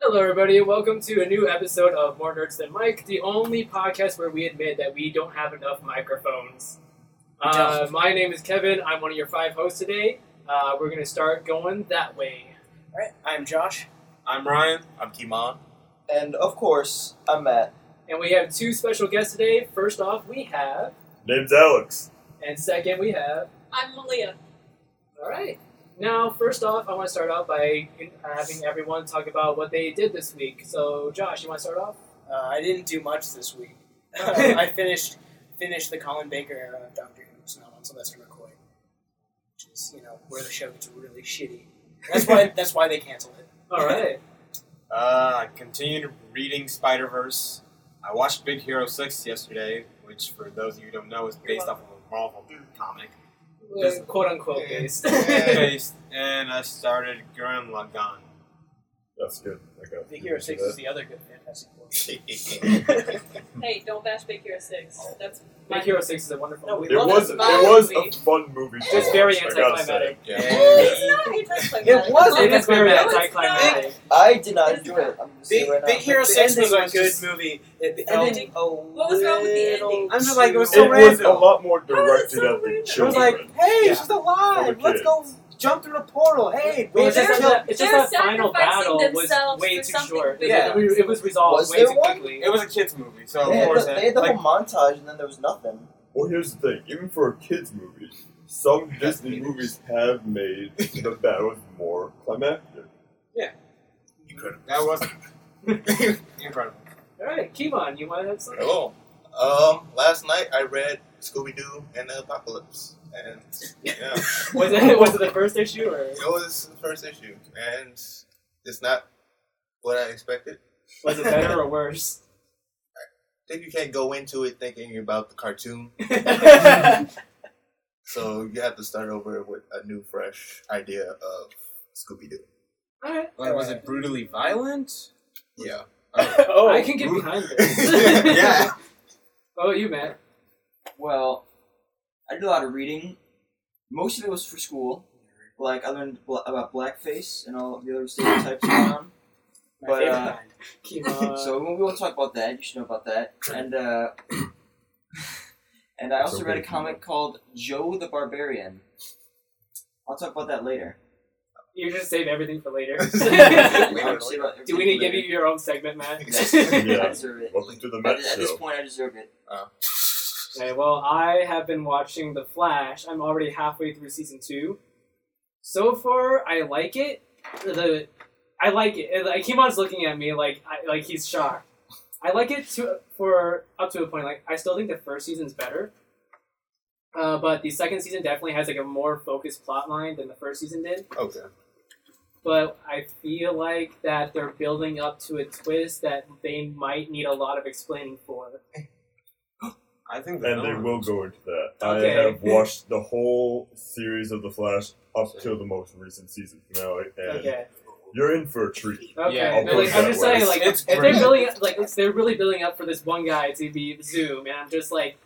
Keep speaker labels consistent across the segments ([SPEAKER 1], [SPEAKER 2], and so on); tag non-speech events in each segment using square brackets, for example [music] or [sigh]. [SPEAKER 1] Hello, everybody, and welcome to a new episode of More Nerds Than Mike, the only podcast where we admit that we don't have enough microphones. Uh, my name is Kevin. I'm one of your five hosts today. Uh, we're going to start going that way.
[SPEAKER 2] All right, I'm Josh.
[SPEAKER 3] I'm Ryan.
[SPEAKER 4] I'm Kimon.
[SPEAKER 5] And of course, I'm Matt.
[SPEAKER 1] And we have two special guests today. First off, we have,
[SPEAKER 4] Name's Alex.
[SPEAKER 1] and second, we have.
[SPEAKER 6] I'm Malia.
[SPEAKER 1] All right. Now, first off, I want to start out by having everyone talk about what they did this week. So, Josh, you want to start off?
[SPEAKER 2] Uh, I didn't do much this week. [laughs] Uh, I finished finished the Colin Baker era of Doctor Who, it's not on Sylvester McCoy, which is you know where the show gets really shitty. That's why that's why they canceled it.
[SPEAKER 1] All
[SPEAKER 3] [laughs]
[SPEAKER 1] right.
[SPEAKER 3] Uh, I continued reading Spider Verse. I watched Big Hero 6 yesterday, which, for those of you who don't know, is based off of a Marvel
[SPEAKER 5] [laughs]
[SPEAKER 3] comic. This-
[SPEAKER 1] Quote unquote
[SPEAKER 3] Yeah.
[SPEAKER 1] based. [laughs]
[SPEAKER 3] Based- and I started Gurren
[SPEAKER 4] [laughs]
[SPEAKER 3] Lagann.
[SPEAKER 4] That's good. I got
[SPEAKER 2] Big Hero Six is the other good Fantastic [laughs] Four.
[SPEAKER 6] Hey, don't bash Big Hero 6.
[SPEAKER 1] [laughs]
[SPEAKER 6] That's my
[SPEAKER 1] Big Hero 6 is a wonderful
[SPEAKER 2] No,
[SPEAKER 1] movie.
[SPEAKER 2] we
[SPEAKER 4] It
[SPEAKER 2] love
[SPEAKER 4] was. It
[SPEAKER 6] it.
[SPEAKER 4] was a fun movie. to
[SPEAKER 1] Just very
[SPEAKER 4] watch, I gotta
[SPEAKER 1] anticlimactic.
[SPEAKER 4] say.
[SPEAKER 6] It's not anticlimactic.
[SPEAKER 5] It wasn't.
[SPEAKER 1] It is very
[SPEAKER 5] No,
[SPEAKER 6] it's
[SPEAKER 1] anticlimactic.
[SPEAKER 5] I did not enjoy it. I'm gonna say
[SPEAKER 2] Big,
[SPEAKER 5] right now.
[SPEAKER 2] Big Hero
[SPEAKER 5] But the
[SPEAKER 2] Six was
[SPEAKER 5] ending
[SPEAKER 2] a
[SPEAKER 5] was
[SPEAKER 2] good
[SPEAKER 5] just-
[SPEAKER 2] movie. It,
[SPEAKER 5] the
[SPEAKER 2] felt
[SPEAKER 5] ending-
[SPEAKER 6] What was wrong with the
[SPEAKER 2] little
[SPEAKER 6] ending?
[SPEAKER 5] I'm just like, it was so
[SPEAKER 4] It was a
[SPEAKER 5] random.
[SPEAKER 4] lot more
[SPEAKER 6] How is it
[SPEAKER 4] directed
[SPEAKER 6] so
[SPEAKER 4] at
[SPEAKER 6] random?
[SPEAKER 4] the
[SPEAKER 6] It
[SPEAKER 5] It was
[SPEAKER 4] children.
[SPEAKER 5] like, hey,
[SPEAKER 2] Yeah.
[SPEAKER 5] she's alive.
[SPEAKER 4] Okay.
[SPEAKER 5] Let's go jump through the portal. Hey,
[SPEAKER 1] Well,
[SPEAKER 5] we
[SPEAKER 1] it's just,
[SPEAKER 6] They're-
[SPEAKER 5] just
[SPEAKER 1] that, it's just
[SPEAKER 6] they're
[SPEAKER 1] that final
[SPEAKER 6] sacrificing
[SPEAKER 1] battle was
[SPEAKER 6] themselves
[SPEAKER 1] way
[SPEAKER 6] for
[SPEAKER 1] too
[SPEAKER 6] something
[SPEAKER 1] short. It-
[SPEAKER 5] bigger.
[SPEAKER 1] It, it was resolved
[SPEAKER 5] Was
[SPEAKER 1] way
[SPEAKER 5] there
[SPEAKER 1] too
[SPEAKER 5] one?
[SPEAKER 1] quickly.
[SPEAKER 3] It was a kids' movie, so
[SPEAKER 5] they
[SPEAKER 3] of
[SPEAKER 5] had,
[SPEAKER 3] course,
[SPEAKER 5] the, they had the
[SPEAKER 3] like,
[SPEAKER 5] whole montage, and then there was nothing.
[SPEAKER 4] Well, here's the thing. Even for a kids' movie, some Disney movies have
[SPEAKER 2] [laughs]
[SPEAKER 4] made the battles more climactic.
[SPEAKER 3] incredible. That
[SPEAKER 5] [laughs]
[SPEAKER 3] was incredible.
[SPEAKER 1] All right, Kimon, you want to have something?
[SPEAKER 7] Hello. Um, last night I read Scooby Doo and the Apocalypse, and yeah,
[SPEAKER 1] Was it [laughs] was it the first issue or
[SPEAKER 7] it was the first issue, and it's not what I expected.
[SPEAKER 1] was it better or worse?
[SPEAKER 7] I think you can't go into it thinking about the cartoon, so you have to start over with a new, fresh idea of Scooby Doo.
[SPEAKER 1] Alright.
[SPEAKER 3] Like, was it brutally violent?
[SPEAKER 7] Yeah,
[SPEAKER 2] oh,
[SPEAKER 1] I can get behind this.
[SPEAKER 7] yeah.
[SPEAKER 1] Oh, you Matt.
[SPEAKER 5] Well, I did a lot of reading. Most of it was for school. [laughs]
[SPEAKER 2] [laughs]
[SPEAKER 5] Like, I learned bl- about blackface and all the other stereotypes around.
[SPEAKER 2] my
[SPEAKER 5] But,
[SPEAKER 2] favorite
[SPEAKER 5] uh,
[SPEAKER 2] kind.
[SPEAKER 1] Kimon.
[SPEAKER 5] [laughs] so we won't talk about that. You should know about that. And uh, [laughs] and I
[SPEAKER 4] It's
[SPEAKER 5] also
[SPEAKER 4] okay
[SPEAKER 5] read a
[SPEAKER 4] if you don't.
[SPEAKER 5] comic called Joe the Barbarian. I'll talk about that later.
[SPEAKER 1] you just save everything for later. [laughs]
[SPEAKER 7] Later,
[SPEAKER 5] I'll say about
[SPEAKER 1] Do we need to give you
[SPEAKER 5] everything
[SPEAKER 1] your own segment, Matt?
[SPEAKER 5] later.
[SPEAKER 4] Yeah.
[SPEAKER 5] I deserve it.
[SPEAKER 4] Welcome to the
[SPEAKER 5] At,
[SPEAKER 4] Met
[SPEAKER 5] at this
[SPEAKER 4] Show.
[SPEAKER 5] point, I deserve it.
[SPEAKER 1] Okay, well, I have been watching The Flash. I'm already halfway through season two. So far, I like it. The I like it. And, Like Kimon's looking at me like I, like he's shocked. I like it to for up to a point. Like I still think the first season's better, uh, but the second season definitely has like a more focused plot line than the first season did
[SPEAKER 7] Okay.
[SPEAKER 1] but I feel like that they're building up to a twist that they might need a lot of explaining for.
[SPEAKER 3] I think
[SPEAKER 4] And they will go into that.
[SPEAKER 1] Okay.
[SPEAKER 4] I have watched the whole series of The Flash up till the most recent season finale, and
[SPEAKER 1] Okay.
[SPEAKER 4] you're in for a treat.
[SPEAKER 1] Okay.
[SPEAKER 3] Yeah,
[SPEAKER 4] I'll
[SPEAKER 1] But,
[SPEAKER 4] put
[SPEAKER 1] like,
[SPEAKER 4] it
[SPEAKER 1] I'm
[SPEAKER 4] that
[SPEAKER 1] just
[SPEAKER 4] way.
[SPEAKER 1] saying, like,
[SPEAKER 3] It's
[SPEAKER 1] if they're
[SPEAKER 3] brilliant.
[SPEAKER 1] building, like, it's- they're really building up for this one guy to be Zoom, and I'm just like,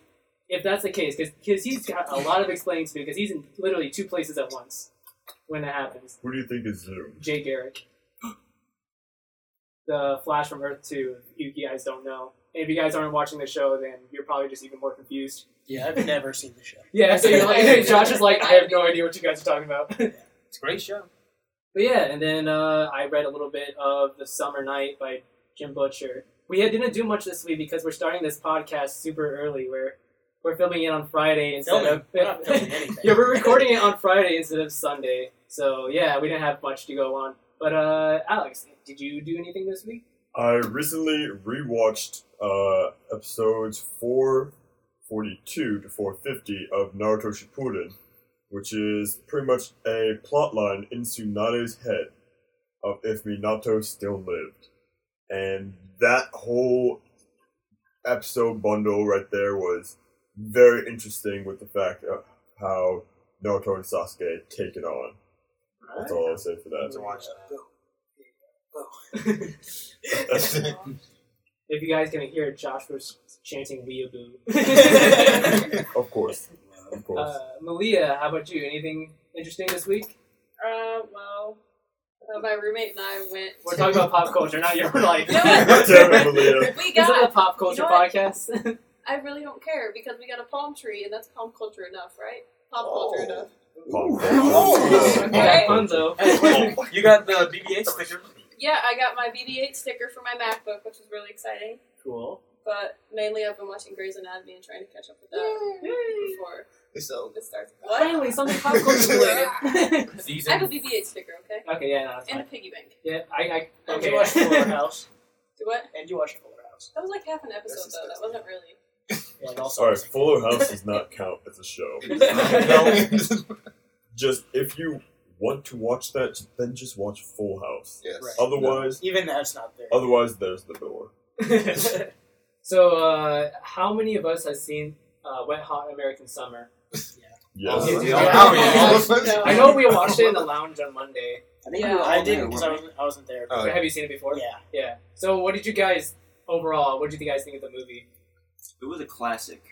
[SPEAKER 1] if that's the case, because he's got a lot of explaining to do, because he's in literally two places at once when that happens.
[SPEAKER 4] Who do you think is Zoom?
[SPEAKER 1] Jay Garrick, the Flash from Earth Two. If you guys don't know, if you guys aren't watching the show, then you're probably just even more confused.
[SPEAKER 2] yeah, I've never seen the show.
[SPEAKER 1] Yeah, so you're like, [laughs] Josh is like, I have no idea what you guys are talking about. [laughs] but
[SPEAKER 3] It's a great show.
[SPEAKER 1] yeah, and then uh, I read a little bit of The Summer Night by Jim Butcher. We had- didn't do much this week because we're starting this podcast super early. We're we're filming it on Friday instead
[SPEAKER 2] Filming? We're
[SPEAKER 1] of
[SPEAKER 2] not filming [laughs] anything.
[SPEAKER 1] [laughs] yeah, we're recording it on Friday instead of Sunday. So yeah, we didn't have much to go on. But uh, Alex, did you do anything this week?
[SPEAKER 4] I recently rewatched uh, episodes 442 to 450 of Naruto Shippuden, which is pretty much a plotline in Tsunade's head of if Minato still lived. And that whole episode bundle right there was very interesting with the fact of how Naruto and Sasuke take it on. That's all I'll say for
[SPEAKER 3] Have to watch that.
[SPEAKER 4] that.
[SPEAKER 1] [laughs]
[SPEAKER 6] [laughs]
[SPEAKER 4] [laughs]
[SPEAKER 1] If you guys can hear, Josh was chanting [laughs] "weeaboo." [laughs]
[SPEAKER 4] of course. Of course.
[SPEAKER 1] Uh, Malia, how about you? Anything interesting this week?
[SPEAKER 6] Uh, well, Uh, my roommate and I went.
[SPEAKER 1] We're talking about pop culture, not your life.
[SPEAKER 6] You know what?
[SPEAKER 4] Damn it, Malia.
[SPEAKER 6] we
[SPEAKER 1] Is it a
[SPEAKER 6] got.
[SPEAKER 1] pop culture
[SPEAKER 6] You know what?
[SPEAKER 1] podcast?
[SPEAKER 6] [laughs]
[SPEAKER 1] [laughs]
[SPEAKER 6] I really don't care because we got a palm tree, and that's palm culture enough, right? Oh. Pop culture enough.
[SPEAKER 4] Pop culture.
[SPEAKER 2] Oh.
[SPEAKER 1] Yeah,
[SPEAKER 6] Right.
[SPEAKER 1] Ponzo.
[SPEAKER 4] Oh.
[SPEAKER 3] [laughs] you got the BBA sticker.
[SPEAKER 6] Yeah, I got my BB-8 sticker for my MacBook, which is really exciting.
[SPEAKER 1] Cool.
[SPEAKER 6] But mainly, I've been watching Grey's Anatomy and trying to catch up with that before
[SPEAKER 7] So
[SPEAKER 6] it starts. What?
[SPEAKER 1] Finally, something pop culture
[SPEAKER 2] [laughs]
[SPEAKER 1] related.
[SPEAKER 6] I have a
[SPEAKER 3] Season.
[SPEAKER 6] BB-8 sticker, okay,
[SPEAKER 1] okay, yeah, no, that's
[SPEAKER 6] and a
[SPEAKER 1] fine.
[SPEAKER 6] piggy bank.
[SPEAKER 1] Yeah, I, I
[SPEAKER 2] And
[SPEAKER 1] okay. [laughs]
[SPEAKER 2] you watched Fuller House.
[SPEAKER 6] Do what?
[SPEAKER 2] And you watched Fuller House.
[SPEAKER 6] That was like half an
[SPEAKER 7] This
[SPEAKER 6] episode
[SPEAKER 7] is
[SPEAKER 6] though. That
[SPEAKER 7] disgusting.
[SPEAKER 6] wasn't really.
[SPEAKER 2] Yeah, and also
[SPEAKER 4] Alright, Fuller House
[SPEAKER 2] [laughs]
[SPEAKER 4] does not count as a show.
[SPEAKER 1] [laughs]
[SPEAKER 7] no.
[SPEAKER 4] Just if you want to watch that, then just watch Full House.
[SPEAKER 7] yes.
[SPEAKER 2] Right.
[SPEAKER 4] Otherwise,
[SPEAKER 2] even that's not there.
[SPEAKER 4] otherwise there's the door.
[SPEAKER 1] [laughs] so, uh, how many of us have seen uh, Wet Hot American Summer?
[SPEAKER 4] Yes.
[SPEAKER 1] Yeah.
[SPEAKER 7] Oh, yeah.
[SPEAKER 6] Yeah.
[SPEAKER 1] I know we watched it in the lounge on
[SPEAKER 2] [laughs]
[SPEAKER 1] Monday.
[SPEAKER 2] I think
[SPEAKER 6] Yeah.
[SPEAKER 2] we were all
[SPEAKER 5] I
[SPEAKER 2] I
[SPEAKER 5] did,
[SPEAKER 2] didn't because I wasn't, I wasn't there.
[SPEAKER 7] Oh, yeah.
[SPEAKER 1] Have you seen it before?
[SPEAKER 2] yeah.
[SPEAKER 1] Yeah. So, what did you guys overall? What did you guys think of the movie?
[SPEAKER 5] It was a classic.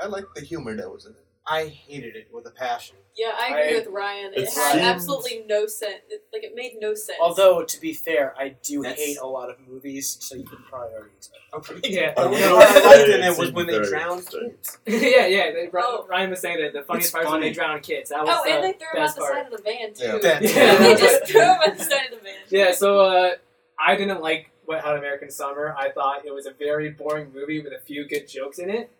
[SPEAKER 7] I like the humor that was in it.
[SPEAKER 3] I hated it with a passion.
[SPEAKER 6] Yeah, I agree
[SPEAKER 2] I-
[SPEAKER 6] with Ryan. It,
[SPEAKER 4] it
[SPEAKER 6] had
[SPEAKER 4] seems-
[SPEAKER 6] absolutely no sense. It, like it made no sense.
[SPEAKER 2] Although to be fair, I do
[SPEAKER 5] That's-
[SPEAKER 2] hate a lot of movies, so you can probably already expect.
[SPEAKER 3] Okay.
[SPEAKER 1] Yeah.
[SPEAKER 4] I
[SPEAKER 3] I
[SPEAKER 4] will
[SPEAKER 3] know
[SPEAKER 4] say
[SPEAKER 3] what I liked in
[SPEAKER 4] it
[SPEAKER 3] it was
[SPEAKER 4] seemed
[SPEAKER 3] when they
[SPEAKER 4] very
[SPEAKER 3] drowned
[SPEAKER 4] interesting.
[SPEAKER 3] kids.
[SPEAKER 1] [laughs] yeah, yeah. They, Ry-
[SPEAKER 6] Oh.
[SPEAKER 1] Ryan was saying that the funniest
[SPEAKER 3] It's
[SPEAKER 1] part was when they
[SPEAKER 3] funny.
[SPEAKER 1] drowned kids. That was
[SPEAKER 6] oh,
[SPEAKER 1] the
[SPEAKER 6] and they threw him out
[SPEAKER 1] best
[SPEAKER 6] the
[SPEAKER 1] part.
[SPEAKER 6] side of the van too.
[SPEAKER 7] Yeah.
[SPEAKER 1] Yeah.
[SPEAKER 6] [laughs] they just threw him out the side of the van.
[SPEAKER 1] [laughs] Yeah, so uh, I didn't like Wet Hot American Summer. I thought it was a very boring movie with a few good jokes in it,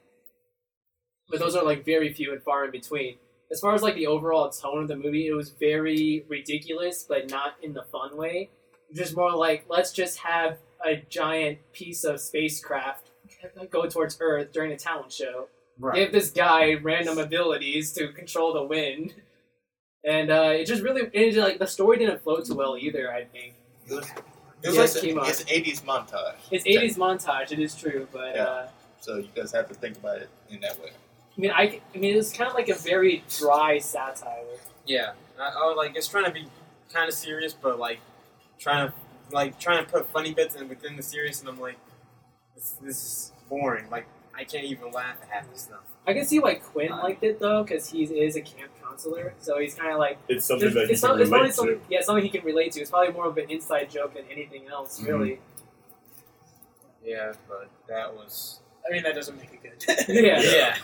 [SPEAKER 1] but those are like very few and far in between. As far as like the overall tone of the movie, it was very ridiculous, but not in the fun way. Just more like let's just have a giant piece of spacecraft go towards Earth during a talent show
[SPEAKER 3] Right.
[SPEAKER 1] give this guy random abilities to control the wind. And uh, it just really, and it, like the story didn't flow too well either. I think
[SPEAKER 7] It was, it was
[SPEAKER 1] Yeah,
[SPEAKER 7] like
[SPEAKER 1] it came
[SPEAKER 7] a-
[SPEAKER 1] out.
[SPEAKER 7] it's an 80s montage,
[SPEAKER 1] it's '80s montage. It is true, but uh,
[SPEAKER 7] so you guys have to think about it in that way.
[SPEAKER 1] I mean, I, I mean, it was kind of like a very dry satire.
[SPEAKER 3] Yeah. I, I was like, it's trying to be kind of serious, but like trying to like trying to put funny bits in within the serious, and I'm like, this, this is boring. Like I can't even laugh at half this stuff.
[SPEAKER 1] I can see why Quinn liked it though, because he is a camp counselor, so he's kind of like
[SPEAKER 4] It's something that you
[SPEAKER 1] it's,
[SPEAKER 4] can
[SPEAKER 1] some- it's probably
[SPEAKER 4] relate
[SPEAKER 1] something,
[SPEAKER 4] to.
[SPEAKER 1] yeah, something he can relate to. It's probably more of an inside joke than anything else,
[SPEAKER 4] Mm-hmm.
[SPEAKER 7] Mhm.
[SPEAKER 1] really.
[SPEAKER 3] Yeah, but that was
[SPEAKER 2] I mean, that doesn't make it [laughs] good.
[SPEAKER 1] Yeah.
[SPEAKER 3] yeah.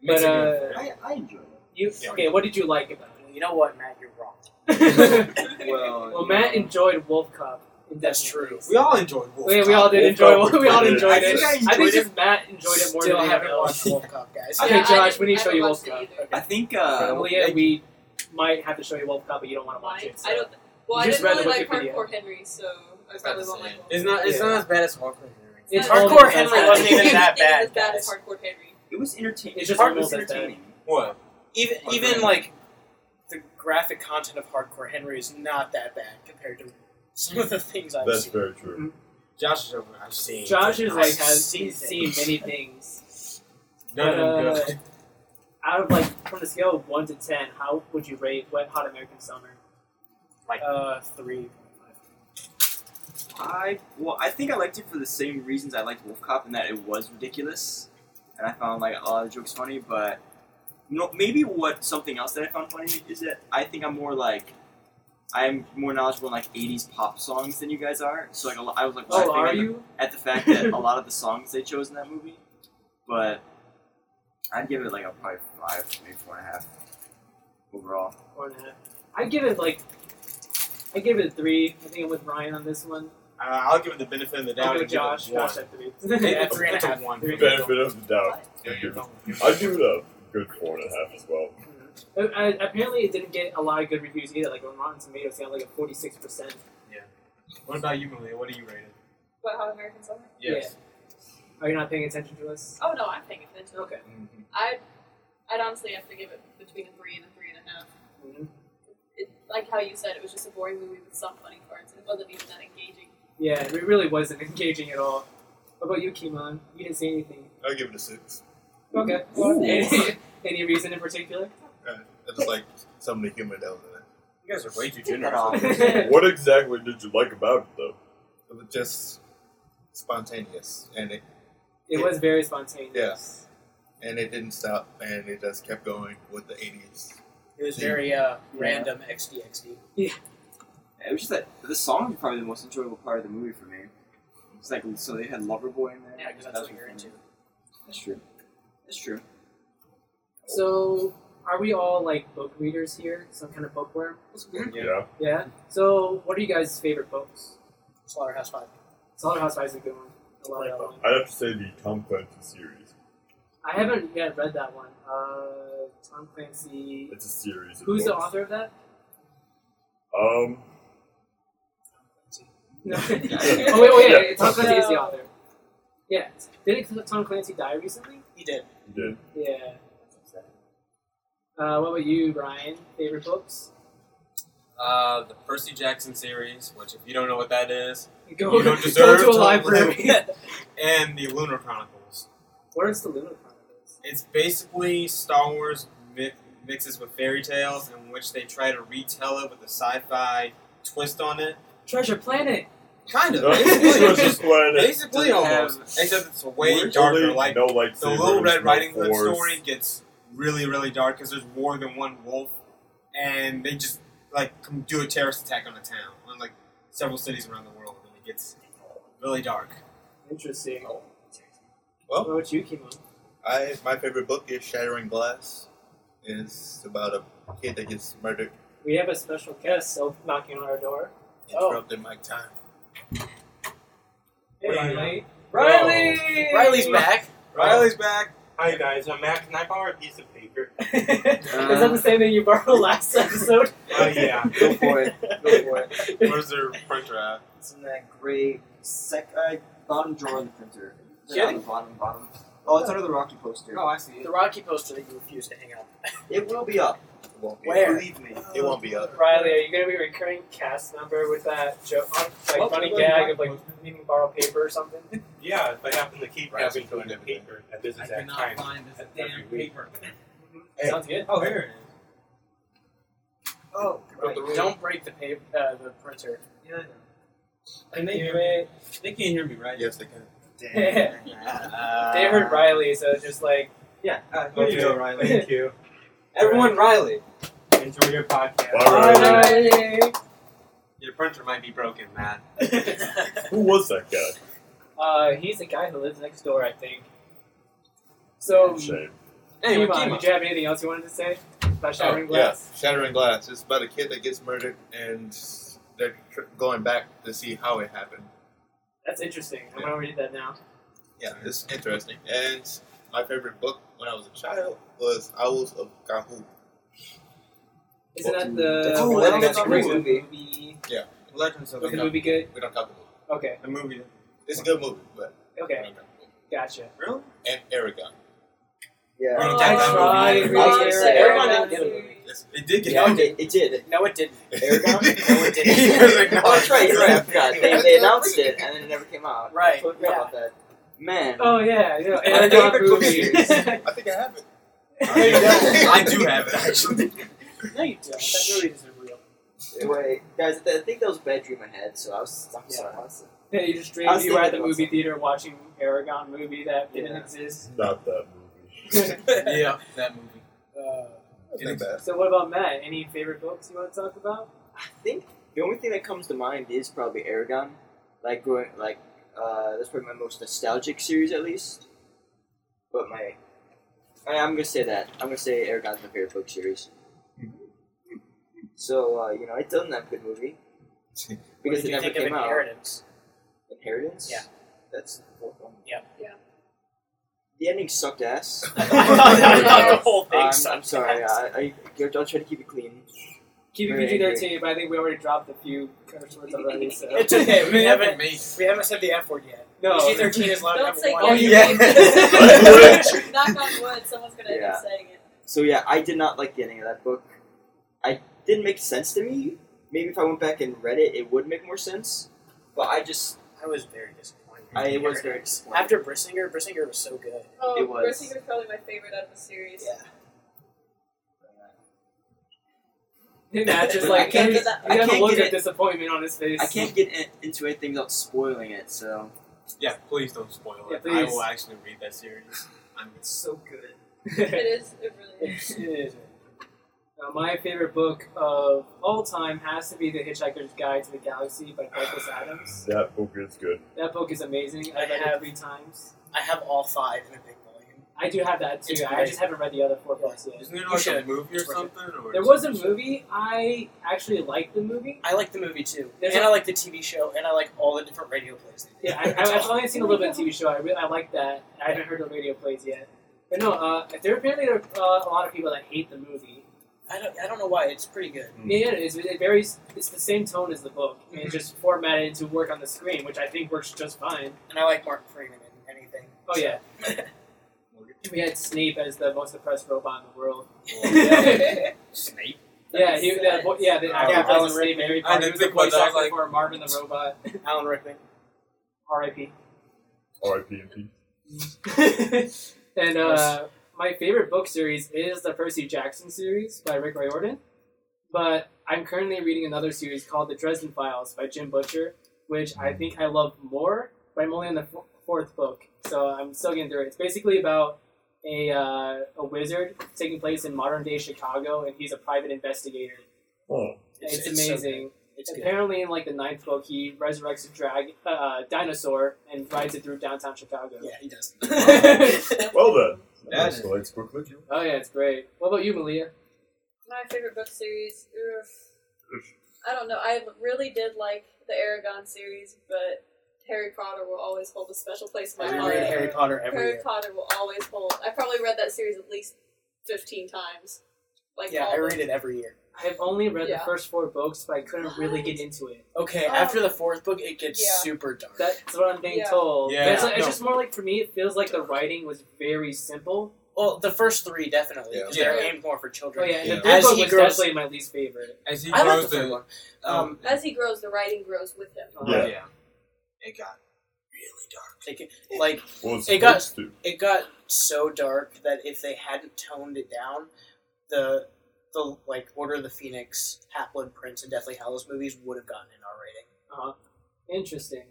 [SPEAKER 1] But
[SPEAKER 3] Makes it
[SPEAKER 1] uh,
[SPEAKER 3] good.
[SPEAKER 5] I, I enjoyed it.
[SPEAKER 1] you
[SPEAKER 7] Yeah.
[SPEAKER 1] okay? What did you like about
[SPEAKER 2] Well, you know what, Matt? You're wrong.
[SPEAKER 1] it?
[SPEAKER 3] [laughs]
[SPEAKER 5] Well,
[SPEAKER 1] Well,
[SPEAKER 5] you
[SPEAKER 1] Matt
[SPEAKER 5] know,
[SPEAKER 1] enjoyed Wolf Cup.
[SPEAKER 2] That's true.
[SPEAKER 3] we all enjoyed Wolf.
[SPEAKER 1] We, we all did enjoy.
[SPEAKER 4] Wolf Cup was
[SPEAKER 1] we all
[SPEAKER 4] pretty
[SPEAKER 1] enjoyed
[SPEAKER 4] good.
[SPEAKER 1] it. [laughs]
[SPEAKER 3] I think I
[SPEAKER 1] I think
[SPEAKER 3] enjoyed
[SPEAKER 1] just Matt enjoyed it more
[SPEAKER 2] Still
[SPEAKER 1] than
[SPEAKER 2] haven't
[SPEAKER 1] anyone else.
[SPEAKER 2] watched [laughs] Wolf Cop, guys.
[SPEAKER 1] Okay,
[SPEAKER 6] Yeah, I
[SPEAKER 1] Josh,
[SPEAKER 6] didn't-
[SPEAKER 1] we need to show
[SPEAKER 6] I haven't
[SPEAKER 1] you Wolf
[SPEAKER 6] watched it
[SPEAKER 1] Cup.
[SPEAKER 6] either.
[SPEAKER 5] I think uh,
[SPEAKER 1] Probably, yeah, we might have to show you Wolf Cup, but you don't want to watch
[SPEAKER 6] Why?
[SPEAKER 1] it.
[SPEAKER 6] I don't. Well,
[SPEAKER 1] You
[SPEAKER 6] I
[SPEAKER 1] just
[SPEAKER 6] didn't
[SPEAKER 1] read
[SPEAKER 6] really
[SPEAKER 1] the
[SPEAKER 6] like
[SPEAKER 1] Wikipedia.
[SPEAKER 6] Hardcore Henry, so I probably won't like.
[SPEAKER 3] It's not. It's
[SPEAKER 1] Yeah.
[SPEAKER 3] not as bad as Hardcore Henry.
[SPEAKER 1] It's
[SPEAKER 6] Hardcore
[SPEAKER 1] almost as
[SPEAKER 2] Henry
[SPEAKER 6] [laughs]
[SPEAKER 1] bad.
[SPEAKER 2] wasn't even that
[SPEAKER 6] It was
[SPEAKER 2] bad,
[SPEAKER 6] as bad as
[SPEAKER 2] guys.
[SPEAKER 6] Hardcore Henry.
[SPEAKER 5] it was entertaining.
[SPEAKER 1] It's just
[SPEAKER 5] Part was
[SPEAKER 1] almost as bad.
[SPEAKER 5] entertaining.
[SPEAKER 3] What?
[SPEAKER 2] Even even like the graphic content of Hardcore Henry is not that bad compared to some of the things I've
[SPEAKER 4] That's
[SPEAKER 2] seen.
[SPEAKER 4] very true.
[SPEAKER 3] Mm-hmm. Josh is over. I've seen.
[SPEAKER 1] Josh is
[SPEAKER 2] I've
[SPEAKER 1] like has
[SPEAKER 2] seen
[SPEAKER 1] he's seen
[SPEAKER 2] things.
[SPEAKER 1] many things.
[SPEAKER 3] none of
[SPEAKER 1] uh,
[SPEAKER 3] [laughs] them good.
[SPEAKER 1] Out of like from the scale of one to ten, how would you rate Wet Hot American Summer?
[SPEAKER 2] Uh, three.
[SPEAKER 5] I well, I think I liked it for the same reasons I liked Wolf Cop, in that it was ridiculous, and I found like a lot of jokes funny. But no, maybe what something else that I found funny is that I think I'm more like I'm more knowledgeable in like '80s pop songs than you guys are. So like a lo- I was like
[SPEAKER 1] Oh,
[SPEAKER 5] laughing
[SPEAKER 1] are
[SPEAKER 5] at, the,
[SPEAKER 1] you?
[SPEAKER 5] at the fact that a lot of the songs they chose in that movie, but I'd give it like a probably five, maybe four and a half overall.
[SPEAKER 1] Or not? I give it like I give it a three. I think I'm with Ryan on this one.
[SPEAKER 3] Uh, I'll give it the benefit of the doubt.
[SPEAKER 1] I'll
[SPEAKER 3] and
[SPEAKER 1] give it
[SPEAKER 3] give
[SPEAKER 1] Josh.
[SPEAKER 3] it one.
[SPEAKER 1] Josh at [laughs] three.
[SPEAKER 2] Yeah,
[SPEAKER 3] It's-
[SPEAKER 2] three and a
[SPEAKER 3] it's
[SPEAKER 2] half.
[SPEAKER 3] one.
[SPEAKER 1] Three.
[SPEAKER 4] Benefit of the doubt.
[SPEAKER 3] Yeah, you're wrong.
[SPEAKER 4] I'd give it a good four and a half as
[SPEAKER 3] [laughs]
[SPEAKER 4] well.
[SPEAKER 1] Uh, uh, apparently, it didn't get a lot of good reviews either. Like on Rotten Tomatoes, it had like a forty-six percent.
[SPEAKER 3] What about you, Malia? What do you rate it?
[SPEAKER 6] But how American Summer?
[SPEAKER 3] Yes.
[SPEAKER 1] Are you not paying attention to us?
[SPEAKER 6] Oh no, I'm paying attention.
[SPEAKER 1] Okay.
[SPEAKER 3] Mm.
[SPEAKER 6] I, I'd honestly have to give it between a three and a three and a half.
[SPEAKER 1] Mm-hmm.
[SPEAKER 6] It, like how you said, it was just a boring movie with some funny parts. It wasn't even that engaging.
[SPEAKER 1] Yeah, it really wasn't [laughs] engaging at all. What about you, Kimon? You didn't say anything.
[SPEAKER 7] I'll give it a six.
[SPEAKER 1] Okay.
[SPEAKER 5] Ooh.
[SPEAKER 1] [laughs] Any, any reason in [laughs] particular?
[SPEAKER 7] Uh, I just like some of the humor that was in it.
[SPEAKER 3] You guys are way too
[SPEAKER 5] Cut
[SPEAKER 3] generous.
[SPEAKER 5] off.
[SPEAKER 4] What exactly did you like about it though?
[SPEAKER 7] It was just spontaneous, and it
[SPEAKER 1] It was very spontaneous.
[SPEAKER 7] Yes. and it didn't stop, and it just kept going with the 80s.
[SPEAKER 2] It was very uh, random XDXD.
[SPEAKER 5] It was just that the song was probably the most enjoyable part of the movie for me. It's like so they had Loverboy in there.
[SPEAKER 2] Yeah, because
[SPEAKER 5] That
[SPEAKER 2] that's
[SPEAKER 5] was
[SPEAKER 2] what you're
[SPEAKER 5] funny.
[SPEAKER 2] into.
[SPEAKER 5] That's true. That's true.
[SPEAKER 1] So, are we all like book readers here? Some kind of bookworm?
[SPEAKER 4] Yeah.
[SPEAKER 1] Yeah. So, what are you guys' favorite books?
[SPEAKER 2] Slaughterhouse Five.
[SPEAKER 1] Slaughterhouse Five is a good one. I love that one.
[SPEAKER 4] I'd have to say the Tom Clancy series.
[SPEAKER 1] I haven't yet read that one. Uh, Tom Clancy.
[SPEAKER 4] It's a series. Of
[SPEAKER 1] Who's the
[SPEAKER 4] books.
[SPEAKER 1] author of that?
[SPEAKER 4] Um,
[SPEAKER 1] No. [laughs] oh wait,
[SPEAKER 5] Yeah.
[SPEAKER 1] oh yeah, yeah, Tom
[SPEAKER 6] Yeah.
[SPEAKER 1] Clancy is the author. Yeah. Didn't Tom Clancy die recently?
[SPEAKER 2] He did.
[SPEAKER 4] you
[SPEAKER 3] [laughs]
[SPEAKER 4] [laughs] did.
[SPEAKER 1] Yeah. That's upsetting. Uh, what about you, Ryan? Favorite books?
[SPEAKER 3] Uh, the Percy Jackson series, which if you don't know what that is,
[SPEAKER 1] Go,
[SPEAKER 3] You don't
[SPEAKER 1] go
[SPEAKER 3] deserve
[SPEAKER 1] to a
[SPEAKER 3] to
[SPEAKER 1] library.
[SPEAKER 3] live. and the Lunar Chronicles.
[SPEAKER 1] what is the Lunar Chronicles?
[SPEAKER 3] It's basically Star Wars mi- mixes with fairy tales, in which they try to retell it with a sci-fi twist on it.
[SPEAKER 1] Treasure Planet.
[SPEAKER 3] Kind [laughs] of,
[SPEAKER 4] No, this was
[SPEAKER 3] basically,
[SPEAKER 4] just when
[SPEAKER 3] basically
[SPEAKER 5] Does it
[SPEAKER 3] almost.
[SPEAKER 5] have-
[SPEAKER 3] Except it's way
[SPEAKER 4] Literally
[SPEAKER 3] darker. Like
[SPEAKER 4] no
[SPEAKER 3] the
[SPEAKER 4] lightsabers,
[SPEAKER 3] Little Red
[SPEAKER 4] no
[SPEAKER 3] Riding Hood
[SPEAKER 4] force.
[SPEAKER 3] story gets really, really dark because there's more than one wolf, and they just like com- do a terrorist attack on a town, on like several cities around the world, and it gets really dark.
[SPEAKER 1] Interesting.
[SPEAKER 7] Well-
[SPEAKER 1] what about you, Kimo?
[SPEAKER 7] I my favorite book is Shattering Glass. It's about a kid that gets murdered.
[SPEAKER 1] We have a special guest so knocking on our door. Oh.
[SPEAKER 7] Interrupted my time.
[SPEAKER 1] Hey,
[SPEAKER 8] Wait.
[SPEAKER 1] Riley.
[SPEAKER 8] Whoa.
[SPEAKER 1] Riley.
[SPEAKER 2] Oh. Riley's back.
[SPEAKER 3] Riley's back.
[SPEAKER 8] Hi guys, I'm Mac. Can I borrow a piece of
[SPEAKER 3] [laughs]
[SPEAKER 8] paper?
[SPEAKER 1] [laughs] Is that the same thing you borrowed last episode?
[SPEAKER 8] Oh yeah.
[SPEAKER 5] Um, Go for it. Go for it.
[SPEAKER 3] Where's their printer at?
[SPEAKER 5] It's in that gray sec uh, bottom drawer of the printer. Is it
[SPEAKER 2] Kidding?
[SPEAKER 5] on the bottom, bottom. Oh, it's under the Rocky poster.
[SPEAKER 3] Oh, I see
[SPEAKER 2] The Rocky poster that you refuse to hang up.
[SPEAKER 5] It will be up.
[SPEAKER 7] It won't be
[SPEAKER 2] Where?
[SPEAKER 7] up.
[SPEAKER 5] Believe me.
[SPEAKER 7] It won't be up.
[SPEAKER 1] Riley, are you gonna be a recurring cast member with that joke, like
[SPEAKER 8] Well,
[SPEAKER 1] funny
[SPEAKER 8] well,
[SPEAKER 1] gag
[SPEAKER 8] well,
[SPEAKER 1] of like needing to borrow paper or something?
[SPEAKER 8] Yeah, if I happen to keep
[SPEAKER 7] Right,
[SPEAKER 8] having
[SPEAKER 7] so
[SPEAKER 8] to
[SPEAKER 7] doing
[SPEAKER 8] paper at this
[SPEAKER 3] I
[SPEAKER 8] exact
[SPEAKER 3] cannot
[SPEAKER 8] time.
[SPEAKER 3] find this
[SPEAKER 8] That's every
[SPEAKER 3] damn
[SPEAKER 8] week.
[SPEAKER 3] paper.
[SPEAKER 7] Hey.
[SPEAKER 1] Sounds good.
[SPEAKER 3] Oh, here
[SPEAKER 2] Oh,
[SPEAKER 7] Broke the rule.
[SPEAKER 2] don't break the paper, uh, the printer.
[SPEAKER 3] it is. Yeah,
[SPEAKER 1] Can they
[SPEAKER 3] they
[SPEAKER 1] hear
[SPEAKER 3] hear
[SPEAKER 1] it?
[SPEAKER 3] They can't hear me, right? [laughs]
[SPEAKER 7] Yes, they can.
[SPEAKER 1] they
[SPEAKER 3] Uh,
[SPEAKER 1] heard Riley, so just like
[SPEAKER 3] Yeah. Uh,
[SPEAKER 8] Okay,
[SPEAKER 3] you go, Riley.
[SPEAKER 8] Thank you.
[SPEAKER 3] Everyone, Riley.
[SPEAKER 8] Enjoy your podcast.
[SPEAKER 4] Bye, Riley.
[SPEAKER 3] Your printer might be broken, Matt.
[SPEAKER 4] [laughs] Who was that guy?
[SPEAKER 1] uh, he's the guy who lives next door, I think. So,
[SPEAKER 4] Shame.
[SPEAKER 3] Anyway,
[SPEAKER 1] Kimo,
[SPEAKER 3] Kimo.
[SPEAKER 1] did you have anything else you wanted to say about Shattering
[SPEAKER 7] oh,
[SPEAKER 1] Glass?
[SPEAKER 7] Yeah, Shattering Glass. It's about a kid that gets murdered and they're tr- going back to see how it happened.
[SPEAKER 1] That's interesting. I'm gonna read that now.
[SPEAKER 7] Yeah, it's interesting. And my favorite book when I was a child was Owls of Kahoot.
[SPEAKER 1] Isn't that the
[SPEAKER 5] That's-
[SPEAKER 3] oh, that's a great
[SPEAKER 5] movie.
[SPEAKER 3] Legends of
[SPEAKER 1] Was
[SPEAKER 3] the
[SPEAKER 1] the
[SPEAKER 7] Okay.
[SPEAKER 1] movie good?
[SPEAKER 7] We don't talk about it.
[SPEAKER 1] Okay,
[SPEAKER 3] The movie.
[SPEAKER 7] It's a good movie, but we
[SPEAKER 1] okay,
[SPEAKER 7] don't talk about it.
[SPEAKER 1] gotcha.
[SPEAKER 3] Really?
[SPEAKER 7] And Aragon.
[SPEAKER 5] Yeah.
[SPEAKER 3] Oh,
[SPEAKER 7] Yes.
[SPEAKER 3] It did get
[SPEAKER 5] Yeah,
[SPEAKER 3] out.
[SPEAKER 5] it did. It did.
[SPEAKER 2] No, it didn't.
[SPEAKER 5] [laughs] Aragon?
[SPEAKER 3] [laughs]
[SPEAKER 5] No,
[SPEAKER 2] it didn't.
[SPEAKER 5] Oh, that's right. You're right. I forgot. They, they announced it and then it never came out.
[SPEAKER 2] Right,
[SPEAKER 5] I totally forgot [laughs] about that. Man.
[SPEAKER 1] Oh yeah, yeah.
[SPEAKER 5] I
[SPEAKER 1] And
[SPEAKER 5] think
[SPEAKER 1] John
[SPEAKER 5] we're
[SPEAKER 1] Ruby. [laughs]
[SPEAKER 5] close.
[SPEAKER 7] I think I have it.
[SPEAKER 1] There you go.
[SPEAKER 3] [laughs] I do have it actually.
[SPEAKER 2] No, you don't. That really isn't real.
[SPEAKER 5] Wait, guys, I think that was a bad dream I had, so I was. I'm sorry.
[SPEAKER 1] Yeah, you just
[SPEAKER 5] I
[SPEAKER 1] dreamed
[SPEAKER 5] was
[SPEAKER 1] you were at the
[SPEAKER 5] thinking
[SPEAKER 1] movie
[SPEAKER 5] about
[SPEAKER 1] theater watching Aragon movie that didn't
[SPEAKER 5] Yeah. [laughs]
[SPEAKER 1] exist. Uh,
[SPEAKER 4] Not that movie.
[SPEAKER 1] so
[SPEAKER 3] yeah, that movie.
[SPEAKER 2] Uh,
[SPEAKER 7] Not bad.
[SPEAKER 1] what about Matt? Any favorite books you want to talk about?
[SPEAKER 5] I think the only thing that comes to mind is probably Aragon. Like growing, like uh, that's probably my most nostalgic series at least. But my, I, I'm gonna say that I'm gonna say Aragon's my favorite book series. So uh, you know, it doesn't have a good movie
[SPEAKER 2] what
[SPEAKER 5] because
[SPEAKER 2] did
[SPEAKER 5] it
[SPEAKER 2] you
[SPEAKER 5] never
[SPEAKER 2] think
[SPEAKER 5] came
[SPEAKER 2] of
[SPEAKER 5] out.
[SPEAKER 2] inheritance?
[SPEAKER 5] Inheritance.
[SPEAKER 2] Yeah.
[SPEAKER 5] that's the fourth one.
[SPEAKER 2] Yep.
[SPEAKER 6] Yeah.
[SPEAKER 5] The ending
[SPEAKER 1] [laughs]
[SPEAKER 5] sucked ass. [laughs] Um,
[SPEAKER 2] I thought, I thought the whole thing
[SPEAKER 5] I'm,
[SPEAKER 2] sucked
[SPEAKER 5] I'm sorry.
[SPEAKER 2] ass.
[SPEAKER 5] I, I, I'll try to keep it clean.
[SPEAKER 1] Keep it
[SPEAKER 5] Very
[SPEAKER 1] PG
[SPEAKER 5] angry.
[SPEAKER 1] thirteen, but I think we already dropped a few curse words already. So.
[SPEAKER 2] It's okay. We haven't.
[SPEAKER 3] made. it.
[SPEAKER 2] We haven't said the F word yet.
[SPEAKER 1] No.
[SPEAKER 2] PG-13 is allowed to
[SPEAKER 6] Don't
[SPEAKER 2] have
[SPEAKER 6] say
[SPEAKER 2] one.
[SPEAKER 3] Oh,
[SPEAKER 2] [laughs]
[SPEAKER 6] gay.
[SPEAKER 3] yeah.
[SPEAKER 6] [laughs] Knock on wood, someone's gonna end
[SPEAKER 5] Yeah.
[SPEAKER 6] up saying it.
[SPEAKER 5] So yeah, I did not like the ending of that book. I didn't make sense to me. Maybe if I went back and read it, it would make more sense. But I just,
[SPEAKER 2] I was very disappointed.
[SPEAKER 5] I it was very disappointed.
[SPEAKER 2] After Brissinger, Brissinger was so good.
[SPEAKER 6] Oh,
[SPEAKER 5] It was.
[SPEAKER 6] Grissinger's probably my favorite out of the series.
[SPEAKER 5] Yeah.
[SPEAKER 1] [laughs] Matt just
[SPEAKER 5] I
[SPEAKER 1] like
[SPEAKER 5] can't
[SPEAKER 1] he-
[SPEAKER 5] get that-
[SPEAKER 1] he
[SPEAKER 5] I
[SPEAKER 1] has a
[SPEAKER 5] can't
[SPEAKER 1] look
[SPEAKER 5] get
[SPEAKER 1] of
[SPEAKER 5] it.
[SPEAKER 1] disappointment on his face. [laughs]
[SPEAKER 5] I can't get in, into anything without spoiling it. So
[SPEAKER 3] Yeah, please don't spoil
[SPEAKER 1] Yeah,
[SPEAKER 3] it. I
[SPEAKER 1] please.
[SPEAKER 3] will actually read that series. I'm
[SPEAKER 1] It's so good.
[SPEAKER 6] It is. It really is.
[SPEAKER 1] It is. Now, Uh, my favorite book of all time has to be The Hitchhiker's Guide to the Galaxy by Douglas Adams.
[SPEAKER 4] That book is good.
[SPEAKER 1] That book is amazing. I
[SPEAKER 2] I
[SPEAKER 1] read it
[SPEAKER 2] have-
[SPEAKER 1] three times.
[SPEAKER 2] I have all five in a big volume.
[SPEAKER 1] I do have that too.
[SPEAKER 2] It's
[SPEAKER 1] I
[SPEAKER 2] great.
[SPEAKER 1] just haven't read the other four books yet.
[SPEAKER 3] Isn't there
[SPEAKER 2] You
[SPEAKER 3] like a
[SPEAKER 2] should.
[SPEAKER 3] movie or
[SPEAKER 2] It's worth it.
[SPEAKER 3] something? Or
[SPEAKER 1] There was a movie. I actually liked the movie.
[SPEAKER 2] I like the movie too,
[SPEAKER 1] There's
[SPEAKER 2] and
[SPEAKER 1] a-
[SPEAKER 2] I like the TV show, and I like all the different radio plays. They do.
[SPEAKER 1] Yeah, I, I, I've only seen a little bit of TV show. I really I like that. I haven't heard the radio plays yet. But no, uh, there apparently there are uh, a lot of people that hate the movie.
[SPEAKER 2] I don't. I don't know why. It's pretty good.
[SPEAKER 4] Hmm.
[SPEAKER 1] Yeah, it is. It varies. It's the same tone as the book. and It's just formatted to work on the screen, which I think works just fine.
[SPEAKER 2] And I like Martin Freeman in anything.
[SPEAKER 1] Oh
[SPEAKER 2] so.
[SPEAKER 1] yeah, we had Snape as the most oppressed robot in the world.
[SPEAKER 2] [laughs] yeah.
[SPEAKER 3] Snape.
[SPEAKER 1] Yeah, he, the, vo- yeah, the
[SPEAKER 3] Oh,
[SPEAKER 1] actor
[SPEAKER 2] yeah,
[SPEAKER 1] plays
[SPEAKER 2] Alan
[SPEAKER 1] Snape in every
[SPEAKER 3] I
[SPEAKER 1] part. He
[SPEAKER 3] didn't
[SPEAKER 1] was the
[SPEAKER 3] think about
[SPEAKER 1] voice
[SPEAKER 3] that,
[SPEAKER 1] actor
[SPEAKER 3] like-
[SPEAKER 1] for Marvin the Robot.
[SPEAKER 2] Alan Rickman.
[SPEAKER 1] R.I.P.
[SPEAKER 4] R.I.P. and P.
[SPEAKER 1] [laughs] and uh, my favorite book series is the Percy Jackson series by Rick Riordan. But I'm currently reading another series called The Dresden Files by Jim Butcher, which I think I love more, but I'm only on the fo- fourth book, so I'm still getting through it. It's basically about a, uh, a wizard taking place in modern day Chicago, and he's a private investigator.
[SPEAKER 4] Oh,
[SPEAKER 1] It's,
[SPEAKER 2] [laughs] It's-
[SPEAKER 6] [laughs]
[SPEAKER 2] it's so good.
[SPEAKER 1] amazing.
[SPEAKER 2] It's good.
[SPEAKER 1] Apparently, in like the ninth book, he resurrects a drag uh, uh, dinosaur and rides it through downtown Chicago.
[SPEAKER 2] Yeah, he does. [laughs]
[SPEAKER 4] well then.
[SPEAKER 3] That is-
[SPEAKER 4] escalates quickly.
[SPEAKER 1] Oh yeah, it's great. What about you, Malia?
[SPEAKER 6] My favorite book series. Ugh. I don't know. I really did like the Aragon series, but Harry Potter will always hold a special place in
[SPEAKER 2] I
[SPEAKER 6] my
[SPEAKER 2] read
[SPEAKER 6] heart.
[SPEAKER 2] Harry Potter every
[SPEAKER 6] Harry
[SPEAKER 2] year.
[SPEAKER 6] Potter will always hold. I probably read that series at least fifteen times. Like
[SPEAKER 2] yeah,
[SPEAKER 6] all
[SPEAKER 2] I
[SPEAKER 6] the-
[SPEAKER 2] read it every year.
[SPEAKER 1] I've only read the
[SPEAKER 6] Yeah.
[SPEAKER 1] first four books, but I couldn't really
[SPEAKER 6] What?
[SPEAKER 1] get into it.
[SPEAKER 2] Okay,
[SPEAKER 6] Um,
[SPEAKER 2] after the fourth book, it gets
[SPEAKER 6] yeah.
[SPEAKER 2] super dark.
[SPEAKER 1] That's what I'm being
[SPEAKER 6] Yeah.
[SPEAKER 1] told.
[SPEAKER 3] Yeah.
[SPEAKER 1] But it's, like- it's
[SPEAKER 2] No.
[SPEAKER 1] just more like for me, it feels like the writing was very simple.
[SPEAKER 2] well, the first three definitely, because
[SPEAKER 3] Yeah.
[SPEAKER 2] they're
[SPEAKER 6] Yeah.
[SPEAKER 2] aimed more for
[SPEAKER 1] Oh
[SPEAKER 2] children.
[SPEAKER 1] yeah, and the
[SPEAKER 7] Yeah.
[SPEAKER 1] third
[SPEAKER 2] As
[SPEAKER 1] book
[SPEAKER 2] he
[SPEAKER 1] was
[SPEAKER 2] grows-
[SPEAKER 1] definitely my least favorite.
[SPEAKER 3] As he
[SPEAKER 2] I like the
[SPEAKER 3] grows,
[SPEAKER 2] third one. Um,
[SPEAKER 6] As he grows, the writing grows with him.
[SPEAKER 1] Uh,
[SPEAKER 4] Yeah.
[SPEAKER 3] it got really dark.
[SPEAKER 2] it, like
[SPEAKER 4] Well, it's
[SPEAKER 2] It got-
[SPEAKER 4] supposed to.
[SPEAKER 2] it got so dark that if they hadn't toned it down, the the like Order of the Phoenix, Half Blood Prince, and Deathly Hallows movies would have gotten an R rating.
[SPEAKER 1] Uh-huh. Interesting.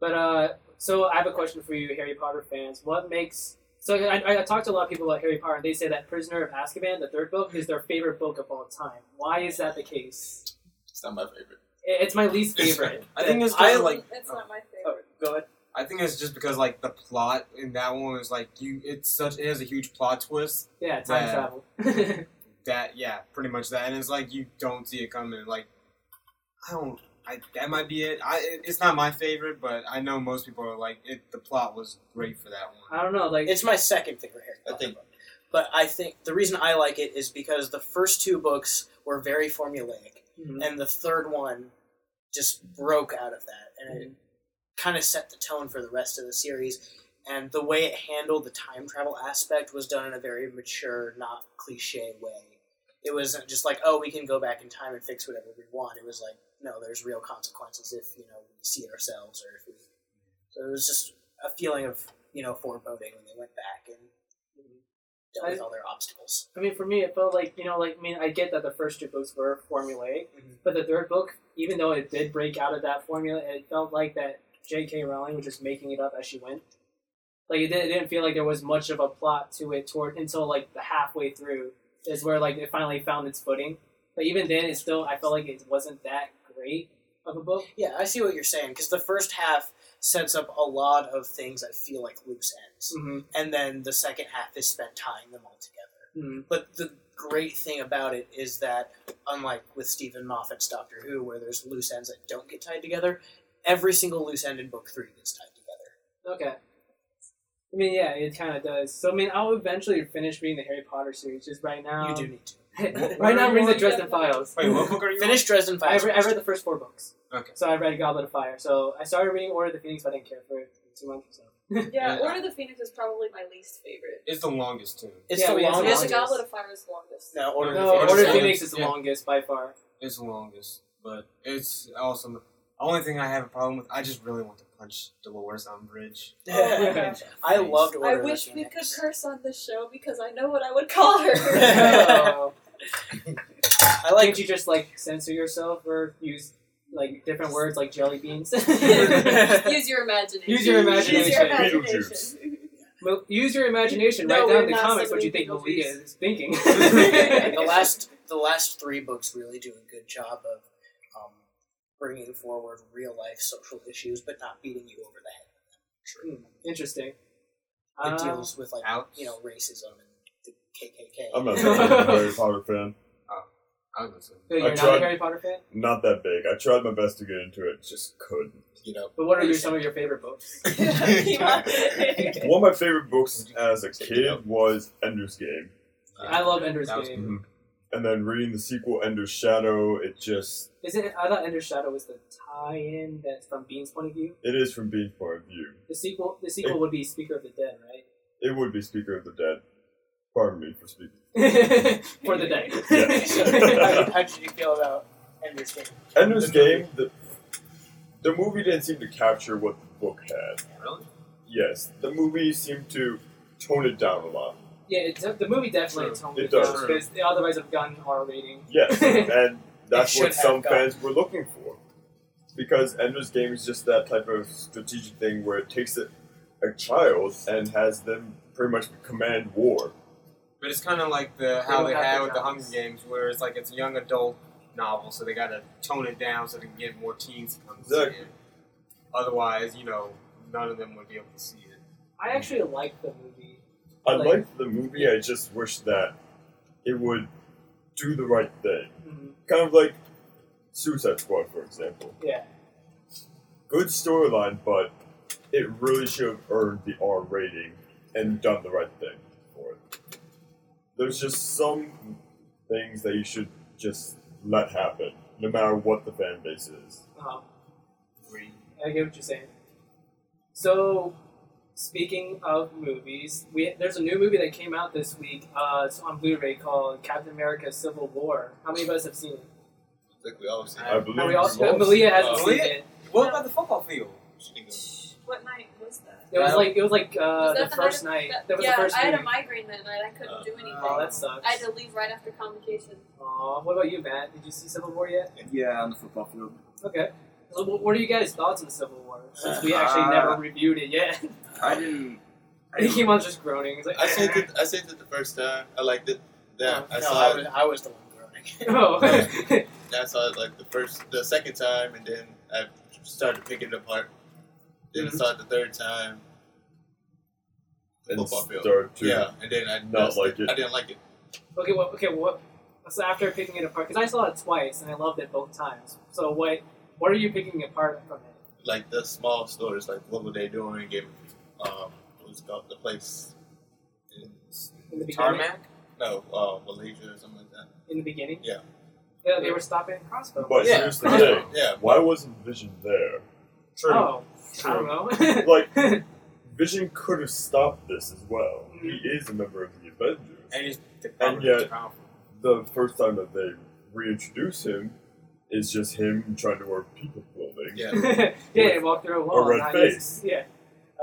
[SPEAKER 1] But uh, so I have a question for you, Harry Potter fans. What makes so I, I talked to a lot of people about Harry Potter, and they say that Prisoner of Azkaban, the third book, is their favorite book of all time. Why is that the case?
[SPEAKER 7] It's not my favorite.
[SPEAKER 1] It- It's my least favorite.
[SPEAKER 3] I think it's
[SPEAKER 2] I
[SPEAKER 3] kind of like
[SPEAKER 6] It's not my
[SPEAKER 1] Oh,
[SPEAKER 6] favorite.
[SPEAKER 1] go ahead.
[SPEAKER 3] I think it's just because like the plot in that one was like you. It's such it has a huge plot twist
[SPEAKER 1] Yeah, time
[SPEAKER 3] Yeah.
[SPEAKER 1] travel. [laughs]
[SPEAKER 3] that yeah, pretty much that, and it's like you don't see it coming. Like I don't. I, that might be it. I it- it's not my favorite, but I know most people are like it. The plot was great for that one.
[SPEAKER 1] I don't know, like
[SPEAKER 2] It's my second favorite Harry
[SPEAKER 7] I
[SPEAKER 2] Potter
[SPEAKER 7] think-
[SPEAKER 2] book. But I think the reason I like it is because the first two books were very formulaic,
[SPEAKER 1] Mhm.
[SPEAKER 2] and the third one just broke out of that, and it kind of set the tone for the rest of the series. And the way it handled the time travel aspect was done in a very mature, not cliche way. It wasn't just like, oh, we can go back in time and fix whatever we want. It was like, no, there's real consequences if you know we see it ourselves or if we. So it was just a feeling of you know foreboding when they went back and dealt with all their obstacles.
[SPEAKER 1] I mean, for me, it felt like you know, like I mean, I get that the first two books were formulaic,
[SPEAKER 2] Mhm.
[SPEAKER 1] but the third book, even though it did break out of that formula, it felt like that J.K. Rowling was just making it up as she went. Like it, did, it didn't feel like there was much of a plot to it toward until like the halfway through is where like it finally found its footing. But even then, it still I felt like it wasn't that great of a book.
[SPEAKER 2] Yeah, I see what you're saying because the first half sets up a lot of things that feel like loose ends,
[SPEAKER 1] Mm-hmm.
[SPEAKER 2] and then the second half is spent tying them all together.
[SPEAKER 1] Mm-hmm.
[SPEAKER 2] But the great thing about it is that, unlike with Stephen Moffat's Doctor Who, where there's loose ends that don't get tied together, every single loose end in book three gets tied together.
[SPEAKER 1] Okay. I mean, yeah, it kind of does. So, I mean, I'll eventually finish reading the Harry Potter series. Just right now,
[SPEAKER 2] you do need to
[SPEAKER 1] right now, I'm reading the
[SPEAKER 6] Definitely.
[SPEAKER 1] Dresden Files.
[SPEAKER 3] Wait,
[SPEAKER 1] [laughs]
[SPEAKER 3] what book are you? on?
[SPEAKER 2] finish Dresden
[SPEAKER 1] I,
[SPEAKER 2] Files.
[SPEAKER 1] re- I read the first four books.
[SPEAKER 3] Okay.
[SPEAKER 1] So I read Goblet of Fire. So I started reading Order of the Phoenix, but I didn't care for it too much. So.
[SPEAKER 6] Yeah,
[SPEAKER 3] Yeah.
[SPEAKER 6] Order of the Phoenix is probably my least favorite.
[SPEAKER 3] It's the longest too.
[SPEAKER 2] it's
[SPEAKER 1] Yeah,
[SPEAKER 2] the
[SPEAKER 1] we have
[SPEAKER 6] Because
[SPEAKER 2] longest.
[SPEAKER 6] the Goblet of Fire is the longest.
[SPEAKER 2] no, Order
[SPEAKER 1] no,
[SPEAKER 2] of
[SPEAKER 1] Order
[SPEAKER 2] the
[SPEAKER 1] of
[SPEAKER 2] [laughs] Phoenix.
[SPEAKER 1] the Phoenix is the
[SPEAKER 3] Yeah.
[SPEAKER 1] longest by far.
[SPEAKER 3] It's the longest, but it's awesome. Only thing I have a problem with, I just really want to punch Dolores Umbridge.
[SPEAKER 6] Oh my gosh.
[SPEAKER 2] [laughs] I loved Order
[SPEAKER 6] I
[SPEAKER 2] of the
[SPEAKER 6] wish we could
[SPEAKER 2] Phoenix.
[SPEAKER 6] curse on this show because I know what I would call
[SPEAKER 1] [laughs]
[SPEAKER 6] her. [laughs]
[SPEAKER 1] so,
[SPEAKER 2] I
[SPEAKER 1] like,
[SPEAKER 2] like
[SPEAKER 1] can't you just like censor yourself or use like different words like jelly beans?
[SPEAKER 6] Use your imagination.
[SPEAKER 1] Use your
[SPEAKER 6] Use your
[SPEAKER 1] imagination.
[SPEAKER 6] imagination.
[SPEAKER 1] Well, use your imagination. Write
[SPEAKER 6] No, we're
[SPEAKER 1] down in the
[SPEAKER 6] not
[SPEAKER 1] comics what
[SPEAKER 6] somebody
[SPEAKER 1] you think
[SPEAKER 6] people
[SPEAKER 1] Malia
[SPEAKER 6] choose.
[SPEAKER 1] is thinking. [laughs]
[SPEAKER 2] the last the last three books really do a good job of um, bringing forward real life social issues, but not beating you over the
[SPEAKER 1] Hmm, Interesting.
[SPEAKER 2] head. It
[SPEAKER 1] Uh,
[SPEAKER 2] deals with like
[SPEAKER 3] Alex?
[SPEAKER 2] you know racism and the KKK. [laughs]
[SPEAKER 4] I'm not
[SPEAKER 3] [laughs]
[SPEAKER 4] such a Harry Potter fan.
[SPEAKER 3] I was gonna
[SPEAKER 1] so you're
[SPEAKER 4] I
[SPEAKER 1] not a
[SPEAKER 4] tried-
[SPEAKER 1] Harry Potter fan,
[SPEAKER 4] Not that big. I tried my best to get into it, just couldn't.
[SPEAKER 7] You know.
[SPEAKER 1] but what are your, some of your favorite books?
[SPEAKER 6] [laughs]
[SPEAKER 4] One of my favorite books as a kid was Ender's Game.
[SPEAKER 3] say-
[SPEAKER 1] I love Ender's
[SPEAKER 3] That was
[SPEAKER 1] Game.
[SPEAKER 2] Mm-hmm.
[SPEAKER 4] And then reading the sequel, Ender's Shadow, it just
[SPEAKER 1] Isn't it, I thought Ender's Shadow was the tie-in that's from Bean's point of view.
[SPEAKER 4] it is from Bean's point of view.
[SPEAKER 1] The sequel, the sequel would be Speaker of the Dead,
[SPEAKER 4] It would be Speaker of the Dead. Pardon me for speaking.
[SPEAKER 1] right? [laughs] For the day.
[SPEAKER 4] [laughs] Yeah.
[SPEAKER 2] how, how did you feel about Ender's Game?
[SPEAKER 4] Ender's
[SPEAKER 2] The
[SPEAKER 4] Game, the, the movie didn't seem to capture what the book had.
[SPEAKER 3] Really?
[SPEAKER 4] Yes, the movie seemed to tone it down a lot.
[SPEAKER 1] [laughs] yeah, it, took- the movie definitely
[SPEAKER 3] True.
[SPEAKER 1] toned
[SPEAKER 4] It
[SPEAKER 1] it down
[SPEAKER 4] does.
[SPEAKER 1] because they otherwise have gotten R rating.
[SPEAKER 2] [laughs]
[SPEAKER 4] Yes, and that's
[SPEAKER 2] It
[SPEAKER 4] what
[SPEAKER 2] should have
[SPEAKER 4] some
[SPEAKER 2] gone.
[SPEAKER 4] fans were looking for. Because Ender's Game is just that type of strategic thing where it takes a, a child and has them pretty much command war.
[SPEAKER 3] But it's kind of like the
[SPEAKER 1] They
[SPEAKER 3] how
[SPEAKER 1] don't
[SPEAKER 3] they
[SPEAKER 1] have
[SPEAKER 3] had
[SPEAKER 1] the
[SPEAKER 3] with the Hunger
[SPEAKER 1] genres.
[SPEAKER 3] Games, where it's like it's a young adult novel, so they gotta tone it down so they can get more teens to come
[SPEAKER 4] Exactly.
[SPEAKER 3] see it. Otherwise, you know, none of them would be able to see it.
[SPEAKER 1] I actually like the movie.
[SPEAKER 4] I
[SPEAKER 1] Like-
[SPEAKER 4] liked the movie, I just wish that it would do the right thing.
[SPEAKER 1] Mhm.
[SPEAKER 4] Kind of like Suicide Squad, for example.
[SPEAKER 1] Yeah.
[SPEAKER 4] Good storyline, but it really should have earned the R rating and done the right thing for it. There's just some things that you should just let happen, no matter what the fan base is.
[SPEAKER 1] Uh-huh.
[SPEAKER 3] Three.
[SPEAKER 1] I get what you're saying. So, speaking of movies, we there's a new movie that came out this week. Uh, it's on Blu-ray called Captain America: Civil War. How many of us have seen it?
[SPEAKER 7] Like we always say.
[SPEAKER 4] I believe
[SPEAKER 1] Are we
[SPEAKER 4] you
[SPEAKER 1] all?
[SPEAKER 4] both-
[SPEAKER 1] Malia hasn't
[SPEAKER 3] Uh,
[SPEAKER 1] seen
[SPEAKER 3] Malia?
[SPEAKER 1] it.
[SPEAKER 3] What about the football field?
[SPEAKER 6] what night was that?
[SPEAKER 1] It was
[SPEAKER 3] Uh,
[SPEAKER 1] like it was like uh,
[SPEAKER 6] Was that
[SPEAKER 1] the
[SPEAKER 6] the
[SPEAKER 1] first
[SPEAKER 6] night-
[SPEAKER 1] night. That was
[SPEAKER 6] yeah,
[SPEAKER 1] the first
[SPEAKER 6] I had a
[SPEAKER 1] movie.
[SPEAKER 6] migraine that night. I couldn't do anything.
[SPEAKER 1] Oh, that sucks.
[SPEAKER 6] I had to leave right after convocation.
[SPEAKER 1] Aw, what about you, Matt? Did you see Civil War yet?
[SPEAKER 5] Yeah, on the football field.
[SPEAKER 1] Okay. So, wh- what are you guys' thoughts on Civil War? Since we actually
[SPEAKER 5] Uh,
[SPEAKER 1] never reviewed it yet. [laughs]
[SPEAKER 5] I didn't. I
[SPEAKER 1] he
[SPEAKER 5] didn't
[SPEAKER 1] came on just groaning. He's like,
[SPEAKER 7] I
[SPEAKER 1] [laughs]
[SPEAKER 7] saved it. I saved it the first time. I liked it. Yeah, I
[SPEAKER 2] no,
[SPEAKER 7] saw
[SPEAKER 2] I
[SPEAKER 7] it.
[SPEAKER 2] was, I was the one growing.
[SPEAKER 1] No.
[SPEAKER 7] I saw it like the first, the second time, and then I started picking it apart. Then
[SPEAKER 2] Mm-hmm.
[SPEAKER 1] Mhm.
[SPEAKER 7] I saw it the third time. The
[SPEAKER 4] and
[SPEAKER 7] football field.
[SPEAKER 4] start to-
[SPEAKER 7] Yeah, and then I
[SPEAKER 4] Not like it.
[SPEAKER 7] I didn't like it.
[SPEAKER 1] [laughs] okay. What? Okay. What? So after picking it apart, because I saw it twice and I loved it both times. So what? What are you picking apart from it?
[SPEAKER 7] Like the small stores, like what were they doing? Gave um, what was it called the place? In,
[SPEAKER 1] In the beginning.
[SPEAKER 3] Tarmac?
[SPEAKER 7] no, uh, Malaysia or something like that.
[SPEAKER 1] In the beginning.
[SPEAKER 7] Yeah.
[SPEAKER 1] Yeah. They were stopping at Crossbow.
[SPEAKER 4] But
[SPEAKER 3] Yeah.
[SPEAKER 4] here's the thing:
[SPEAKER 7] Yeah,
[SPEAKER 4] why wasn't Vision there?
[SPEAKER 3] True.
[SPEAKER 1] Oh, I don't know. [laughs]
[SPEAKER 4] Like, Vision could have stopped this as well. He is a member of the Avengers.
[SPEAKER 3] And he's
[SPEAKER 4] And yet-
[SPEAKER 3] powerful.
[SPEAKER 4] the first time that they reintroduce him is just him trying to wear people clothing.
[SPEAKER 7] yeah.
[SPEAKER 1] yeah, they walked through a wall.
[SPEAKER 4] red
[SPEAKER 1] and I was- Yeah.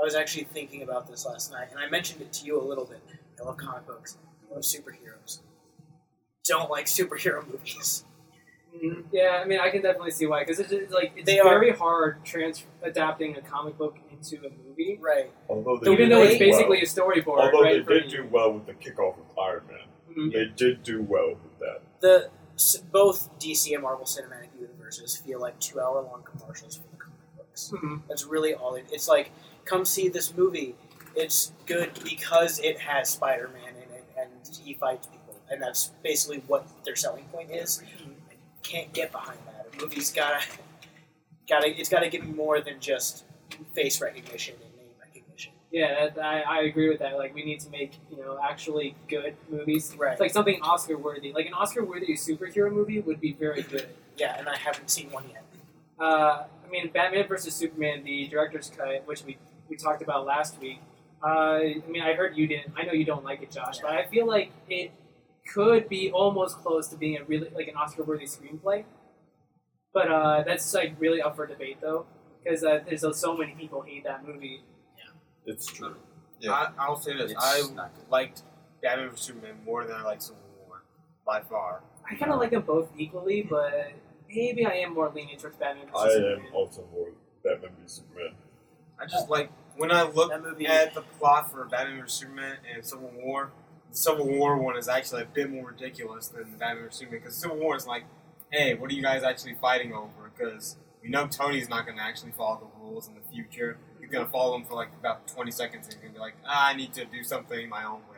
[SPEAKER 2] I was actually thinking about this last night, and I mentioned it to you a little bit. I love comic books. I love superheroes. Don't like superhero [laughs] movies.
[SPEAKER 1] Mhm. Yeah, I mean, I can definitely see why because it's, it's like it's
[SPEAKER 2] They are-
[SPEAKER 1] very hard trans adapting a comic book into a movie,
[SPEAKER 2] Right.
[SPEAKER 4] Although they
[SPEAKER 1] even
[SPEAKER 4] did
[SPEAKER 1] though it's
[SPEAKER 4] do
[SPEAKER 1] basically
[SPEAKER 4] well.
[SPEAKER 1] a storyboard,
[SPEAKER 4] although
[SPEAKER 1] right?
[SPEAKER 4] they
[SPEAKER 1] for
[SPEAKER 4] did
[SPEAKER 1] you.
[SPEAKER 4] do well with the kickoff of Iron Man,
[SPEAKER 1] Mhm.
[SPEAKER 4] they did do well with that.
[SPEAKER 2] The s- both DC and Marvel Cinematic Universes feel like two-hour-long commercials for the comic books.
[SPEAKER 1] Mhm.
[SPEAKER 2] That's really all. It, it's like, come see this movie. It's good because it has Spider-Man in it, and he fights people, and that's basically what their selling point is. I can't get behind that. A movie's gotta, gotta, it's gotta give me more than just face recognition and name recognition.
[SPEAKER 1] Yeah, that, I, I agree with that. Like, we need to make you know actually good movies,
[SPEAKER 2] Right.
[SPEAKER 1] It's like something Oscar worthy. Like an Oscar worthy superhero movie would be very good.
[SPEAKER 2] yeah, and I haven't seen one yet.
[SPEAKER 1] Uh, I mean, Batman versus Superman, the director's cut, which we we talked about last week. Uh, I mean, I heard you didn't. I know you don't like it, Josh, but I feel like it could be almost close to being a really like an Oscar-worthy screenplay. But uh, that's like really up for debate, though, because uh, there's uh, so many people hate that movie.
[SPEAKER 4] It's true.
[SPEAKER 7] Yeah.
[SPEAKER 3] I, I'll say this. I
[SPEAKER 5] It's not good.
[SPEAKER 3] liked Batman vs Superman more than I liked Civil War. By far.
[SPEAKER 1] I kind of like them both equally, but maybe I am more lenient towards Batman
[SPEAKER 4] I
[SPEAKER 1] versus Superman. [laughs]
[SPEAKER 4] am also more Batman v Superman.
[SPEAKER 3] I just like when I look
[SPEAKER 2] That movie.
[SPEAKER 3] at the plot for Batman vs Superman and Civil War, the Civil War one is actually a bit more ridiculous than the Batman vs Superman because Civil War is like, hey, what are you guys actually fighting over? Because we know Tony's not going to actually follow the rules in the future. He's going to follow them for like about twenty seconds and he's going to be like, ah, I need to do something my own way.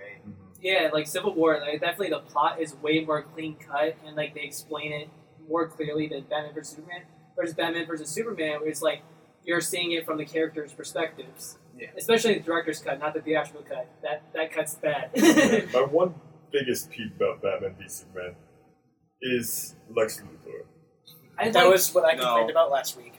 [SPEAKER 1] Yeah, like Civil War, like definitely the plot is way more clean cut and like they explain it more clearly than Batman vs Superman. Versus Batman versus Superman, where it's like you're seeing it from the characters' perspectives.
[SPEAKER 3] Yeah.
[SPEAKER 1] Especially the director's cut, not the theatrical cut. That that cut's bad.
[SPEAKER 4] Yeah, my one biggest peeve about Batman v Superman is Lex Luthor.
[SPEAKER 1] [laughs] I
[SPEAKER 2] that
[SPEAKER 1] like-
[SPEAKER 2] was what I
[SPEAKER 5] No.
[SPEAKER 2] complained about last week.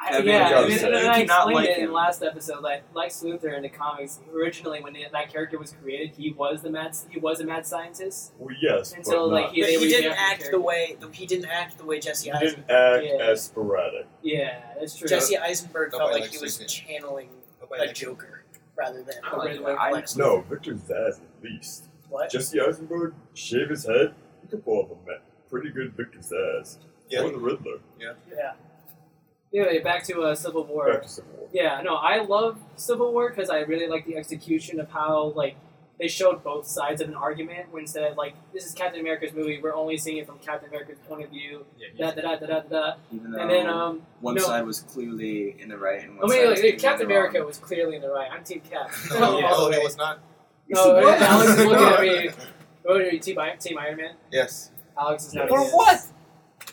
[SPEAKER 1] I,
[SPEAKER 5] That
[SPEAKER 1] yeah,
[SPEAKER 4] really
[SPEAKER 1] I,
[SPEAKER 4] does
[SPEAKER 1] mean,
[SPEAKER 4] it.
[SPEAKER 1] and
[SPEAKER 4] You
[SPEAKER 1] I
[SPEAKER 5] do not
[SPEAKER 1] explained
[SPEAKER 5] like
[SPEAKER 1] it in
[SPEAKER 5] him.
[SPEAKER 1] last episode. Like Lex Luthor in the comics, originally when that character was created, he was the mad he was a mad scientist
[SPEAKER 4] Well, yes,
[SPEAKER 1] And so,
[SPEAKER 4] but
[SPEAKER 1] like,
[SPEAKER 4] not.
[SPEAKER 1] He-
[SPEAKER 2] But
[SPEAKER 1] they
[SPEAKER 2] he
[SPEAKER 1] were
[SPEAKER 2] didn't
[SPEAKER 1] the
[SPEAKER 2] act
[SPEAKER 1] character.
[SPEAKER 2] the way he didn't act the way Jesse
[SPEAKER 4] he
[SPEAKER 2] Eisenberg.
[SPEAKER 4] didn't act
[SPEAKER 1] Yeah.
[SPEAKER 4] as sporadic.
[SPEAKER 1] Yeah, that's true.
[SPEAKER 2] Jesse Eisenberg felt
[SPEAKER 7] Nobody
[SPEAKER 2] like
[SPEAKER 7] likes
[SPEAKER 2] he was
[SPEAKER 7] Disney.
[SPEAKER 2] channeling
[SPEAKER 7] Nobody
[SPEAKER 2] a
[SPEAKER 7] likes-
[SPEAKER 2] Joker rather than
[SPEAKER 5] I
[SPEAKER 2] a
[SPEAKER 5] like
[SPEAKER 2] regular
[SPEAKER 5] that. I-
[SPEAKER 2] Lex Luthor.
[SPEAKER 4] No, Victor's that at least.
[SPEAKER 2] What?
[SPEAKER 4] Jesse Eisenberg shave his head. He could pull off a ma- pretty good Victor's ass.
[SPEAKER 7] Yeah.
[SPEAKER 4] Or the Riddler.
[SPEAKER 1] Yeah. Anyway, back to uh, Civil War.
[SPEAKER 4] Back to Civil War.
[SPEAKER 1] Yeah, no, I love Civil War because I really like the execution of how like they showed both sides of an argument when instead of like this is Captain America's movie, we're only seeing it from Captain America's point of view. Da [laughs] da da da da da.
[SPEAKER 5] Even though
[SPEAKER 1] And then um,
[SPEAKER 5] one
[SPEAKER 1] no.
[SPEAKER 5] side was clearly in the right and
[SPEAKER 1] I
[SPEAKER 5] one
[SPEAKER 1] mean,
[SPEAKER 5] side
[SPEAKER 1] like,
[SPEAKER 5] was clearly
[SPEAKER 1] Captain
[SPEAKER 5] in the wrong.
[SPEAKER 1] America was clearly in the right. I'm Team Cap.
[SPEAKER 3] Oh,
[SPEAKER 1] Oh,
[SPEAKER 7] No,
[SPEAKER 1] All the
[SPEAKER 7] no, it
[SPEAKER 1] way.
[SPEAKER 7] was not.
[SPEAKER 1] No, uh,
[SPEAKER 5] You see
[SPEAKER 7] what?
[SPEAKER 1] Alex is looking
[SPEAKER 7] [laughs]
[SPEAKER 1] at me. Oh, are you team, I- team Iron Man?
[SPEAKER 7] Yes.
[SPEAKER 1] Alex is not.
[SPEAKER 3] For
[SPEAKER 1] Iron Man.
[SPEAKER 3] what?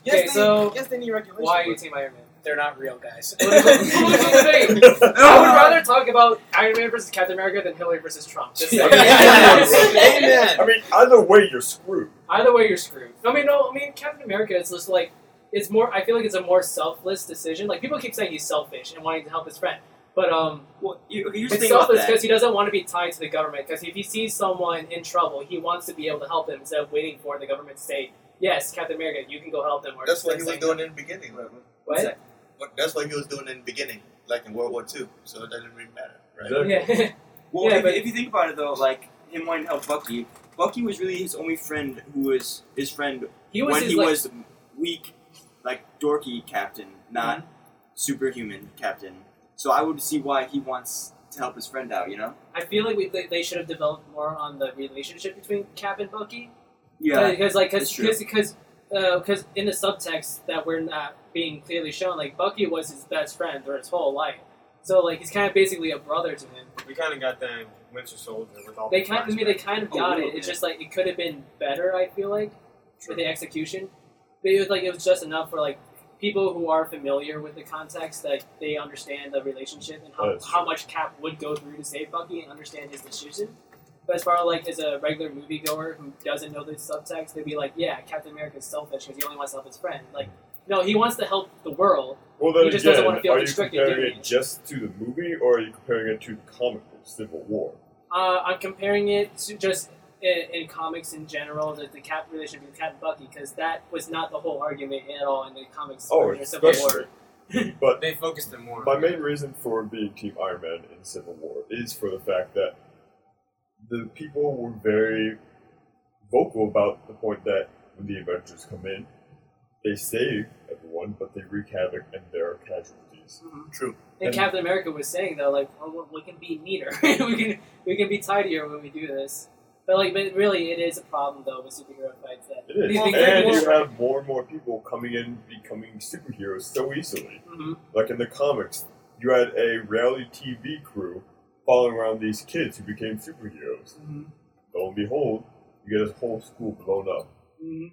[SPEAKER 3] Yes,
[SPEAKER 1] Okay,
[SPEAKER 3] they,
[SPEAKER 1] so-
[SPEAKER 3] yes, they need regulation.
[SPEAKER 1] Why are you Team Iron Man?
[SPEAKER 2] They're not real guys.
[SPEAKER 4] [laughs]
[SPEAKER 1] Wait, I would rather talk about Iron Man versus Captain America than Hillary versus Trump. [laughs]
[SPEAKER 3] [laughs]
[SPEAKER 1] Just saying.
[SPEAKER 3] Amen.
[SPEAKER 4] I mean, either way, you're screwed.
[SPEAKER 1] Either way, you're screwed. I mean, no, I mean, Captain America is just like, it's more, I feel like it's a more selfless decision. Like, people keep saying he's selfish and wanting to help his friend. But, um,
[SPEAKER 5] Well, you, okay, here's the
[SPEAKER 1] it's
[SPEAKER 5] thing about
[SPEAKER 1] selfless
[SPEAKER 5] that.
[SPEAKER 1] because he doesn't want to be tied to the government. Because if he sees someone in trouble, he wants to be able to help them instead of waiting for the government to say, yes, Captain America, you can go help them. Or
[SPEAKER 7] That's what he
[SPEAKER 1] instead
[SPEAKER 7] was
[SPEAKER 1] saying,
[SPEAKER 7] doing in the beginning.
[SPEAKER 1] What?
[SPEAKER 7] What- That's what he was doing in the beginning, like in World War II. So it doesn't really matter, right?
[SPEAKER 4] Exactly.
[SPEAKER 1] Yeah. [laughs]
[SPEAKER 5] Well,
[SPEAKER 1] Yeah,
[SPEAKER 5] if,
[SPEAKER 1] but-
[SPEAKER 5] if you think about it though, like him wanting to help Bucky, Bucky was really his only friend who was his friend
[SPEAKER 1] he was
[SPEAKER 5] when
[SPEAKER 1] his,
[SPEAKER 5] he
[SPEAKER 1] like,
[SPEAKER 5] was weak, like dorky captain, not
[SPEAKER 1] Mm-hmm.
[SPEAKER 5] superhuman captain. So I would see why he wants to help his friend out. You know?
[SPEAKER 1] I feel like we, they, they should have developed more on the relationship between Cap and Bucky.
[SPEAKER 5] Yeah.
[SPEAKER 1] because like
[SPEAKER 5] it's
[SPEAKER 1] because
[SPEAKER 5] true.
[SPEAKER 1] because because uh, in the subtext that we're not being clearly shown, like Bucky was his best friend through his whole life. So like he's kind of basically a brother to him.
[SPEAKER 3] We kind of got that in Winter Soldier with all
[SPEAKER 1] They
[SPEAKER 3] the
[SPEAKER 1] kind of, I
[SPEAKER 3] flashbacks.
[SPEAKER 1] mean, they kind of
[SPEAKER 5] A
[SPEAKER 1] got
[SPEAKER 5] little
[SPEAKER 1] it. It's
[SPEAKER 5] bit.
[SPEAKER 1] just like it could have been better. I feel like for the execution, but it was like it was just enough for like people who are familiar with the context that they understand the relationship and how,
[SPEAKER 4] That's
[SPEAKER 1] how much Cap would go through to save Bucky and understand his decision. But as far like as a regular moviegoer who doesn't know the subtext, they'd be like, "Yeah, Captain America's selfish because he only wants to help his friend." Like, no, he wants to help the world.
[SPEAKER 4] Well, then
[SPEAKER 1] He just doesn't
[SPEAKER 4] again,
[SPEAKER 1] wanna feel
[SPEAKER 4] are you
[SPEAKER 1] restricted
[SPEAKER 4] comparing
[SPEAKER 1] doing
[SPEAKER 4] it
[SPEAKER 1] it.
[SPEAKER 4] just to the movie, or are you comparing it to the comic book Civil War?
[SPEAKER 1] Uh, I'm comparing it to just in, in comics in general, the, the Cap relationship with Cap and Bucky, because that was not the whole argument at all in the comics.
[SPEAKER 4] Oh,
[SPEAKER 1] in the Civil War.
[SPEAKER 4] especially. but
[SPEAKER 3] They focused it more.
[SPEAKER 4] My
[SPEAKER 3] on
[SPEAKER 4] main reason for being Team Iron Man in Civil War is for the fact that the people were very vocal about the point that when the Avengers come in, they save everyone, but they wreak havoc and there are casualties.
[SPEAKER 7] True.
[SPEAKER 1] And,
[SPEAKER 4] And-
[SPEAKER 1] Captain America was saying though, like, oh, we- we can be neater, [laughs] we can we can be tidier when we do this. But like, but really, it is a problem though with superhero fights that
[SPEAKER 4] It is.
[SPEAKER 1] these things
[SPEAKER 4] and
[SPEAKER 1] are
[SPEAKER 4] you
[SPEAKER 1] more-
[SPEAKER 4] have more and more people coming in becoming superheroes so easily.
[SPEAKER 1] Mhm.
[SPEAKER 4] Like in the comics, you had a reality TV crew following around these kids who became superheroes.
[SPEAKER 1] Mhm.
[SPEAKER 4] Lo and behold, you get this whole school blown up.
[SPEAKER 1] Mhm.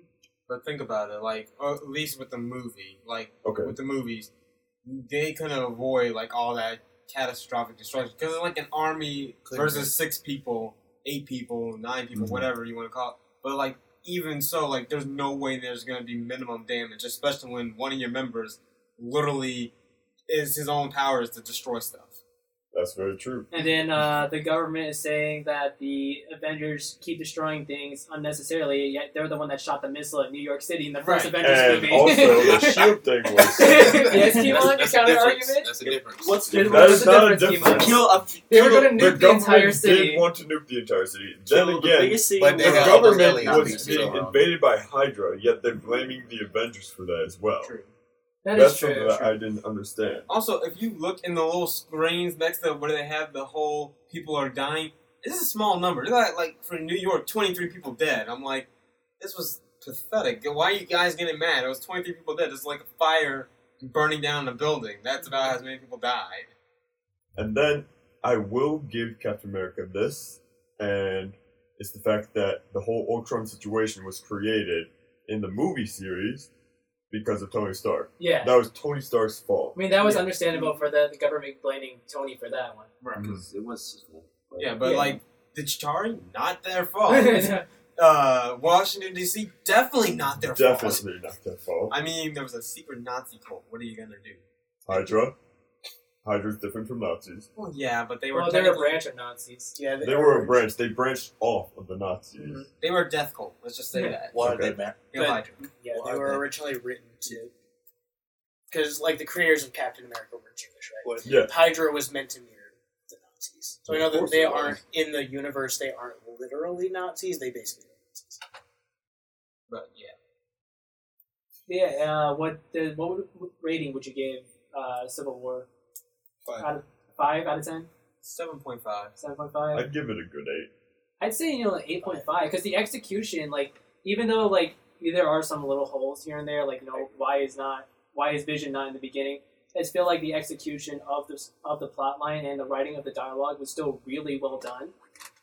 [SPEAKER 3] But think about it, like or at least with the movie, like
[SPEAKER 4] Okay.
[SPEAKER 3] with the movies, they couldn't avoid like all that catastrophic destruction because it's like an army
[SPEAKER 7] Couldn't be.
[SPEAKER 3] versus six people, eight people, nine people,
[SPEAKER 4] Mhm.
[SPEAKER 3] whatever you want to call it. But like even so, like there's no way there's gonna be minimum damage, especially when one of your members literally is his own powers to destroy stuff.
[SPEAKER 4] That's very true.
[SPEAKER 1] And then uh, the government is saying that the Avengers keep destroying things unnecessarily, yet they're the one that shot the missile at New York City in the first
[SPEAKER 3] Right.
[SPEAKER 1] Avengers
[SPEAKER 4] And
[SPEAKER 1] movie. [laughs]
[SPEAKER 4] also, the shield thing
[SPEAKER 1] yes,
[SPEAKER 4] was.
[SPEAKER 7] that's,
[SPEAKER 1] Kimon, the
[SPEAKER 7] that's
[SPEAKER 1] counter
[SPEAKER 7] a difference.
[SPEAKER 1] argument.
[SPEAKER 7] That's a difference.
[SPEAKER 1] What's
[SPEAKER 4] That
[SPEAKER 1] what's
[SPEAKER 4] is
[SPEAKER 1] the
[SPEAKER 4] not a
[SPEAKER 1] difference,
[SPEAKER 4] difference.
[SPEAKER 1] Kimon?
[SPEAKER 5] Kill up.
[SPEAKER 1] [laughs] They were going to
[SPEAKER 4] the
[SPEAKER 1] nuke the entire
[SPEAKER 4] government
[SPEAKER 1] city.
[SPEAKER 4] did want to nuke the entire city. Then
[SPEAKER 5] kill the
[SPEAKER 4] again,
[SPEAKER 5] biggest city
[SPEAKER 7] But
[SPEAKER 5] in
[SPEAKER 7] they
[SPEAKER 4] the
[SPEAKER 5] the
[SPEAKER 7] had
[SPEAKER 5] world.
[SPEAKER 7] all those
[SPEAKER 4] government
[SPEAKER 7] [laughs] aliens
[SPEAKER 4] was
[SPEAKER 7] being so
[SPEAKER 4] being
[SPEAKER 7] wrong.
[SPEAKER 4] invaded by Hydra, yet they're blaming the Avengers for that as well.
[SPEAKER 3] True.
[SPEAKER 1] That
[SPEAKER 4] That's
[SPEAKER 1] is true.
[SPEAKER 4] something that I didn't understand.
[SPEAKER 3] Also, if you look in the little screens next to where they have the whole people are dying, this is a small number. They're like, like for New York, 23 people dead. I'm like, this was pathetic. Why are you guys getting mad? It was 23 people dead. It's like a fire burning down a building. That's about how many people died.
[SPEAKER 4] And then I will give Captain America this, and it's the fact that the whole Ultron situation was created in the movie series because of Tony Stark.
[SPEAKER 1] yeah.
[SPEAKER 4] That was Tony Stark's
[SPEAKER 1] I
[SPEAKER 4] fault.
[SPEAKER 1] mean, that was
[SPEAKER 5] Yeah.
[SPEAKER 1] understandable for the, the government blaming Tony for that one.
[SPEAKER 5] because it was his fault.
[SPEAKER 3] Yeah, but
[SPEAKER 1] Yeah.
[SPEAKER 3] like the Chitari, not
[SPEAKER 1] [laughs]
[SPEAKER 3] their fault. uh, Washington D.C. definitely not their fault.
[SPEAKER 4] Definitely not their fault.
[SPEAKER 3] I mean, there was a secret Nazi cult. What are you gonna do?
[SPEAKER 4] Hydra. Hydra's different from Nazis.
[SPEAKER 3] Well, yeah, but they were
[SPEAKER 1] well, they're a
[SPEAKER 3] technically-
[SPEAKER 1] branch of Nazis.
[SPEAKER 2] Yeah,
[SPEAKER 4] They were a branch. They branched off of the Nazis.
[SPEAKER 1] Mhm.
[SPEAKER 3] They were a death cult. Let's just say
[SPEAKER 1] Yeah.
[SPEAKER 3] that.
[SPEAKER 7] Why
[SPEAKER 4] Okay.
[SPEAKER 7] did that
[SPEAKER 3] Yeah,
[SPEAKER 2] But-
[SPEAKER 3] Hydra.
[SPEAKER 2] Yeah, they
[SPEAKER 7] Why are
[SPEAKER 2] were
[SPEAKER 7] they-
[SPEAKER 2] originally written to. Because, like, the creators of Captain America were Jewish, right?
[SPEAKER 7] matter?
[SPEAKER 4] Yeah.
[SPEAKER 2] Hydra was meant to mirror the Nazis. So I know
[SPEAKER 7] Of
[SPEAKER 2] that
[SPEAKER 7] course
[SPEAKER 2] they
[SPEAKER 7] it was.
[SPEAKER 2] aren't, in the universe, they aren't literally Nazis, they basically are Nazis.
[SPEAKER 3] But yeah.
[SPEAKER 1] Yeah. Uh, what the, what would- what rating would you give uh, Civil War?
[SPEAKER 7] Five.
[SPEAKER 1] Out of five out of ten?
[SPEAKER 3] Seven point five.
[SPEAKER 1] Seven point five.
[SPEAKER 4] I'd give it a good eight.
[SPEAKER 1] I'd say you know like eight point five because the execution, like even though like there are some little holes here and there, like you know why is not why is Vision not in the beginning? I just feel like the execution of the of the plot line and the writing of the dialogue was still really well done.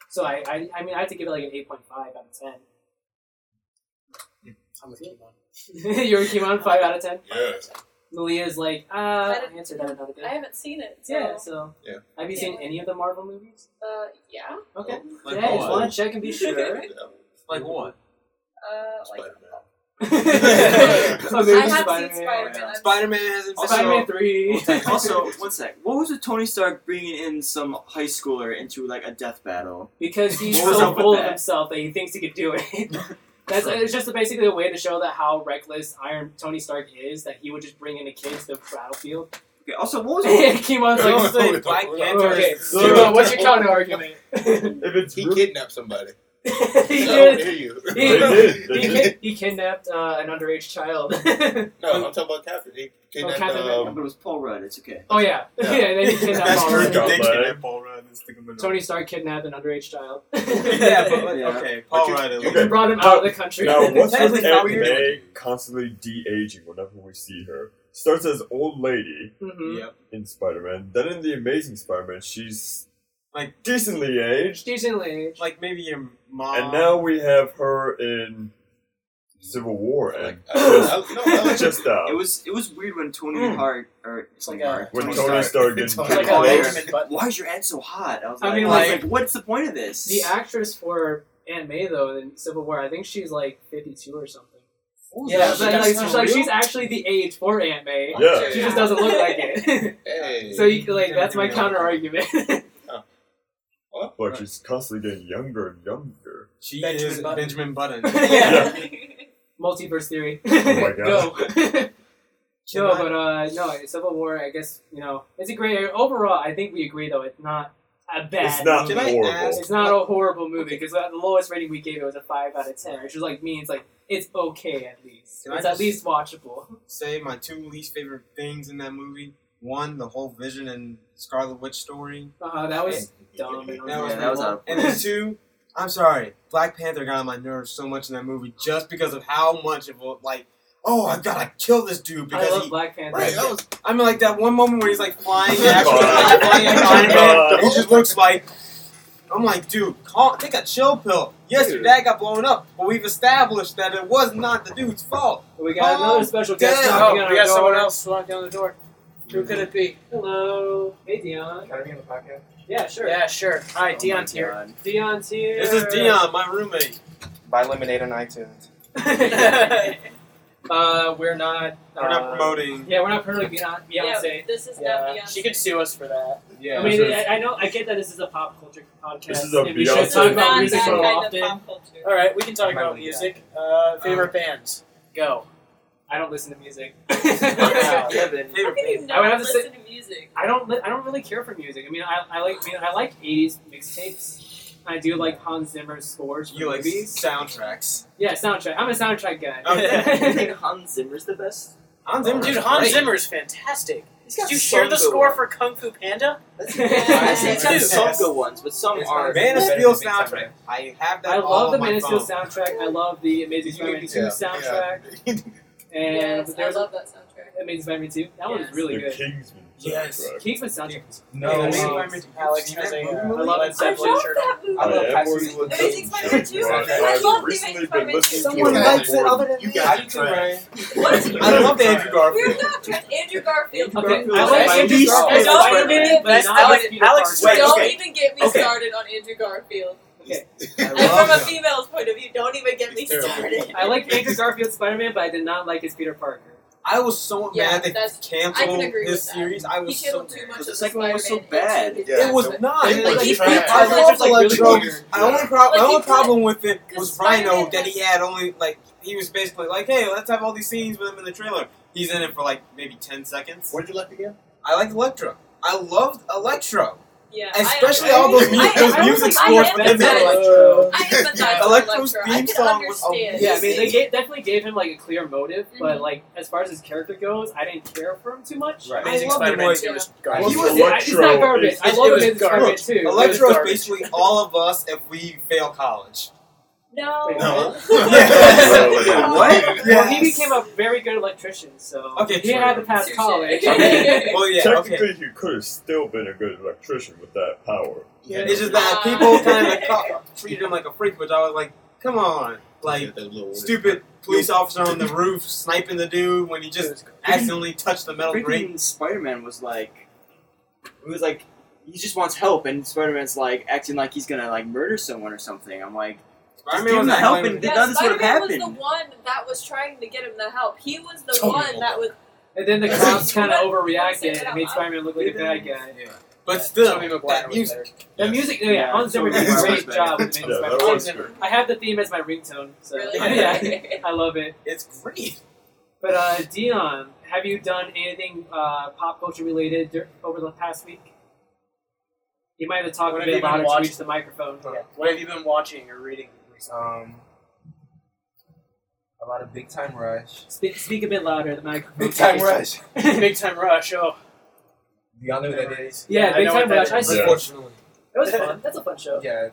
[SPEAKER 1] So I I, I mean I have to give it like an eight point five out [laughs] of
[SPEAKER 2] I'm with Kimon.
[SPEAKER 1] ten. You're Kimon five out of ten.
[SPEAKER 7] Yeah.
[SPEAKER 1] Lilia's like ah
[SPEAKER 6] I didn't-
[SPEAKER 1] answer that another day.
[SPEAKER 6] I haven't seen it. So,
[SPEAKER 1] yeah, so
[SPEAKER 7] Yeah.
[SPEAKER 1] have you seen any of the Marvel movies?
[SPEAKER 6] Uh, yeah.
[SPEAKER 1] Okay,
[SPEAKER 3] Like
[SPEAKER 1] yeah, just
[SPEAKER 3] what?
[SPEAKER 1] want to check
[SPEAKER 6] [laughs]
[SPEAKER 1] and be
[SPEAKER 7] [laughs]
[SPEAKER 1] sure. [laughs]
[SPEAKER 3] Like what?
[SPEAKER 6] Uh, like
[SPEAKER 7] Spider-Man.
[SPEAKER 1] So there's
[SPEAKER 6] I have
[SPEAKER 1] Spider-Man.
[SPEAKER 6] seen Spider-Man. I've-
[SPEAKER 3] Spider Man hasn't
[SPEAKER 5] Also-
[SPEAKER 1] Spider-Man three.
[SPEAKER 5] also, one sec. What was with Tony Stark bringing in some high schooler into like a death battle?
[SPEAKER 1] [laughs] Because he's
[SPEAKER 5] What was
[SPEAKER 1] so
[SPEAKER 5] up with
[SPEAKER 1] full of
[SPEAKER 5] that?
[SPEAKER 1] himself that he thinks he could do [laughs] it. That's it's just basically a way to show that how reckless Iron Tony Stark is that he would just bring in a kid to the [laughs] battlefield.
[SPEAKER 5] Okay. Also, what was
[SPEAKER 1] And Kimon's [laughs]
[SPEAKER 7] No,
[SPEAKER 1] like,
[SPEAKER 7] no, no,
[SPEAKER 3] Black
[SPEAKER 7] no,
[SPEAKER 3] Panther.
[SPEAKER 1] okay,
[SPEAKER 3] is-
[SPEAKER 4] no,
[SPEAKER 1] Kimon, what's [laughs] your counter argument?
[SPEAKER 4] If it's
[SPEAKER 7] He
[SPEAKER 4] really-
[SPEAKER 7] kidnapped somebody.
[SPEAKER 1] he
[SPEAKER 7] so
[SPEAKER 1] did.
[SPEAKER 7] hear you. [laughs]
[SPEAKER 1] [laughs] He,
[SPEAKER 4] They did, they
[SPEAKER 1] he
[SPEAKER 4] did.
[SPEAKER 1] kid- he kidnapped uh, an underage child. [laughs]
[SPEAKER 7] No, I'm talking about Captain. He kidnapped
[SPEAKER 1] Captain
[SPEAKER 5] I
[SPEAKER 7] [laughs]
[SPEAKER 4] [laughs]
[SPEAKER 7] um,
[SPEAKER 5] but it was Paul Rudd. It's okay.
[SPEAKER 1] oh yeah, [laughs] yeah.
[SPEAKER 7] Yeah.
[SPEAKER 1] Then he kidnapped
[SPEAKER 3] [laughs] That's
[SPEAKER 1] Paul
[SPEAKER 3] true.
[SPEAKER 1] Rudd.
[SPEAKER 4] Gauntlet.
[SPEAKER 3] They kidnapped Paul Rudd and stick him in the- [laughs]
[SPEAKER 1] Tony Stark kidnapped an underage child. [laughs]
[SPEAKER 3] yeah, but like,
[SPEAKER 5] Yeah.
[SPEAKER 3] okay, Paul
[SPEAKER 7] you-
[SPEAKER 3] Rudd. at
[SPEAKER 4] you
[SPEAKER 3] least.
[SPEAKER 1] He
[SPEAKER 4] can-
[SPEAKER 1] brought him
[SPEAKER 4] Now-
[SPEAKER 1] out of the country.
[SPEAKER 4] Now,
[SPEAKER 1] [laughs]
[SPEAKER 4] what's
[SPEAKER 3] Technically
[SPEAKER 4] with
[SPEAKER 3] not weird.
[SPEAKER 4] anime constantly de aging whenever we see her? Starts as old lady
[SPEAKER 1] Mhm.
[SPEAKER 3] Yep.
[SPEAKER 4] in Spider Man, then in the Amazing Spider Man, she's
[SPEAKER 3] Like-
[SPEAKER 4] decently aged,
[SPEAKER 1] Decently aged.
[SPEAKER 3] Like maybe your mom.
[SPEAKER 4] and now we have her in Civil War
[SPEAKER 7] Like,
[SPEAKER 4] and
[SPEAKER 7] I, I, no, I was
[SPEAKER 4] [laughs]
[SPEAKER 7] just
[SPEAKER 4] just out
[SPEAKER 5] It was it was weird when Tony
[SPEAKER 4] Mm.
[SPEAKER 5] Hart or
[SPEAKER 2] It's like
[SPEAKER 5] Tony
[SPEAKER 2] a.
[SPEAKER 5] Hart-
[SPEAKER 4] when
[SPEAKER 5] Tony
[SPEAKER 4] Tony
[SPEAKER 5] Stark.
[SPEAKER 4] Stark getting
[SPEAKER 2] Tony
[SPEAKER 4] pretty
[SPEAKER 5] Stark.
[SPEAKER 4] close.
[SPEAKER 2] Benjamin Button.
[SPEAKER 5] Why is your aunt so hot? I was
[SPEAKER 1] I
[SPEAKER 5] like,
[SPEAKER 1] mean,
[SPEAKER 5] I was
[SPEAKER 3] like-
[SPEAKER 5] like, what's the point of this?
[SPEAKER 1] The actress for Aunt May though in Civil War, I think she's like fifty two or something. yeah,
[SPEAKER 7] yeah,
[SPEAKER 1] but like,
[SPEAKER 7] that's
[SPEAKER 1] she's,
[SPEAKER 7] not
[SPEAKER 1] like
[SPEAKER 7] real.
[SPEAKER 1] she's actually the age for Aunt May.
[SPEAKER 4] Yeah.
[SPEAKER 1] She just doesn't look like it. [laughs]
[SPEAKER 7] hey.
[SPEAKER 1] so you like that's my
[SPEAKER 3] Yeah.
[SPEAKER 1] counter argument.
[SPEAKER 4] But she's constantly getting younger and younger.
[SPEAKER 3] she
[SPEAKER 2] Benjamin
[SPEAKER 3] is
[SPEAKER 2] Button.
[SPEAKER 3] Benjamin Button.
[SPEAKER 1] [laughs] Yeah. [laughs] Multiverse theory. [laughs]
[SPEAKER 4] my
[SPEAKER 1] Go.
[SPEAKER 4] God.
[SPEAKER 1] no, but uh, no, Civil War. I guess you know it's a great overall. I think we agree though it's not a bad.
[SPEAKER 4] It's not
[SPEAKER 1] movie.
[SPEAKER 3] Can I
[SPEAKER 4] horrible.
[SPEAKER 3] ask-
[SPEAKER 1] It's not a horrible movie because the lowest rating we gave it was a five out of ten, which was like means like it's okay at least.
[SPEAKER 3] Can I
[SPEAKER 1] it's at
[SPEAKER 3] just-
[SPEAKER 1] least watchable.
[SPEAKER 3] Say my two least favorite things in that movie. One, the whole Vision and Scarlet Witch story,
[SPEAKER 1] Uh, that was dumb. And
[SPEAKER 3] That was
[SPEAKER 5] yeah, that was out of
[SPEAKER 3] and then two, I'm sorry, Black Panther got on my nerves so much in that movie just because of how much of a, like, oh, I gotta kill this dude because
[SPEAKER 1] I love
[SPEAKER 3] he
[SPEAKER 1] Black Panther.
[SPEAKER 7] Right, that was
[SPEAKER 3] I mean, like that one moment where he's like flying, the actual,
[SPEAKER 4] Come on.
[SPEAKER 3] like, flying at Iron Man,
[SPEAKER 4] Come
[SPEAKER 3] he just looks like. I'm like, dude, call, take a chill pill. Yes, your
[SPEAKER 7] Dude.
[SPEAKER 3] dad got blown up, but we've established that it was not the dude's fault.
[SPEAKER 1] we got
[SPEAKER 3] Oh,
[SPEAKER 1] another special guest
[SPEAKER 3] damn.
[SPEAKER 1] knocking
[SPEAKER 2] Oh,
[SPEAKER 1] on
[SPEAKER 2] we
[SPEAKER 1] our
[SPEAKER 2] got someone
[SPEAKER 1] door.
[SPEAKER 2] else walking on the door. Who could it be?
[SPEAKER 1] Hello, hey Dion.
[SPEAKER 8] Can I be on the podcast?
[SPEAKER 1] Yeah, sure.
[SPEAKER 2] Yeah, sure. Hi,
[SPEAKER 5] Oh
[SPEAKER 2] Dion's
[SPEAKER 5] my
[SPEAKER 2] here.
[SPEAKER 5] God.
[SPEAKER 1] Dion's here.
[SPEAKER 3] This is Dion, my roommate.
[SPEAKER 8] Buy lemonade on iTunes.
[SPEAKER 1] uh, we're not. Uh,
[SPEAKER 3] We're not promoting.
[SPEAKER 1] Yeah, we're not promoting Beyonce.
[SPEAKER 6] Yeah, this is not
[SPEAKER 2] Yeah, [laughs]
[SPEAKER 6] Beyonce.
[SPEAKER 2] she could sue us for that.
[SPEAKER 3] Yeah.
[SPEAKER 1] I mean,
[SPEAKER 4] this is-
[SPEAKER 1] I, I know, I get that this is a pop culture podcast.
[SPEAKER 4] This is a
[SPEAKER 1] and we should
[SPEAKER 6] This
[SPEAKER 4] Beyonce
[SPEAKER 6] is
[SPEAKER 1] talk
[SPEAKER 6] not
[SPEAKER 1] about
[SPEAKER 4] podcast.
[SPEAKER 1] music
[SPEAKER 6] that
[SPEAKER 1] more
[SPEAKER 6] kind
[SPEAKER 1] often.
[SPEAKER 6] of pop culture.
[SPEAKER 2] All right, we can talk
[SPEAKER 3] Might
[SPEAKER 2] about
[SPEAKER 3] be,
[SPEAKER 2] music. Uh, favorite bands. Go.
[SPEAKER 1] I don't listen to music.
[SPEAKER 2] Wow.
[SPEAKER 5] Kevin.
[SPEAKER 6] How
[SPEAKER 3] Favorite
[SPEAKER 6] can you
[SPEAKER 3] thing.
[SPEAKER 6] not
[SPEAKER 1] I would have to
[SPEAKER 6] listen to music?
[SPEAKER 1] I don't. Li- I don't really care for music. I mean, I, I like. I, mean, I like '80s mixtapes. I do like Hans Zimmer's scores. For
[SPEAKER 3] You like
[SPEAKER 1] movies.
[SPEAKER 3] soundtracks.
[SPEAKER 1] Yeah, soundtrack. I'm a soundtrack guy. [laughs]
[SPEAKER 5] Do you
[SPEAKER 3] Okay.
[SPEAKER 5] think Hans Zimmer's the best?
[SPEAKER 3] Hans Zimmer's
[SPEAKER 2] Dude, Hans
[SPEAKER 3] great.
[SPEAKER 2] Zimmer is fantastic.
[SPEAKER 5] He's
[SPEAKER 2] Did
[SPEAKER 5] got
[SPEAKER 2] you share
[SPEAKER 5] some
[SPEAKER 2] the
[SPEAKER 5] good
[SPEAKER 2] score
[SPEAKER 5] ones. [laughs]
[SPEAKER 2] for Kung Fu Panda?
[SPEAKER 5] I see he's got
[SPEAKER 2] Dude.
[SPEAKER 5] some good ones, but some
[SPEAKER 8] It's
[SPEAKER 5] are.
[SPEAKER 8] not bad.
[SPEAKER 3] Man of
[SPEAKER 8] Yeah.
[SPEAKER 3] Steel
[SPEAKER 8] Big time,
[SPEAKER 3] soundtrack. I have
[SPEAKER 1] [laughs]
[SPEAKER 3] that
[SPEAKER 1] I
[SPEAKER 3] all
[SPEAKER 1] love
[SPEAKER 3] on
[SPEAKER 1] the
[SPEAKER 3] my
[SPEAKER 1] Man of Steel
[SPEAKER 3] phone.
[SPEAKER 1] soundtrack. I love the Amazing Spider-Man 2 soundtrack. And
[SPEAKER 6] yes, I
[SPEAKER 1] there's
[SPEAKER 6] love that soundtrack.
[SPEAKER 1] Amazing Spider-Man 2. That one is
[SPEAKER 6] Yes.
[SPEAKER 1] really
[SPEAKER 4] the
[SPEAKER 1] good.
[SPEAKER 4] Kingsman
[SPEAKER 3] Yes.
[SPEAKER 4] soundtrack.
[SPEAKER 1] Kingsman soundtrack.
[SPEAKER 8] No,
[SPEAKER 1] Yeah,
[SPEAKER 8] I
[SPEAKER 1] maybe
[SPEAKER 8] mean,
[SPEAKER 1] if
[SPEAKER 2] Alex has a, uh,
[SPEAKER 1] I love it.
[SPEAKER 2] Led
[SPEAKER 6] I
[SPEAKER 2] Zeppelin
[SPEAKER 6] love
[SPEAKER 2] shirt on.
[SPEAKER 6] that movie.
[SPEAKER 5] I love
[SPEAKER 4] Yeah,
[SPEAKER 5] Pastor
[SPEAKER 4] everyone
[SPEAKER 5] Lee.
[SPEAKER 4] loves
[SPEAKER 6] Amazing
[SPEAKER 4] it.
[SPEAKER 6] Spider-Man 2.
[SPEAKER 4] Right.
[SPEAKER 6] I love
[SPEAKER 4] I've
[SPEAKER 6] the
[SPEAKER 4] recently
[SPEAKER 6] Amazing
[SPEAKER 4] been
[SPEAKER 6] Spider-Man 2.
[SPEAKER 4] listening to
[SPEAKER 8] Someone
[SPEAKER 4] a lot
[SPEAKER 8] likes it
[SPEAKER 4] more
[SPEAKER 8] other
[SPEAKER 4] than
[SPEAKER 8] than
[SPEAKER 4] you
[SPEAKER 8] me.
[SPEAKER 4] guys
[SPEAKER 8] I
[SPEAKER 4] are
[SPEAKER 8] do,
[SPEAKER 4] trash.
[SPEAKER 8] Ryan.
[SPEAKER 6] What is it?
[SPEAKER 3] I love the Andrew
[SPEAKER 6] We're
[SPEAKER 3] Garfield.
[SPEAKER 6] not trans. Andrew Garfield.
[SPEAKER 1] Okay,
[SPEAKER 3] Andrew
[SPEAKER 1] I
[SPEAKER 3] Garfield.
[SPEAKER 1] like
[SPEAKER 2] That's
[SPEAKER 1] Andrew
[SPEAKER 2] Peter
[SPEAKER 1] Garfield.
[SPEAKER 6] Parker.
[SPEAKER 1] Spider-Man, but
[SPEAKER 2] That's
[SPEAKER 1] not
[SPEAKER 2] Alex-
[SPEAKER 1] as Peter
[SPEAKER 2] Alex-
[SPEAKER 1] Parker.
[SPEAKER 5] Wait,
[SPEAKER 6] don't
[SPEAKER 5] okay.
[SPEAKER 6] even get me
[SPEAKER 5] Okay.
[SPEAKER 6] started on Andrew Garfield.
[SPEAKER 1] Okay.
[SPEAKER 7] [laughs]
[SPEAKER 3] I
[SPEAKER 6] And from a
[SPEAKER 3] love him.
[SPEAKER 6] female's point of view, don't even get me
[SPEAKER 7] He's terrible.
[SPEAKER 6] started.
[SPEAKER 1] I like Andrew Garfield's Spider-Man, but I did not like his Peter Parker.
[SPEAKER 3] I was so
[SPEAKER 6] Yeah,
[SPEAKER 3] mad that
[SPEAKER 6] that's-
[SPEAKER 3] he canceled
[SPEAKER 6] I can agree with
[SPEAKER 3] his
[SPEAKER 6] that.
[SPEAKER 3] series. I
[SPEAKER 6] He
[SPEAKER 3] was so
[SPEAKER 6] killed
[SPEAKER 3] mad.
[SPEAKER 6] too much.
[SPEAKER 5] But
[SPEAKER 6] of
[SPEAKER 5] the
[SPEAKER 6] the
[SPEAKER 5] second one was so
[SPEAKER 6] Spider-Man into
[SPEAKER 5] bad.
[SPEAKER 6] his
[SPEAKER 7] Yeah.
[SPEAKER 3] It was
[SPEAKER 6] Batman.
[SPEAKER 3] not.
[SPEAKER 7] It was
[SPEAKER 3] Like, he-
[SPEAKER 7] trash.
[SPEAKER 3] I love the
[SPEAKER 1] Like, really
[SPEAKER 3] Electro.
[SPEAKER 1] weird.
[SPEAKER 3] My only, pro-
[SPEAKER 6] Like,
[SPEAKER 3] my
[SPEAKER 6] he
[SPEAKER 3] only
[SPEAKER 6] put-
[SPEAKER 3] problem with it was
[SPEAKER 6] 'cause
[SPEAKER 3] Rhino
[SPEAKER 6] Spider-Man
[SPEAKER 3] that he had only like he was basically like, hey, let's have all these scenes with him in the trailer. He's in it for like maybe ten seconds.
[SPEAKER 7] Where'd you like again?
[SPEAKER 3] I like Electro. I loved Electro,
[SPEAKER 6] Yeah, I-
[SPEAKER 3] especially
[SPEAKER 6] I-
[SPEAKER 3] all those,
[SPEAKER 6] I-
[SPEAKER 3] mu-
[SPEAKER 6] I-
[SPEAKER 3] those
[SPEAKER 6] I
[SPEAKER 3] music
[SPEAKER 6] was like,
[SPEAKER 3] scores
[SPEAKER 6] I
[SPEAKER 3] with him in
[SPEAKER 6] empathize-
[SPEAKER 3] Electro.
[SPEAKER 6] I empathize with
[SPEAKER 3] Electro's
[SPEAKER 6] Electro. I
[SPEAKER 3] theme
[SPEAKER 6] can
[SPEAKER 3] song was
[SPEAKER 6] understand.
[SPEAKER 1] Yeah, I mean, they
[SPEAKER 3] amazing.
[SPEAKER 1] gave, definitely gave him like a clear motive, but
[SPEAKER 6] Mhm.
[SPEAKER 1] like as far as his character goes, I didn't care for him too much.
[SPEAKER 5] Right.
[SPEAKER 2] Amazing
[SPEAKER 3] I love the
[SPEAKER 2] Spider-Man
[SPEAKER 3] noise.
[SPEAKER 2] 2 was
[SPEAKER 1] I
[SPEAKER 2] garbage.
[SPEAKER 1] love
[SPEAKER 3] He
[SPEAKER 1] it.
[SPEAKER 3] was-
[SPEAKER 1] I- it's not garbage. I
[SPEAKER 2] It-
[SPEAKER 1] love
[SPEAKER 2] it was
[SPEAKER 1] Amazing Spider-Man
[SPEAKER 2] garbage.
[SPEAKER 1] too.
[SPEAKER 3] Electro is
[SPEAKER 2] garbage.
[SPEAKER 3] basically all of us if we fail college.
[SPEAKER 6] No. [laughs]
[SPEAKER 1] No.
[SPEAKER 7] No.
[SPEAKER 5] What?
[SPEAKER 1] Well,
[SPEAKER 3] [laughs]
[SPEAKER 1] he
[SPEAKER 3] Yes.
[SPEAKER 1] became a very good electrician, so
[SPEAKER 3] Okay,
[SPEAKER 1] he
[SPEAKER 3] true.
[SPEAKER 1] had to pass
[SPEAKER 6] Touche.
[SPEAKER 1] college. [laughs]
[SPEAKER 6] Okay.
[SPEAKER 3] well, Oh, yeah, [laughs] okay.
[SPEAKER 4] Technically, he could have still been a good electrician with that power.
[SPEAKER 7] Yeah,
[SPEAKER 3] It's just that
[SPEAKER 6] Ah.
[SPEAKER 3] people kind of like treated him like a freak, which I was like, come on, like
[SPEAKER 7] that little
[SPEAKER 3] stupid police officer on the roof sniping the dude when he just accidentally touched the metal grate.
[SPEAKER 5] Freaking Spider-Man was like, he was like, he just wants help, and Spider-Man's like acting like he's gonna like murder someone or something. I'm like,
[SPEAKER 3] Spider-Man
[SPEAKER 5] give him
[SPEAKER 3] was
[SPEAKER 5] the
[SPEAKER 3] like,
[SPEAKER 5] help
[SPEAKER 3] playing
[SPEAKER 5] and
[SPEAKER 3] with
[SPEAKER 5] Did
[SPEAKER 6] Yeah,
[SPEAKER 5] none of this would've
[SPEAKER 6] Spider-Man was the
[SPEAKER 5] happened.
[SPEAKER 6] one that was trying to get him the help. He was the
[SPEAKER 7] Tony
[SPEAKER 6] one that was.
[SPEAKER 1] And then the cops kind of overreacted and made
[SPEAKER 6] Yeah.
[SPEAKER 1] Spider-Man look like a bad guy.
[SPEAKER 3] it. Yeah. But still,
[SPEAKER 2] Tobey Maguire
[SPEAKER 3] that
[SPEAKER 2] was
[SPEAKER 3] music.
[SPEAKER 1] The
[SPEAKER 7] Yeah.
[SPEAKER 1] music, no, yeah,
[SPEAKER 5] Yeah,
[SPEAKER 1] Hans Zimmer
[SPEAKER 5] Tobey
[SPEAKER 1] did a
[SPEAKER 5] Maguire
[SPEAKER 1] great
[SPEAKER 5] was better.
[SPEAKER 1] job with
[SPEAKER 4] Yeah,
[SPEAKER 1] Amazing
[SPEAKER 4] that
[SPEAKER 1] Spider-Man.
[SPEAKER 6] [laughs]
[SPEAKER 4] was
[SPEAKER 2] Spider-Man.
[SPEAKER 4] good.
[SPEAKER 1] I have the theme as my ringtone, so
[SPEAKER 6] Really?
[SPEAKER 1] [laughs]
[SPEAKER 6] [laughs]
[SPEAKER 1] yeah, I love it.
[SPEAKER 3] It's great.
[SPEAKER 1] But uh, Dion, have you done anything uh, pop culture related dur- over the past week? You might have to talk
[SPEAKER 2] What
[SPEAKER 1] a
[SPEAKER 2] have
[SPEAKER 1] bit
[SPEAKER 2] you been
[SPEAKER 1] louder to
[SPEAKER 2] watching?
[SPEAKER 1] reach the microphone.
[SPEAKER 2] Yeah. What have you been watching or reading recently?
[SPEAKER 8] Um, a lot of Big Time Rush.
[SPEAKER 1] Speak, speak a bit louder. The microphone.
[SPEAKER 8] Big Time
[SPEAKER 1] [laughs]
[SPEAKER 8] Rush.
[SPEAKER 2] [laughs] Big Time Rush. Oh,
[SPEAKER 8] Y'all know who that is.
[SPEAKER 1] Yeah,
[SPEAKER 2] I
[SPEAKER 1] Big
[SPEAKER 2] know
[SPEAKER 1] Time
[SPEAKER 2] what that
[SPEAKER 1] Rush. I
[SPEAKER 2] is.
[SPEAKER 1] see.
[SPEAKER 4] Yeah.
[SPEAKER 1] It
[SPEAKER 8] Unfortunately,
[SPEAKER 1] was fun. That's a fun show.
[SPEAKER 8] yeah.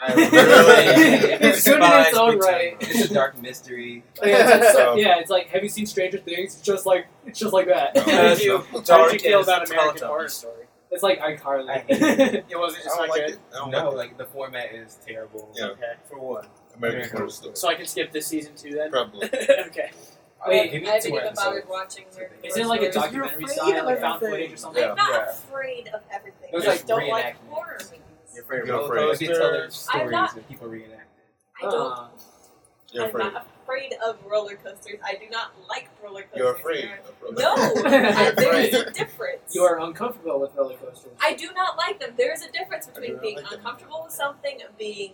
[SPEAKER 8] I really
[SPEAKER 1] it's good in
[SPEAKER 3] despise
[SPEAKER 1] its own
[SPEAKER 3] Big Time
[SPEAKER 1] right.
[SPEAKER 8] It's a dark mystery.
[SPEAKER 1] [laughs] Like, it's- it's
[SPEAKER 8] So-
[SPEAKER 1] like- yeah, it's like have you seen Stranger Things? It's just like it's just like that.
[SPEAKER 7] No.
[SPEAKER 2] How did you- how
[SPEAKER 3] Oh, Dark
[SPEAKER 2] did you feel
[SPEAKER 3] as
[SPEAKER 2] about American
[SPEAKER 3] Teletubbies.
[SPEAKER 2] Horror Story?
[SPEAKER 1] it's like
[SPEAKER 8] I
[SPEAKER 1] iCarly.
[SPEAKER 8] hate
[SPEAKER 1] [laughs]
[SPEAKER 8] it.
[SPEAKER 2] It wasn't
[SPEAKER 7] I
[SPEAKER 2] just
[SPEAKER 7] don't
[SPEAKER 2] not
[SPEAKER 7] like
[SPEAKER 2] good.
[SPEAKER 7] it. I don't
[SPEAKER 8] No,
[SPEAKER 7] like
[SPEAKER 8] like the format is terrible.
[SPEAKER 7] Yeah.
[SPEAKER 2] Okay,
[SPEAKER 3] For what?
[SPEAKER 7] American
[SPEAKER 8] Yeah.
[SPEAKER 7] Horror Story.
[SPEAKER 2] so I can skip this season too
[SPEAKER 1] [laughs]
[SPEAKER 2] then.
[SPEAKER 7] Probably.
[SPEAKER 2] okay.
[SPEAKER 1] Wait,
[SPEAKER 8] give
[SPEAKER 6] I
[SPEAKER 8] me
[SPEAKER 6] haven't
[SPEAKER 8] two
[SPEAKER 6] even [laughs] bothered
[SPEAKER 8] episodes.
[SPEAKER 6] watching. American
[SPEAKER 1] Isn't it like a
[SPEAKER 6] Horror Story.
[SPEAKER 1] documentary
[SPEAKER 3] Because you're afraid
[SPEAKER 1] style, like
[SPEAKER 3] of
[SPEAKER 1] found
[SPEAKER 3] everything.
[SPEAKER 1] footage or something?
[SPEAKER 7] Yeah.
[SPEAKER 6] I'm not
[SPEAKER 8] Yeah.
[SPEAKER 6] afraid of everything.
[SPEAKER 3] It was
[SPEAKER 6] I
[SPEAKER 8] like
[SPEAKER 6] don't like
[SPEAKER 8] reenactment.
[SPEAKER 6] horror movies.
[SPEAKER 3] Your favorite
[SPEAKER 7] You're
[SPEAKER 3] roller
[SPEAKER 7] afraid.
[SPEAKER 8] They tell their
[SPEAKER 3] coaster?
[SPEAKER 6] I'm
[SPEAKER 8] stories
[SPEAKER 6] not-
[SPEAKER 8] and people reenact.
[SPEAKER 6] I don't.
[SPEAKER 1] Uh,
[SPEAKER 7] You're
[SPEAKER 6] I'm
[SPEAKER 7] afraid.
[SPEAKER 6] not afraid of roller coasters. I do not like roller coasters.
[SPEAKER 7] You're afraid.
[SPEAKER 6] No,
[SPEAKER 7] [laughs]
[SPEAKER 6] I, there's a difference.
[SPEAKER 1] you are uncomfortable with roller coasters.
[SPEAKER 6] I do not like them. There is a difference
[SPEAKER 7] do
[SPEAKER 6] between
[SPEAKER 7] not
[SPEAKER 6] being
[SPEAKER 7] like them.
[SPEAKER 6] uncomfortable with something, being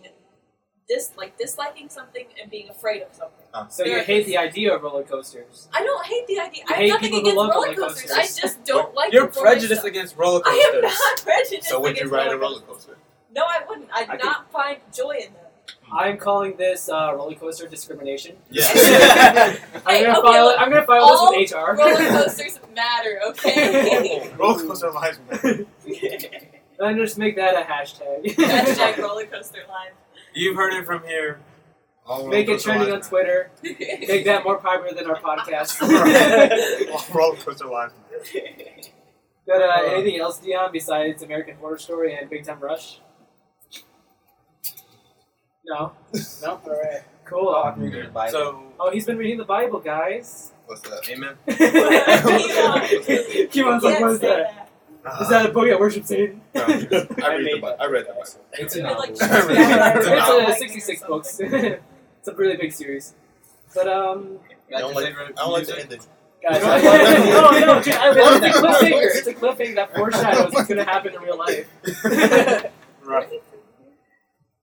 [SPEAKER 6] dis like disliking something, and being afraid of something.
[SPEAKER 1] so you hate the idea of roller coasters.
[SPEAKER 6] I don't hate the idea. I
[SPEAKER 1] hate
[SPEAKER 6] have nothing
[SPEAKER 1] people who
[SPEAKER 6] against
[SPEAKER 1] love
[SPEAKER 6] roller
[SPEAKER 1] roller
[SPEAKER 6] coasters.
[SPEAKER 1] coasters.
[SPEAKER 6] I just don't like
[SPEAKER 3] You're
[SPEAKER 6] them for
[SPEAKER 3] prejudiced
[SPEAKER 6] myself.
[SPEAKER 3] against roller coasters.
[SPEAKER 6] I am not prejudiced.
[SPEAKER 7] So would you
[SPEAKER 6] against
[SPEAKER 7] ride a roller coaster?
[SPEAKER 6] No, I wouldn't. I do
[SPEAKER 5] I could-
[SPEAKER 6] not find joy in them.
[SPEAKER 1] I'm calling this uh, roller coaster discrimination.
[SPEAKER 3] Yeah.
[SPEAKER 1] I'm
[SPEAKER 6] Hey,
[SPEAKER 1] gonna
[SPEAKER 6] okay,
[SPEAKER 1] file.
[SPEAKER 6] look,
[SPEAKER 1] I'm gonna file
[SPEAKER 6] all
[SPEAKER 1] this with HR. [laughs]
[SPEAKER 6] Roller coasters matter,
[SPEAKER 7] [laughs]
[SPEAKER 6] okay?
[SPEAKER 3] [laughs] roller coaster lives
[SPEAKER 1] Then just make that a hashtag.
[SPEAKER 6] Hashtag roller coaster live.
[SPEAKER 3] You've heard it from here.
[SPEAKER 1] [laughs]
[SPEAKER 3] All
[SPEAKER 1] make
[SPEAKER 3] roller
[SPEAKER 1] it
[SPEAKER 3] coaster
[SPEAKER 1] trending on
[SPEAKER 3] lives
[SPEAKER 1] Twitter. Make that more popular than our podcast. [laughs]
[SPEAKER 6] [laughs]
[SPEAKER 3] matter. All roller coaster lives matter.
[SPEAKER 1] but uh, anything else, Dion, besides American Horror Story and Big Time Rush? No.
[SPEAKER 2] No. All right.
[SPEAKER 1] Cool.
[SPEAKER 4] [laughs]
[SPEAKER 3] So,
[SPEAKER 1] Oh, he's been reading the Bible, guys. [laughs]
[SPEAKER 7] What's that?
[SPEAKER 3] amen.
[SPEAKER 6] uh,
[SPEAKER 1] Kimon's like,
[SPEAKER 6] Yes,
[SPEAKER 1] what is
[SPEAKER 6] say
[SPEAKER 1] that?
[SPEAKER 3] Uh,
[SPEAKER 1] Is that a book at worship Satan?
[SPEAKER 3] [laughs]
[SPEAKER 7] No, I read the
[SPEAKER 2] made
[SPEAKER 7] Bible.
[SPEAKER 2] that.
[SPEAKER 7] I read the Bible.
[SPEAKER 8] It's
[SPEAKER 6] You're
[SPEAKER 8] a
[SPEAKER 6] like-
[SPEAKER 8] novel.
[SPEAKER 7] It's a novel.
[SPEAKER 1] it's
[SPEAKER 6] Lightning
[SPEAKER 1] a
[SPEAKER 6] or
[SPEAKER 1] 66
[SPEAKER 6] something.
[SPEAKER 1] books. [laughs] it's a really big series. But, um,
[SPEAKER 7] I don't like. I don't like the ending.
[SPEAKER 1] guys,
[SPEAKER 7] [laughs] No,
[SPEAKER 1] I love it. No, no, dude, I love it. It's a
[SPEAKER 7] No,
[SPEAKER 1] cliffhanger.
[SPEAKER 7] it's-
[SPEAKER 1] It's a cliffhanger that foreshadows what's going to happen in real
[SPEAKER 3] [laughs]
[SPEAKER 1] life.
[SPEAKER 3] Right.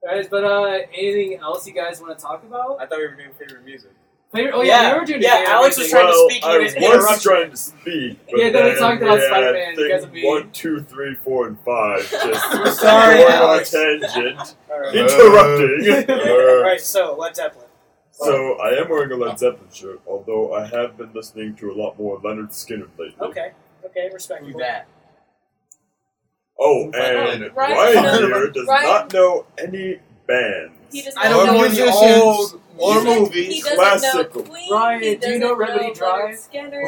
[SPEAKER 1] Guys, but uh, anything else you guys want to talk about?
[SPEAKER 3] I thought we were doing favorite music.
[SPEAKER 1] Favorite? Oh yeah, we were doing.
[SPEAKER 2] Yeah,
[SPEAKER 1] favorite
[SPEAKER 2] Alex was
[SPEAKER 1] music.
[SPEAKER 2] trying to
[SPEAKER 4] well,
[SPEAKER 2] speak, you
[SPEAKER 4] I
[SPEAKER 2] just
[SPEAKER 4] was
[SPEAKER 2] interrupted.
[SPEAKER 4] trying to speak, but
[SPEAKER 1] Yeah, then we talked about
[SPEAKER 4] we had
[SPEAKER 1] Spider-Man, you guys
[SPEAKER 4] thing
[SPEAKER 1] would be-
[SPEAKER 4] One, two, three, four, and
[SPEAKER 6] [laughs]
[SPEAKER 4] five.
[SPEAKER 6] We're
[SPEAKER 4] Just
[SPEAKER 3] sorry,
[SPEAKER 4] going on a
[SPEAKER 3] Alex.
[SPEAKER 4] tangent,
[SPEAKER 2] All [laughs] right.
[SPEAKER 4] interrupting.
[SPEAKER 2] All
[SPEAKER 4] Uh,
[SPEAKER 2] right. So Led Zeppelin.
[SPEAKER 4] So I am wearing a Led Zeppelin shirt, although I have been listening to a lot more Leonard Skinner lately.
[SPEAKER 2] Okay. Okay, respectful.
[SPEAKER 3] Do that.
[SPEAKER 4] Oh,
[SPEAKER 7] Ryan-
[SPEAKER 4] and Ryan,
[SPEAKER 6] Ryan
[SPEAKER 7] doesn't-
[SPEAKER 4] here does
[SPEAKER 6] Ryan-
[SPEAKER 4] not know any bands.
[SPEAKER 6] He does
[SPEAKER 3] I
[SPEAKER 6] not
[SPEAKER 3] don't know
[SPEAKER 6] know
[SPEAKER 7] Or
[SPEAKER 6] Queen.
[SPEAKER 3] musicians.
[SPEAKER 7] old or
[SPEAKER 6] He doesn't- He
[SPEAKER 7] movies.
[SPEAKER 6] doesn't
[SPEAKER 4] Classical.
[SPEAKER 6] know Queen.
[SPEAKER 1] Ryan, do
[SPEAKER 6] he
[SPEAKER 1] you
[SPEAKER 6] doesn't
[SPEAKER 1] know Remedy
[SPEAKER 6] know
[SPEAKER 1] Drive?
[SPEAKER 6] Leonard Skinner.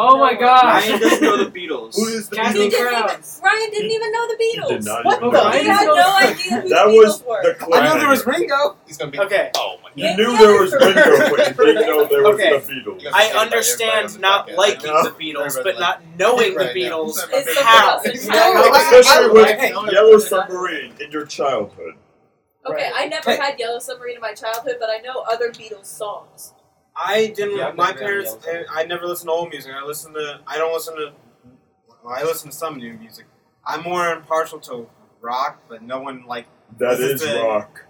[SPEAKER 1] Oh my
[SPEAKER 6] No.
[SPEAKER 1] [laughs] gosh!
[SPEAKER 5] Ryan doesn't know the Beatles.
[SPEAKER 4] Who is the
[SPEAKER 1] Kathy
[SPEAKER 6] He
[SPEAKER 4] Beatles?
[SPEAKER 1] Griffin.
[SPEAKER 6] didn't even,
[SPEAKER 1] Crowns.
[SPEAKER 6] Ryan didn't
[SPEAKER 4] He-
[SPEAKER 6] even know the
[SPEAKER 4] He
[SPEAKER 6] Beatles.
[SPEAKER 4] did not
[SPEAKER 2] What
[SPEAKER 4] even
[SPEAKER 2] the-
[SPEAKER 4] know.
[SPEAKER 6] He
[SPEAKER 1] Ryan
[SPEAKER 6] had
[SPEAKER 1] knows-
[SPEAKER 6] no idea who the
[SPEAKER 4] That was
[SPEAKER 6] Beatles were.
[SPEAKER 4] the
[SPEAKER 3] I
[SPEAKER 4] cliffhanger.
[SPEAKER 3] know there was Ringo.
[SPEAKER 7] He's gonna be.
[SPEAKER 2] Okay.
[SPEAKER 7] Oh my god.
[SPEAKER 4] You knew there was Ringo, but you didn't know there was
[SPEAKER 2] Okay.
[SPEAKER 4] the Beatles.
[SPEAKER 7] Yeah.
[SPEAKER 2] I
[SPEAKER 7] Everybody- everybody
[SPEAKER 2] understand
[SPEAKER 7] on
[SPEAKER 2] not
[SPEAKER 7] the podcast.
[SPEAKER 2] liking
[SPEAKER 4] No.
[SPEAKER 2] the Beatles, but not
[SPEAKER 7] Everybody
[SPEAKER 2] knowing the
[SPEAKER 7] Right now.
[SPEAKER 2] Beatles.
[SPEAKER 7] [laughs]
[SPEAKER 6] It's the
[SPEAKER 2] How?
[SPEAKER 6] Beatles.
[SPEAKER 2] No,
[SPEAKER 6] Oh, I-
[SPEAKER 4] Especially
[SPEAKER 2] I-
[SPEAKER 4] with Yellow Submarine in your childhood.
[SPEAKER 6] Okay,
[SPEAKER 2] Right.
[SPEAKER 6] I never
[SPEAKER 3] Hey.
[SPEAKER 6] had Yellow Submarine in my childhood, but I know other Beatles songs.
[SPEAKER 3] I didn't.
[SPEAKER 8] Yeah, I've
[SPEAKER 3] my
[SPEAKER 8] never
[SPEAKER 3] parents.
[SPEAKER 8] really yelled.
[SPEAKER 3] I never listen to old music. I listen to. I don't listen to. Well, I listen to some new music. I'm more impartial to rock, but no one like.
[SPEAKER 4] That
[SPEAKER 3] This
[SPEAKER 4] is
[SPEAKER 3] is the-
[SPEAKER 4] rock.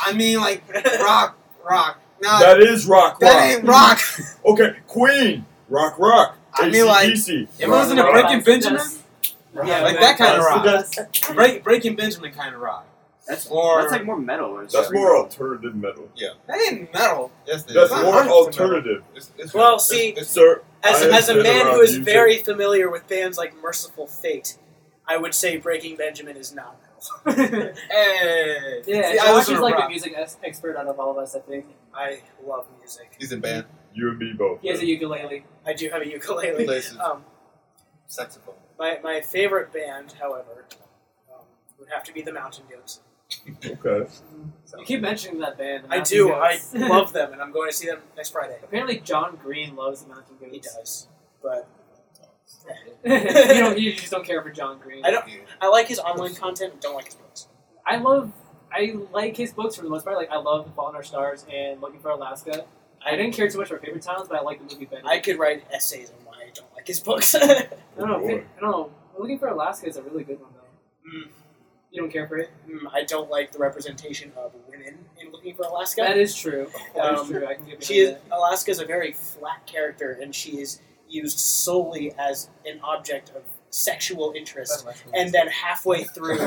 [SPEAKER 3] I mean, [laughs] like rock, rock. No,
[SPEAKER 4] That is rock.
[SPEAKER 3] that
[SPEAKER 4] rock.
[SPEAKER 3] ain't rock.
[SPEAKER 4] Okay, Queen, rock, rock.
[SPEAKER 3] I mean, like,
[SPEAKER 4] AC/DC,
[SPEAKER 3] It
[SPEAKER 4] rock,
[SPEAKER 3] wasn't a
[SPEAKER 4] rock.
[SPEAKER 3] Breaking Benjamin.
[SPEAKER 1] Yes. [laughs]
[SPEAKER 2] Yeah,
[SPEAKER 3] like that kind of
[SPEAKER 4] That's the
[SPEAKER 3] rock.
[SPEAKER 4] best.
[SPEAKER 3] Break, Breaking Benjamin kind of rock.
[SPEAKER 5] That's
[SPEAKER 3] Or-
[SPEAKER 5] that's like more metal or
[SPEAKER 4] That's
[SPEAKER 5] something.
[SPEAKER 4] more alternative metal.
[SPEAKER 3] That ain't metal.
[SPEAKER 7] Yes, it
[SPEAKER 4] That's
[SPEAKER 7] is.
[SPEAKER 4] more alternative.
[SPEAKER 7] It's- it's-
[SPEAKER 2] Well,
[SPEAKER 7] it's-
[SPEAKER 2] see-
[SPEAKER 7] it's-
[SPEAKER 4] Sir,
[SPEAKER 2] As,
[SPEAKER 4] I have
[SPEAKER 2] as a
[SPEAKER 4] been
[SPEAKER 2] man
[SPEAKER 4] around
[SPEAKER 2] who is
[SPEAKER 4] music.
[SPEAKER 2] very familiar with bands like Merciful Fate, I would say Breaking Benjamin is not metal.
[SPEAKER 3] Hey.
[SPEAKER 1] [laughs] Yeah,
[SPEAKER 3] See, I
[SPEAKER 1] Josh
[SPEAKER 3] listen
[SPEAKER 1] is
[SPEAKER 3] to
[SPEAKER 1] like the
[SPEAKER 3] rock.
[SPEAKER 1] music ex- expert out of all of us, I think.
[SPEAKER 2] I love music.
[SPEAKER 7] He's in band.
[SPEAKER 4] you and me both.
[SPEAKER 1] He has a ukulele.
[SPEAKER 2] I do have a
[SPEAKER 7] He [laughs]
[SPEAKER 2] ukulele.
[SPEAKER 7] plays
[SPEAKER 2] Um,
[SPEAKER 7] saxophone.
[SPEAKER 2] my, my favorite band, however, um, would have to be the Mountain Goats.
[SPEAKER 4] okay.
[SPEAKER 1] You keep mentioning that band. the
[SPEAKER 2] I
[SPEAKER 1] Mountain
[SPEAKER 2] do. I
[SPEAKER 1] Goats. [laughs]
[SPEAKER 2] [laughs] love them, and I'm going to see them next Friday.
[SPEAKER 1] Apparently, John Green loves the Mountain Goats.
[SPEAKER 2] He does, but
[SPEAKER 1] [laughs] you don't. You just don't care for John Green.
[SPEAKER 2] I don't.
[SPEAKER 7] Yeah.
[SPEAKER 2] I like his online content. Don't like his books.
[SPEAKER 1] I love. I like his books for the most part. Like I love Fallen Our Stars and Looking for Alaska. I didn't care too much for Favorite Towns, but I like the movie better.
[SPEAKER 2] I could write essays on why I don't like his books. [laughs]
[SPEAKER 1] I don't know.
[SPEAKER 4] Boy.
[SPEAKER 1] Fa- I don't know. Looking for Alaska is a really good one though.
[SPEAKER 2] Mm.
[SPEAKER 1] You don't care for it?
[SPEAKER 2] Mm, I don't like the representation of women in Looking for Alaska.
[SPEAKER 1] That is true. That is
[SPEAKER 2] Um,
[SPEAKER 1] true. I can get behind
[SPEAKER 2] She is
[SPEAKER 1] that.
[SPEAKER 2] Alaska is a very flat character, and she is used solely as an object of sexual interest. And then
[SPEAKER 1] [laughs]
[SPEAKER 2] halfway through,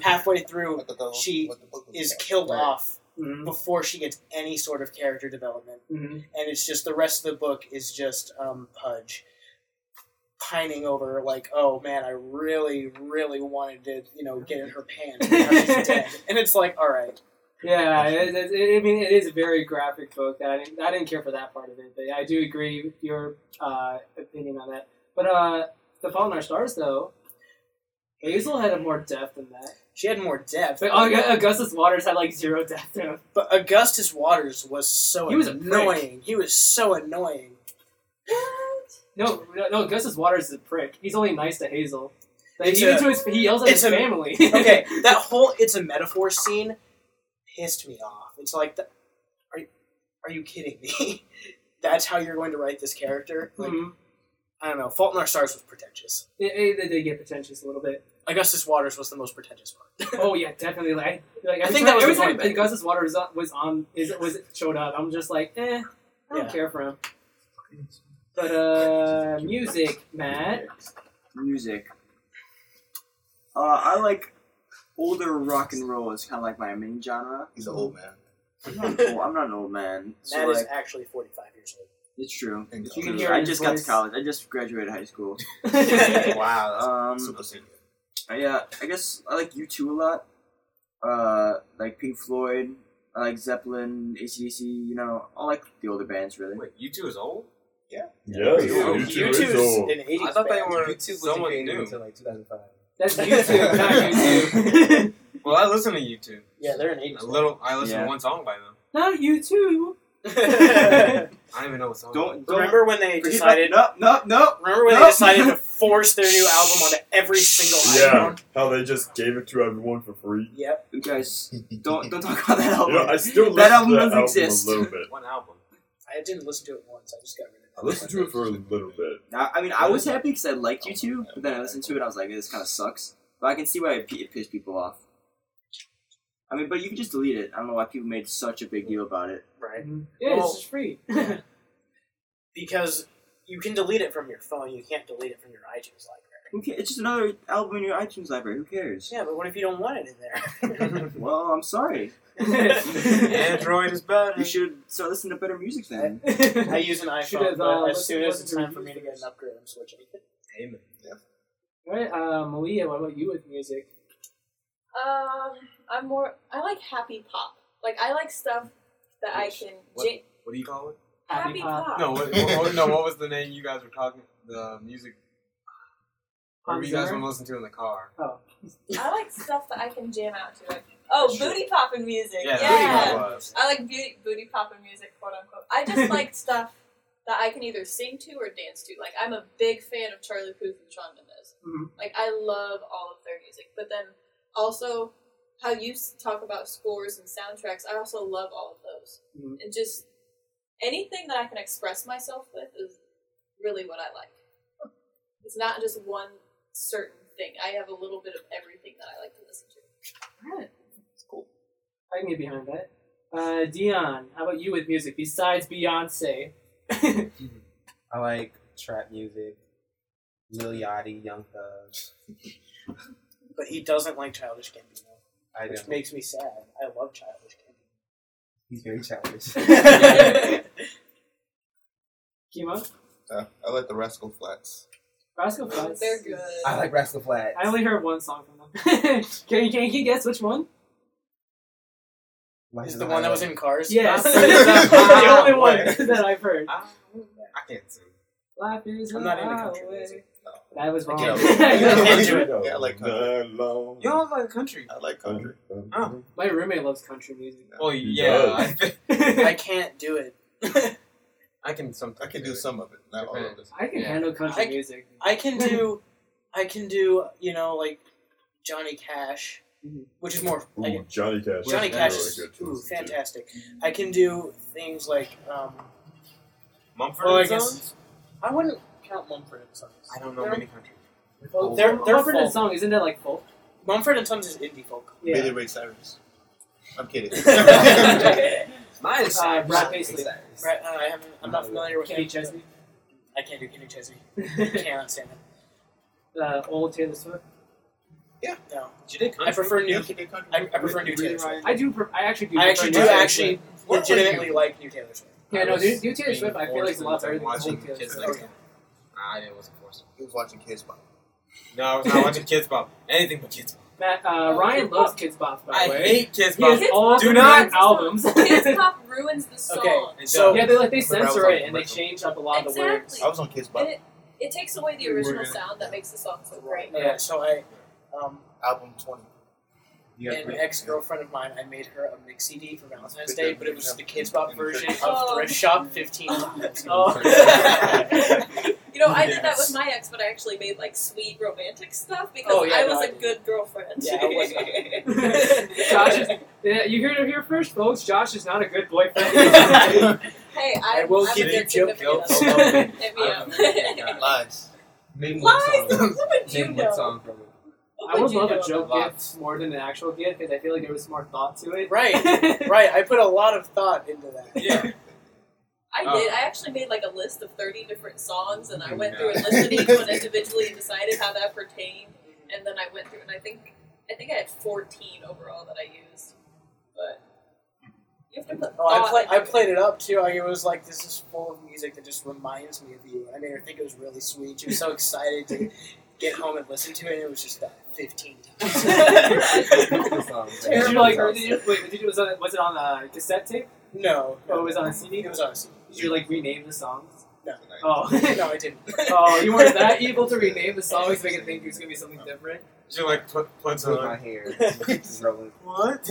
[SPEAKER 2] halfway through,
[SPEAKER 7] What the- the-
[SPEAKER 2] she
[SPEAKER 7] what the book was
[SPEAKER 2] is
[SPEAKER 7] about.
[SPEAKER 2] killed
[SPEAKER 7] Right.
[SPEAKER 2] off
[SPEAKER 1] Mhm,
[SPEAKER 2] before she gets any sort of character development,
[SPEAKER 1] mhm.
[SPEAKER 2] and it's just the rest of the book is just um, Pudge pining over like, oh man, I really, really wanted to, you know, get in her pants, but now she's
[SPEAKER 1] [laughs]
[SPEAKER 2] dead, and it's like, all right,
[SPEAKER 1] Yeah, it, it, it- I mean, it is a very graphic book. That I didn't, I didn't care for that part of it, but I do agree with your uh, opinion on that. But uh, the Fallen Our Stars, though, Hazel had a more depth than that.
[SPEAKER 2] she had more depth.
[SPEAKER 1] But uh, Aug- Augustus Waters had like zero depth to him.
[SPEAKER 2] But Augustus Waters was so
[SPEAKER 1] He was a
[SPEAKER 2] annoying. He was so annoying.
[SPEAKER 1] No, no, no, Augustus Waters is a prick. He's only nice to Hazel. Like,
[SPEAKER 2] It's
[SPEAKER 1] even
[SPEAKER 2] a-
[SPEAKER 1] to his, he yells at
[SPEAKER 2] it's
[SPEAKER 1] his
[SPEAKER 2] a-
[SPEAKER 1] family.
[SPEAKER 2] Okay,
[SPEAKER 1] [laughs]
[SPEAKER 2] that whole it's a metaphor scene pissed me off. It's like, the, are you- are you kidding me? [laughs] That's how you're going to write this character? Like,
[SPEAKER 1] Mhm.
[SPEAKER 2] I don't know. Fault in Our Stars was pretentious.
[SPEAKER 1] It- it- they did get pretentious a little bit.
[SPEAKER 2] Augustus Waters was the most pretentious part.
[SPEAKER 1] [laughs]
[SPEAKER 2] [laughs]
[SPEAKER 1] Oh yeah, definitely. Like, like
[SPEAKER 2] I
[SPEAKER 1] every time,
[SPEAKER 2] think that was
[SPEAKER 1] every
[SPEAKER 2] the
[SPEAKER 1] time
[SPEAKER 2] point.
[SPEAKER 1] Augustus Waters was on, was on is was showed up. I'm just like, eh, I don't
[SPEAKER 2] Yeah.
[SPEAKER 1] care for him. But uh, music, Matt.
[SPEAKER 5] music. Uh, I like older rock and roll. It's kind of like my main
[SPEAKER 4] [laughs]
[SPEAKER 5] genre.
[SPEAKER 7] He's an
[SPEAKER 3] [laughs]
[SPEAKER 7] old man.
[SPEAKER 5] I'm not, an old, I'm not an old man. So
[SPEAKER 2] Matt
[SPEAKER 5] like,
[SPEAKER 2] is actually 45 years old.
[SPEAKER 5] it's true. It's
[SPEAKER 7] You
[SPEAKER 1] can
[SPEAKER 5] true.
[SPEAKER 1] hear
[SPEAKER 5] I
[SPEAKER 1] his
[SPEAKER 5] just got to
[SPEAKER 1] voice.
[SPEAKER 5] college. I just graduated high school.
[SPEAKER 7] wow,
[SPEAKER 5] Um,
[SPEAKER 7] that's super senior.
[SPEAKER 5] yeah, I guess I like U two a lot. Uh, like Pink Floyd. I like Zeppelin, ACDC. You know, I like the older bands really.
[SPEAKER 3] Wait, you two is old.
[SPEAKER 4] Yes,
[SPEAKER 3] You-
[SPEAKER 4] you two
[SPEAKER 2] U2's
[SPEAKER 4] is old.
[SPEAKER 2] an 80s
[SPEAKER 3] I thought they
[SPEAKER 2] band.
[SPEAKER 3] were
[SPEAKER 8] YouTube wasn't
[SPEAKER 3] someone
[SPEAKER 8] created
[SPEAKER 3] new.
[SPEAKER 8] until like 2005.
[SPEAKER 1] [laughs] That's YouTube, not
[SPEAKER 2] [laughs]
[SPEAKER 1] YouTube.
[SPEAKER 3] Well, I listen to YouTube.
[SPEAKER 2] Yeah, they're an 80s
[SPEAKER 3] A little. I listen
[SPEAKER 5] Yeah.
[SPEAKER 3] to one song by them.
[SPEAKER 1] not YouTube.
[SPEAKER 2] band.
[SPEAKER 3] I don't even know what song.
[SPEAKER 5] Don't
[SPEAKER 2] [laughs]
[SPEAKER 5] don't
[SPEAKER 2] Remember when they
[SPEAKER 5] forget
[SPEAKER 2] decided
[SPEAKER 5] about- No, no, no.
[SPEAKER 2] Remember when
[SPEAKER 5] No.
[SPEAKER 2] they decided [laughs] to force their new album onto every single
[SPEAKER 4] Yeah,
[SPEAKER 2] iPhone?
[SPEAKER 4] how they just gave it to everyone for free.
[SPEAKER 2] Yep.
[SPEAKER 5] You guys, don't don't talk about that album.
[SPEAKER 4] You know, I still listen
[SPEAKER 5] That album
[SPEAKER 4] to that
[SPEAKER 5] doesn't
[SPEAKER 4] album
[SPEAKER 5] exist.
[SPEAKER 4] a little bit.
[SPEAKER 3] One album.
[SPEAKER 2] I didn't listen to it once. I just got rid
[SPEAKER 4] I
[SPEAKER 2] of it.
[SPEAKER 4] listened to it for a little
[SPEAKER 5] [laughs]
[SPEAKER 4] bit.
[SPEAKER 5] I, I mean, I was happy because I liked you two, but then I listened to it, I was like, this kind of sucks. But I can see why it, p- it pissed people off. I mean, but you can just delete it. I don't know why people made such a big deal about it.
[SPEAKER 2] Right.
[SPEAKER 1] Yeah,
[SPEAKER 2] Well-
[SPEAKER 1] it's just
[SPEAKER 2] [laughs]
[SPEAKER 1] free. [laughs]
[SPEAKER 2] Because you can delete it from your phone. You can't delete it from your iTunes library.
[SPEAKER 5] Who ca- It's just another album in your iTunes library. Who cares?
[SPEAKER 2] Yeah, but what if you don't want it in there?
[SPEAKER 5] Well, I'm sorry.
[SPEAKER 3] Android is better.
[SPEAKER 5] You should start listening to better music then.
[SPEAKER 2] [laughs] I use an
[SPEAKER 1] Should have,
[SPEAKER 2] iPhone,
[SPEAKER 1] uh,
[SPEAKER 2] but as
[SPEAKER 1] let's-
[SPEAKER 2] soon
[SPEAKER 1] let's
[SPEAKER 2] as it's time for
[SPEAKER 1] review
[SPEAKER 2] me to get an
[SPEAKER 1] this.
[SPEAKER 2] upgrade, I'm switching.
[SPEAKER 3] Amen.
[SPEAKER 1] Alright, uh, Malia, what about you with music?
[SPEAKER 6] Um, I'm more. I like happy pop. Like I like stuff that I
[SPEAKER 3] Which-
[SPEAKER 6] can.
[SPEAKER 3] what-
[SPEAKER 6] j-
[SPEAKER 3] What do you call it?
[SPEAKER 1] Happy pop.
[SPEAKER 3] No, what, what, what- no. What was the name you guys were talking? The music. Whatever you guys want to listen to in the car.
[SPEAKER 1] Oh,
[SPEAKER 6] I like stuff that I can jam out to. Like, oh,
[SPEAKER 3] Sure.
[SPEAKER 6] booty popping music.
[SPEAKER 3] Yeah, that's
[SPEAKER 6] yeah.
[SPEAKER 3] what it was.
[SPEAKER 6] I like beauty, booty popping music, quote unquote. I just like stuff that I can either sing to or dance to. Like I'm a big fan of Charlie Puth and Sean Mendes.
[SPEAKER 1] Mhm.
[SPEAKER 6] Like I love all of their music, but then also how you s- talk about scores and soundtracks. I also love all of those,
[SPEAKER 1] Mhm.
[SPEAKER 6] and just anything that I can express myself with is really what I like. It's not just one certain thing. I have a little bit of everything that I like to listen to.
[SPEAKER 1] Alright. It's cool. I can get behind that. Uh, Dion, how about you with music besides
[SPEAKER 2] [laughs]
[SPEAKER 1] Beyonce?
[SPEAKER 8] I like trap music, Lil Yachty, Young Thug.
[SPEAKER 2] But he doesn't like Childish Gambino,
[SPEAKER 8] I
[SPEAKER 2] which
[SPEAKER 8] don't.
[SPEAKER 2] makes me sad. I love Childish
[SPEAKER 8] He's very childish.
[SPEAKER 2] Gambino.
[SPEAKER 1] Kimo?
[SPEAKER 7] Uh, I like the Rascal Flats.
[SPEAKER 1] Rascal Flatts.
[SPEAKER 6] They're good.
[SPEAKER 8] I like Rascal Flatts.
[SPEAKER 1] I only heard one song from them. [laughs] can, you, can you guess which one?
[SPEAKER 8] Life
[SPEAKER 2] Is
[SPEAKER 8] is
[SPEAKER 2] the
[SPEAKER 8] a
[SPEAKER 2] one that was
[SPEAKER 8] Highway.
[SPEAKER 2] in Cars?
[SPEAKER 1] Yes. [laughs] the
[SPEAKER 3] Ah,
[SPEAKER 1] only one
[SPEAKER 3] boy.
[SPEAKER 1] that I've heard.
[SPEAKER 3] I, I can't sing.
[SPEAKER 1] Life is
[SPEAKER 2] [laughs] I'm
[SPEAKER 1] a
[SPEAKER 2] not into country
[SPEAKER 1] highway.
[SPEAKER 2] music.
[SPEAKER 1] That was wrong. [laughs]
[SPEAKER 7] can't-
[SPEAKER 2] can't do it.
[SPEAKER 4] [laughs]
[SPEAKER 7] Yeah, I like
[SPEAKER 4] Nylon.
[SPEAKER 3] You don't like country.
[SPEAKER 7] I like country.
[SPEAKER 3] Oh.
[SPEAKER 1] My roommate loves country music. [laughs]
[SPEAKER 3] Well,
[SPEAKER 4] He
[SPEAKER 3] yeah, I, fi-
[SPEAKER 2] I
[SPEAKER 1] I
[SPEAKER 2] can't do it. [laughs]
[SPEAKER 3] I can sometimes.
[SPEAKER 7] I can
[SPEAKER 3] do
[SPEAKER 7] do
[SPEAKER 3] it.
[SPEAKER 7] some of it, not all of it.
[SPEAKER 1] can
[SPEAKER 3] Yeah.
[SPEAKER 1] handle country
[SPEAKER 2] I-
[SPEAKER 1] music.
[SPEAKER 2] I can
[SPEAKER 1] [laughs]
[SPEAKER 2] do, I can do, you know, like Johnny Cash,
[SPEAKER 1] Mhm.
[SPEAKER 2] which is more like
[SPEAKER 4] Ooh, Johnny Cash.
[SPEAKER 2] Johnny
[SPEAKER 4] is
[SPEAKER 2] Cash
[SPEAKER 4] really
[SPEAKER 2] is
[SPEAKER 4] good to
[SPEAKER 2] ooh,
[SPEAKER 4] listen to.
[SPEAKER 2] fantastic. I can do things like um,
[SPEAKER 3] Mumford
[SPEAKER 2] Well, I
[SPEAKER 3] and
[SPEAKER 2] guess-
[SPEAKER 3] Sons?
[SPEAKER 2] I wouldn't count Mumford and Sons.
[SPEAKER 3] I don't know
[SPEAKER 2] They're-
[SPEAKER 3] many country.
[SPEAKER 8] Oh,
[SPEAKER 2] Well, they're they're
[SPEAKER 1] Mumford and
[SPEAKER 2] folk.
[SPEAKER 1] Song, isn't that like folk?
[SPEAKER 2] Mumford and Sons is indie folk.
[SPEAKER 1] Yeah.
[SPEAKER 7] Billy Ray Cyrus.
[SPEAKER 2] [laughs]
[SPEAKER 3] [laughs]
[SPEAKER 7] I'm kidding.
[SPEAKER 3] Mine is
[SPEAKER 1] Uh,
[SPEAKER 3] Cyrus.
[SPEAKER 1] Brad Paisley.
[SPEAKER 2] Right, uh, I haven't. I'm not familiar with
[SPEAKER 1] Kenny
[SPEAKER 2] it.
[SPEAKER 1] Chesney.
[SPEAKER 2] I can't do Kenny Chesney. I
[SPEAKER 1] [laughs]
[SPEAKER 2] cannot stand it.
[SPEAKER 1] uh, old Taylor Swift.
[SPEAKER 2] No,
[SPEAKER 3] Did you do
[SPEAKER 2] I
[SPEAKER 3] country?
[SPEAKER 2] prefer new.
[SPEAKER 7] Yes, you did country.
[SPEAKER 2] I, I prefer new Taylor Swift.
[SPEAKER 1] I do. Pre- I actually do.
[SPEAKER 2] I
[SPEAKER 1] prefer
[SPEAKER 2] actually
[SPEAKER 1] New
[SPEAKER 2] do
[SPEAKER 1] Taylor
[SPEAKER 2] actually
[SPEAKER 1] Swift.
[SPEAKER 3] What was
[SPEAKER 2] legitimately
[SPEAKER 3] you-
[SPEAKER 2] like new Taylor Swift.
[SPEAKER 1] Yeah,
[SPEAKER 3] I
[SPEAKER 1] no,
[SPEAKER 3] was
[SPEAKER 1] new, new Taylor
[SPEAKER 3] being
[SPEAKER 1] Swift. I feel like is a lot
[SPEAKER 3] forced
[SPEAKER 1] better
[SPEAKER 3] into
[SPEAKER 1] than old
[SPEAKER 3] watching
[SPEAKER 1] Taylor
[SPEAKER 3] Kids
[SPEAKER 1] Swift.
[SPEAKER 3] Next Door. I didn't wasn't forced.
[SPEAKER 7] He was watching Kids Bop.
[SPEAKER 3] No, I was not watching Kids Bop. Anything but Kids Bop.
[SPEAKER 1] Matt, uh, Ryan loves Kids Bop. By
[SPEAKER 3] I
[SPEAKER 1] the way,
[SPEAKER 3] hate Kids
[SPEAKER 1] he
[SPEAKER 3] Bop.
[SPEAKER 1] has
[SPEAKER 6] Kids
[SPEAKER 1] all
[SPEAKER 6] Bop
[SPEAKER 1] the
[SPEAKER 3] Do
[SPEAKER 1] different
[SPEAKER 3] not-
[SPEAKER 1] albums.
[SPEAKER 6] [laughs] Kids Pop ruins the song.
[SPEAKER 2] Okay,
[SPEAKER 3] It
[SPEAKER 2] so-
[SPEAKER 3] does.
[SPEAKER 1] yeah, they like they
[SPEAKER 7] Remember, I was
[SPEAKER 1] censor
[SPEAKER 7] on
[SPEAKER 1] it and they
[SPEAKER 7] commercial.
[SPEAKER 1] change up a lot of the
[SPEAKER 6] Exactly.
[SPEAKER 1] words.
[SPEAKER 7] I was on Kids Bop.
[SPEAKER 6] And it, it takes away the
[SPEAKER 3] We're
[SPEAKER 6] original
[SPEAKER 3] gonna-
[SPEAKER 6] sound that makes the song so great.
[SPEAKER 2] Yeah, so I, um,
[SPEAKER 7] Album 20.
[SPEAKER 8] You got
[SPEAKER 2] an
[SPEAKER 8] three-
[SPEAKER 2] ex girlfriend of mine, I made her a mix CD for Valentine's Day, but it was the Kids Bop version of
[SPEAKER 6] Oh.
[SPEAKER 2] Thrift Shop 15 times.
[SPEAKER 1] Oh.
[SPEAKER 6] [laughs] You know, I did that
[SPEAKER 3] Yes.
[SPEAKER 6] with my ex, but I actually made like sweet romantic stuff because
[SPEAKER 2] Oh, yeah,
[SPEAKER 6] I
[SPEAKER 2] no, I
[SPEAKER 6] was a
[SPEAKER 2] did.
[SPEAKER 6] good girlfriend.
[SPEAKER 2] Yeah, I
[SPEAKER 6] [laughs]
[SPEAKER 2] was
[SPEAKER 1] Josh is. Yeah, you heard it here first, folks. Josh is not a good
[SPEAKER 3] [laughs]
[SPEAKER 1] boyfriend.
[SPEAKER 2] I
[SPEAKER 6] hey, I,
[SPEAKER 2] will
[SPEAKER 6] I'm
[SPEAKER 2] give
[SPEAKER 6] a
[SPEAKER 2] you
[SPEAKER 6] good
[SPEAKER 2] joke
[SPEAKER 6] significant
[SPEAKER 1] [laughs]
[SPEAKER 2] notes.
[SPEAKER 6] other.
[SPEAKER 1] other.
[SPEAKER 6] Hit me up. [laughs]
[SPEAKER 7] [laughs] Lies.
[SPEAKER 8] Name one
[SPEAKER 6] Lies!
[SPEAKER 8] song.
[SPEAKER 6] What would [laughs] you
[SPEAKER 8] Name one
[SPEAKER 6] know?
[SPEAKER 8] song from it.
[SPEAKER 6] What
[SPEAKER 1] I would
[SPEAKER 6] you
[SPEAKER 1] love
[SPEAKER 6] know
[SPEAKER 1] a joke
[SPEAKER 8] about-
[SPEAKER 1] gift more than an actual gift because I feel like there was more thought to it.
[SPEAKER 2] [laughs] Right.
[SPEAKER 1] [laughs]
[SPEAKER 2] right, I put a lot of thought into that.
[SPEAKER 3] Yeah.
[SPEAKER 6] I
[SPEAKER 3] Oh.
[SPEAKER 6] did. I actually made like a list of 30 different songs and I went
[SPEAKER 3] Yeah.
[SPEAKER 6] through and listed each one individually and decided how that pertained. And then I went through and I think I think I had 14 overall that I used. But you have to put
[SPEAKER 2] Oh, I,
[SPEAKER 6] thought
[SPEAKER 2] play, I
[SPEAKER 6] into it.
[SPEAKER 2] played it up too. Like, it was like this is full of music that just reminds me of you. I made her think it was really sweet. She was so excited to get home and listen to it. And it was just that [laughs] fifteen times.
[SPEAKER 8] Name one
[SPEAKER 5] [laughs]
[SPEAKER 8] song.
[SPEAKER 1] Did
[SPEAKER 6] Terrible.
[SPEAKER 1] you like? Or did you, wait, did you, was, it, was it on a cassette tape?
[SPEAKER 2] no,
[SPEAKER 1] Or
[SPEAKER 2] no,
[SPEAKER 1] was it on a CD?
[SPEAKER 2] it Oh, was on a CD.
[SPEAKER 1] Did you like rename the songs?
[SPEAKER 2] no,
[SPEAKER 1] Oh. [laughs]
[SPEAKER 2] I didn't.
[SPEAKER 1] oh, you weren't that evil to rename the songs make it think it was gonna be something different.
[SPEAKER 3] Did you like put plugs
[SPEAKER 8] With my
[SPEAKER 3] on?
[SPEAKER 8] hair.
[SPEAKER 5] [laughs]
[SPEAKER 2] That's
[SPEAKER 8] Rolling.
[SPEAKER 3] What?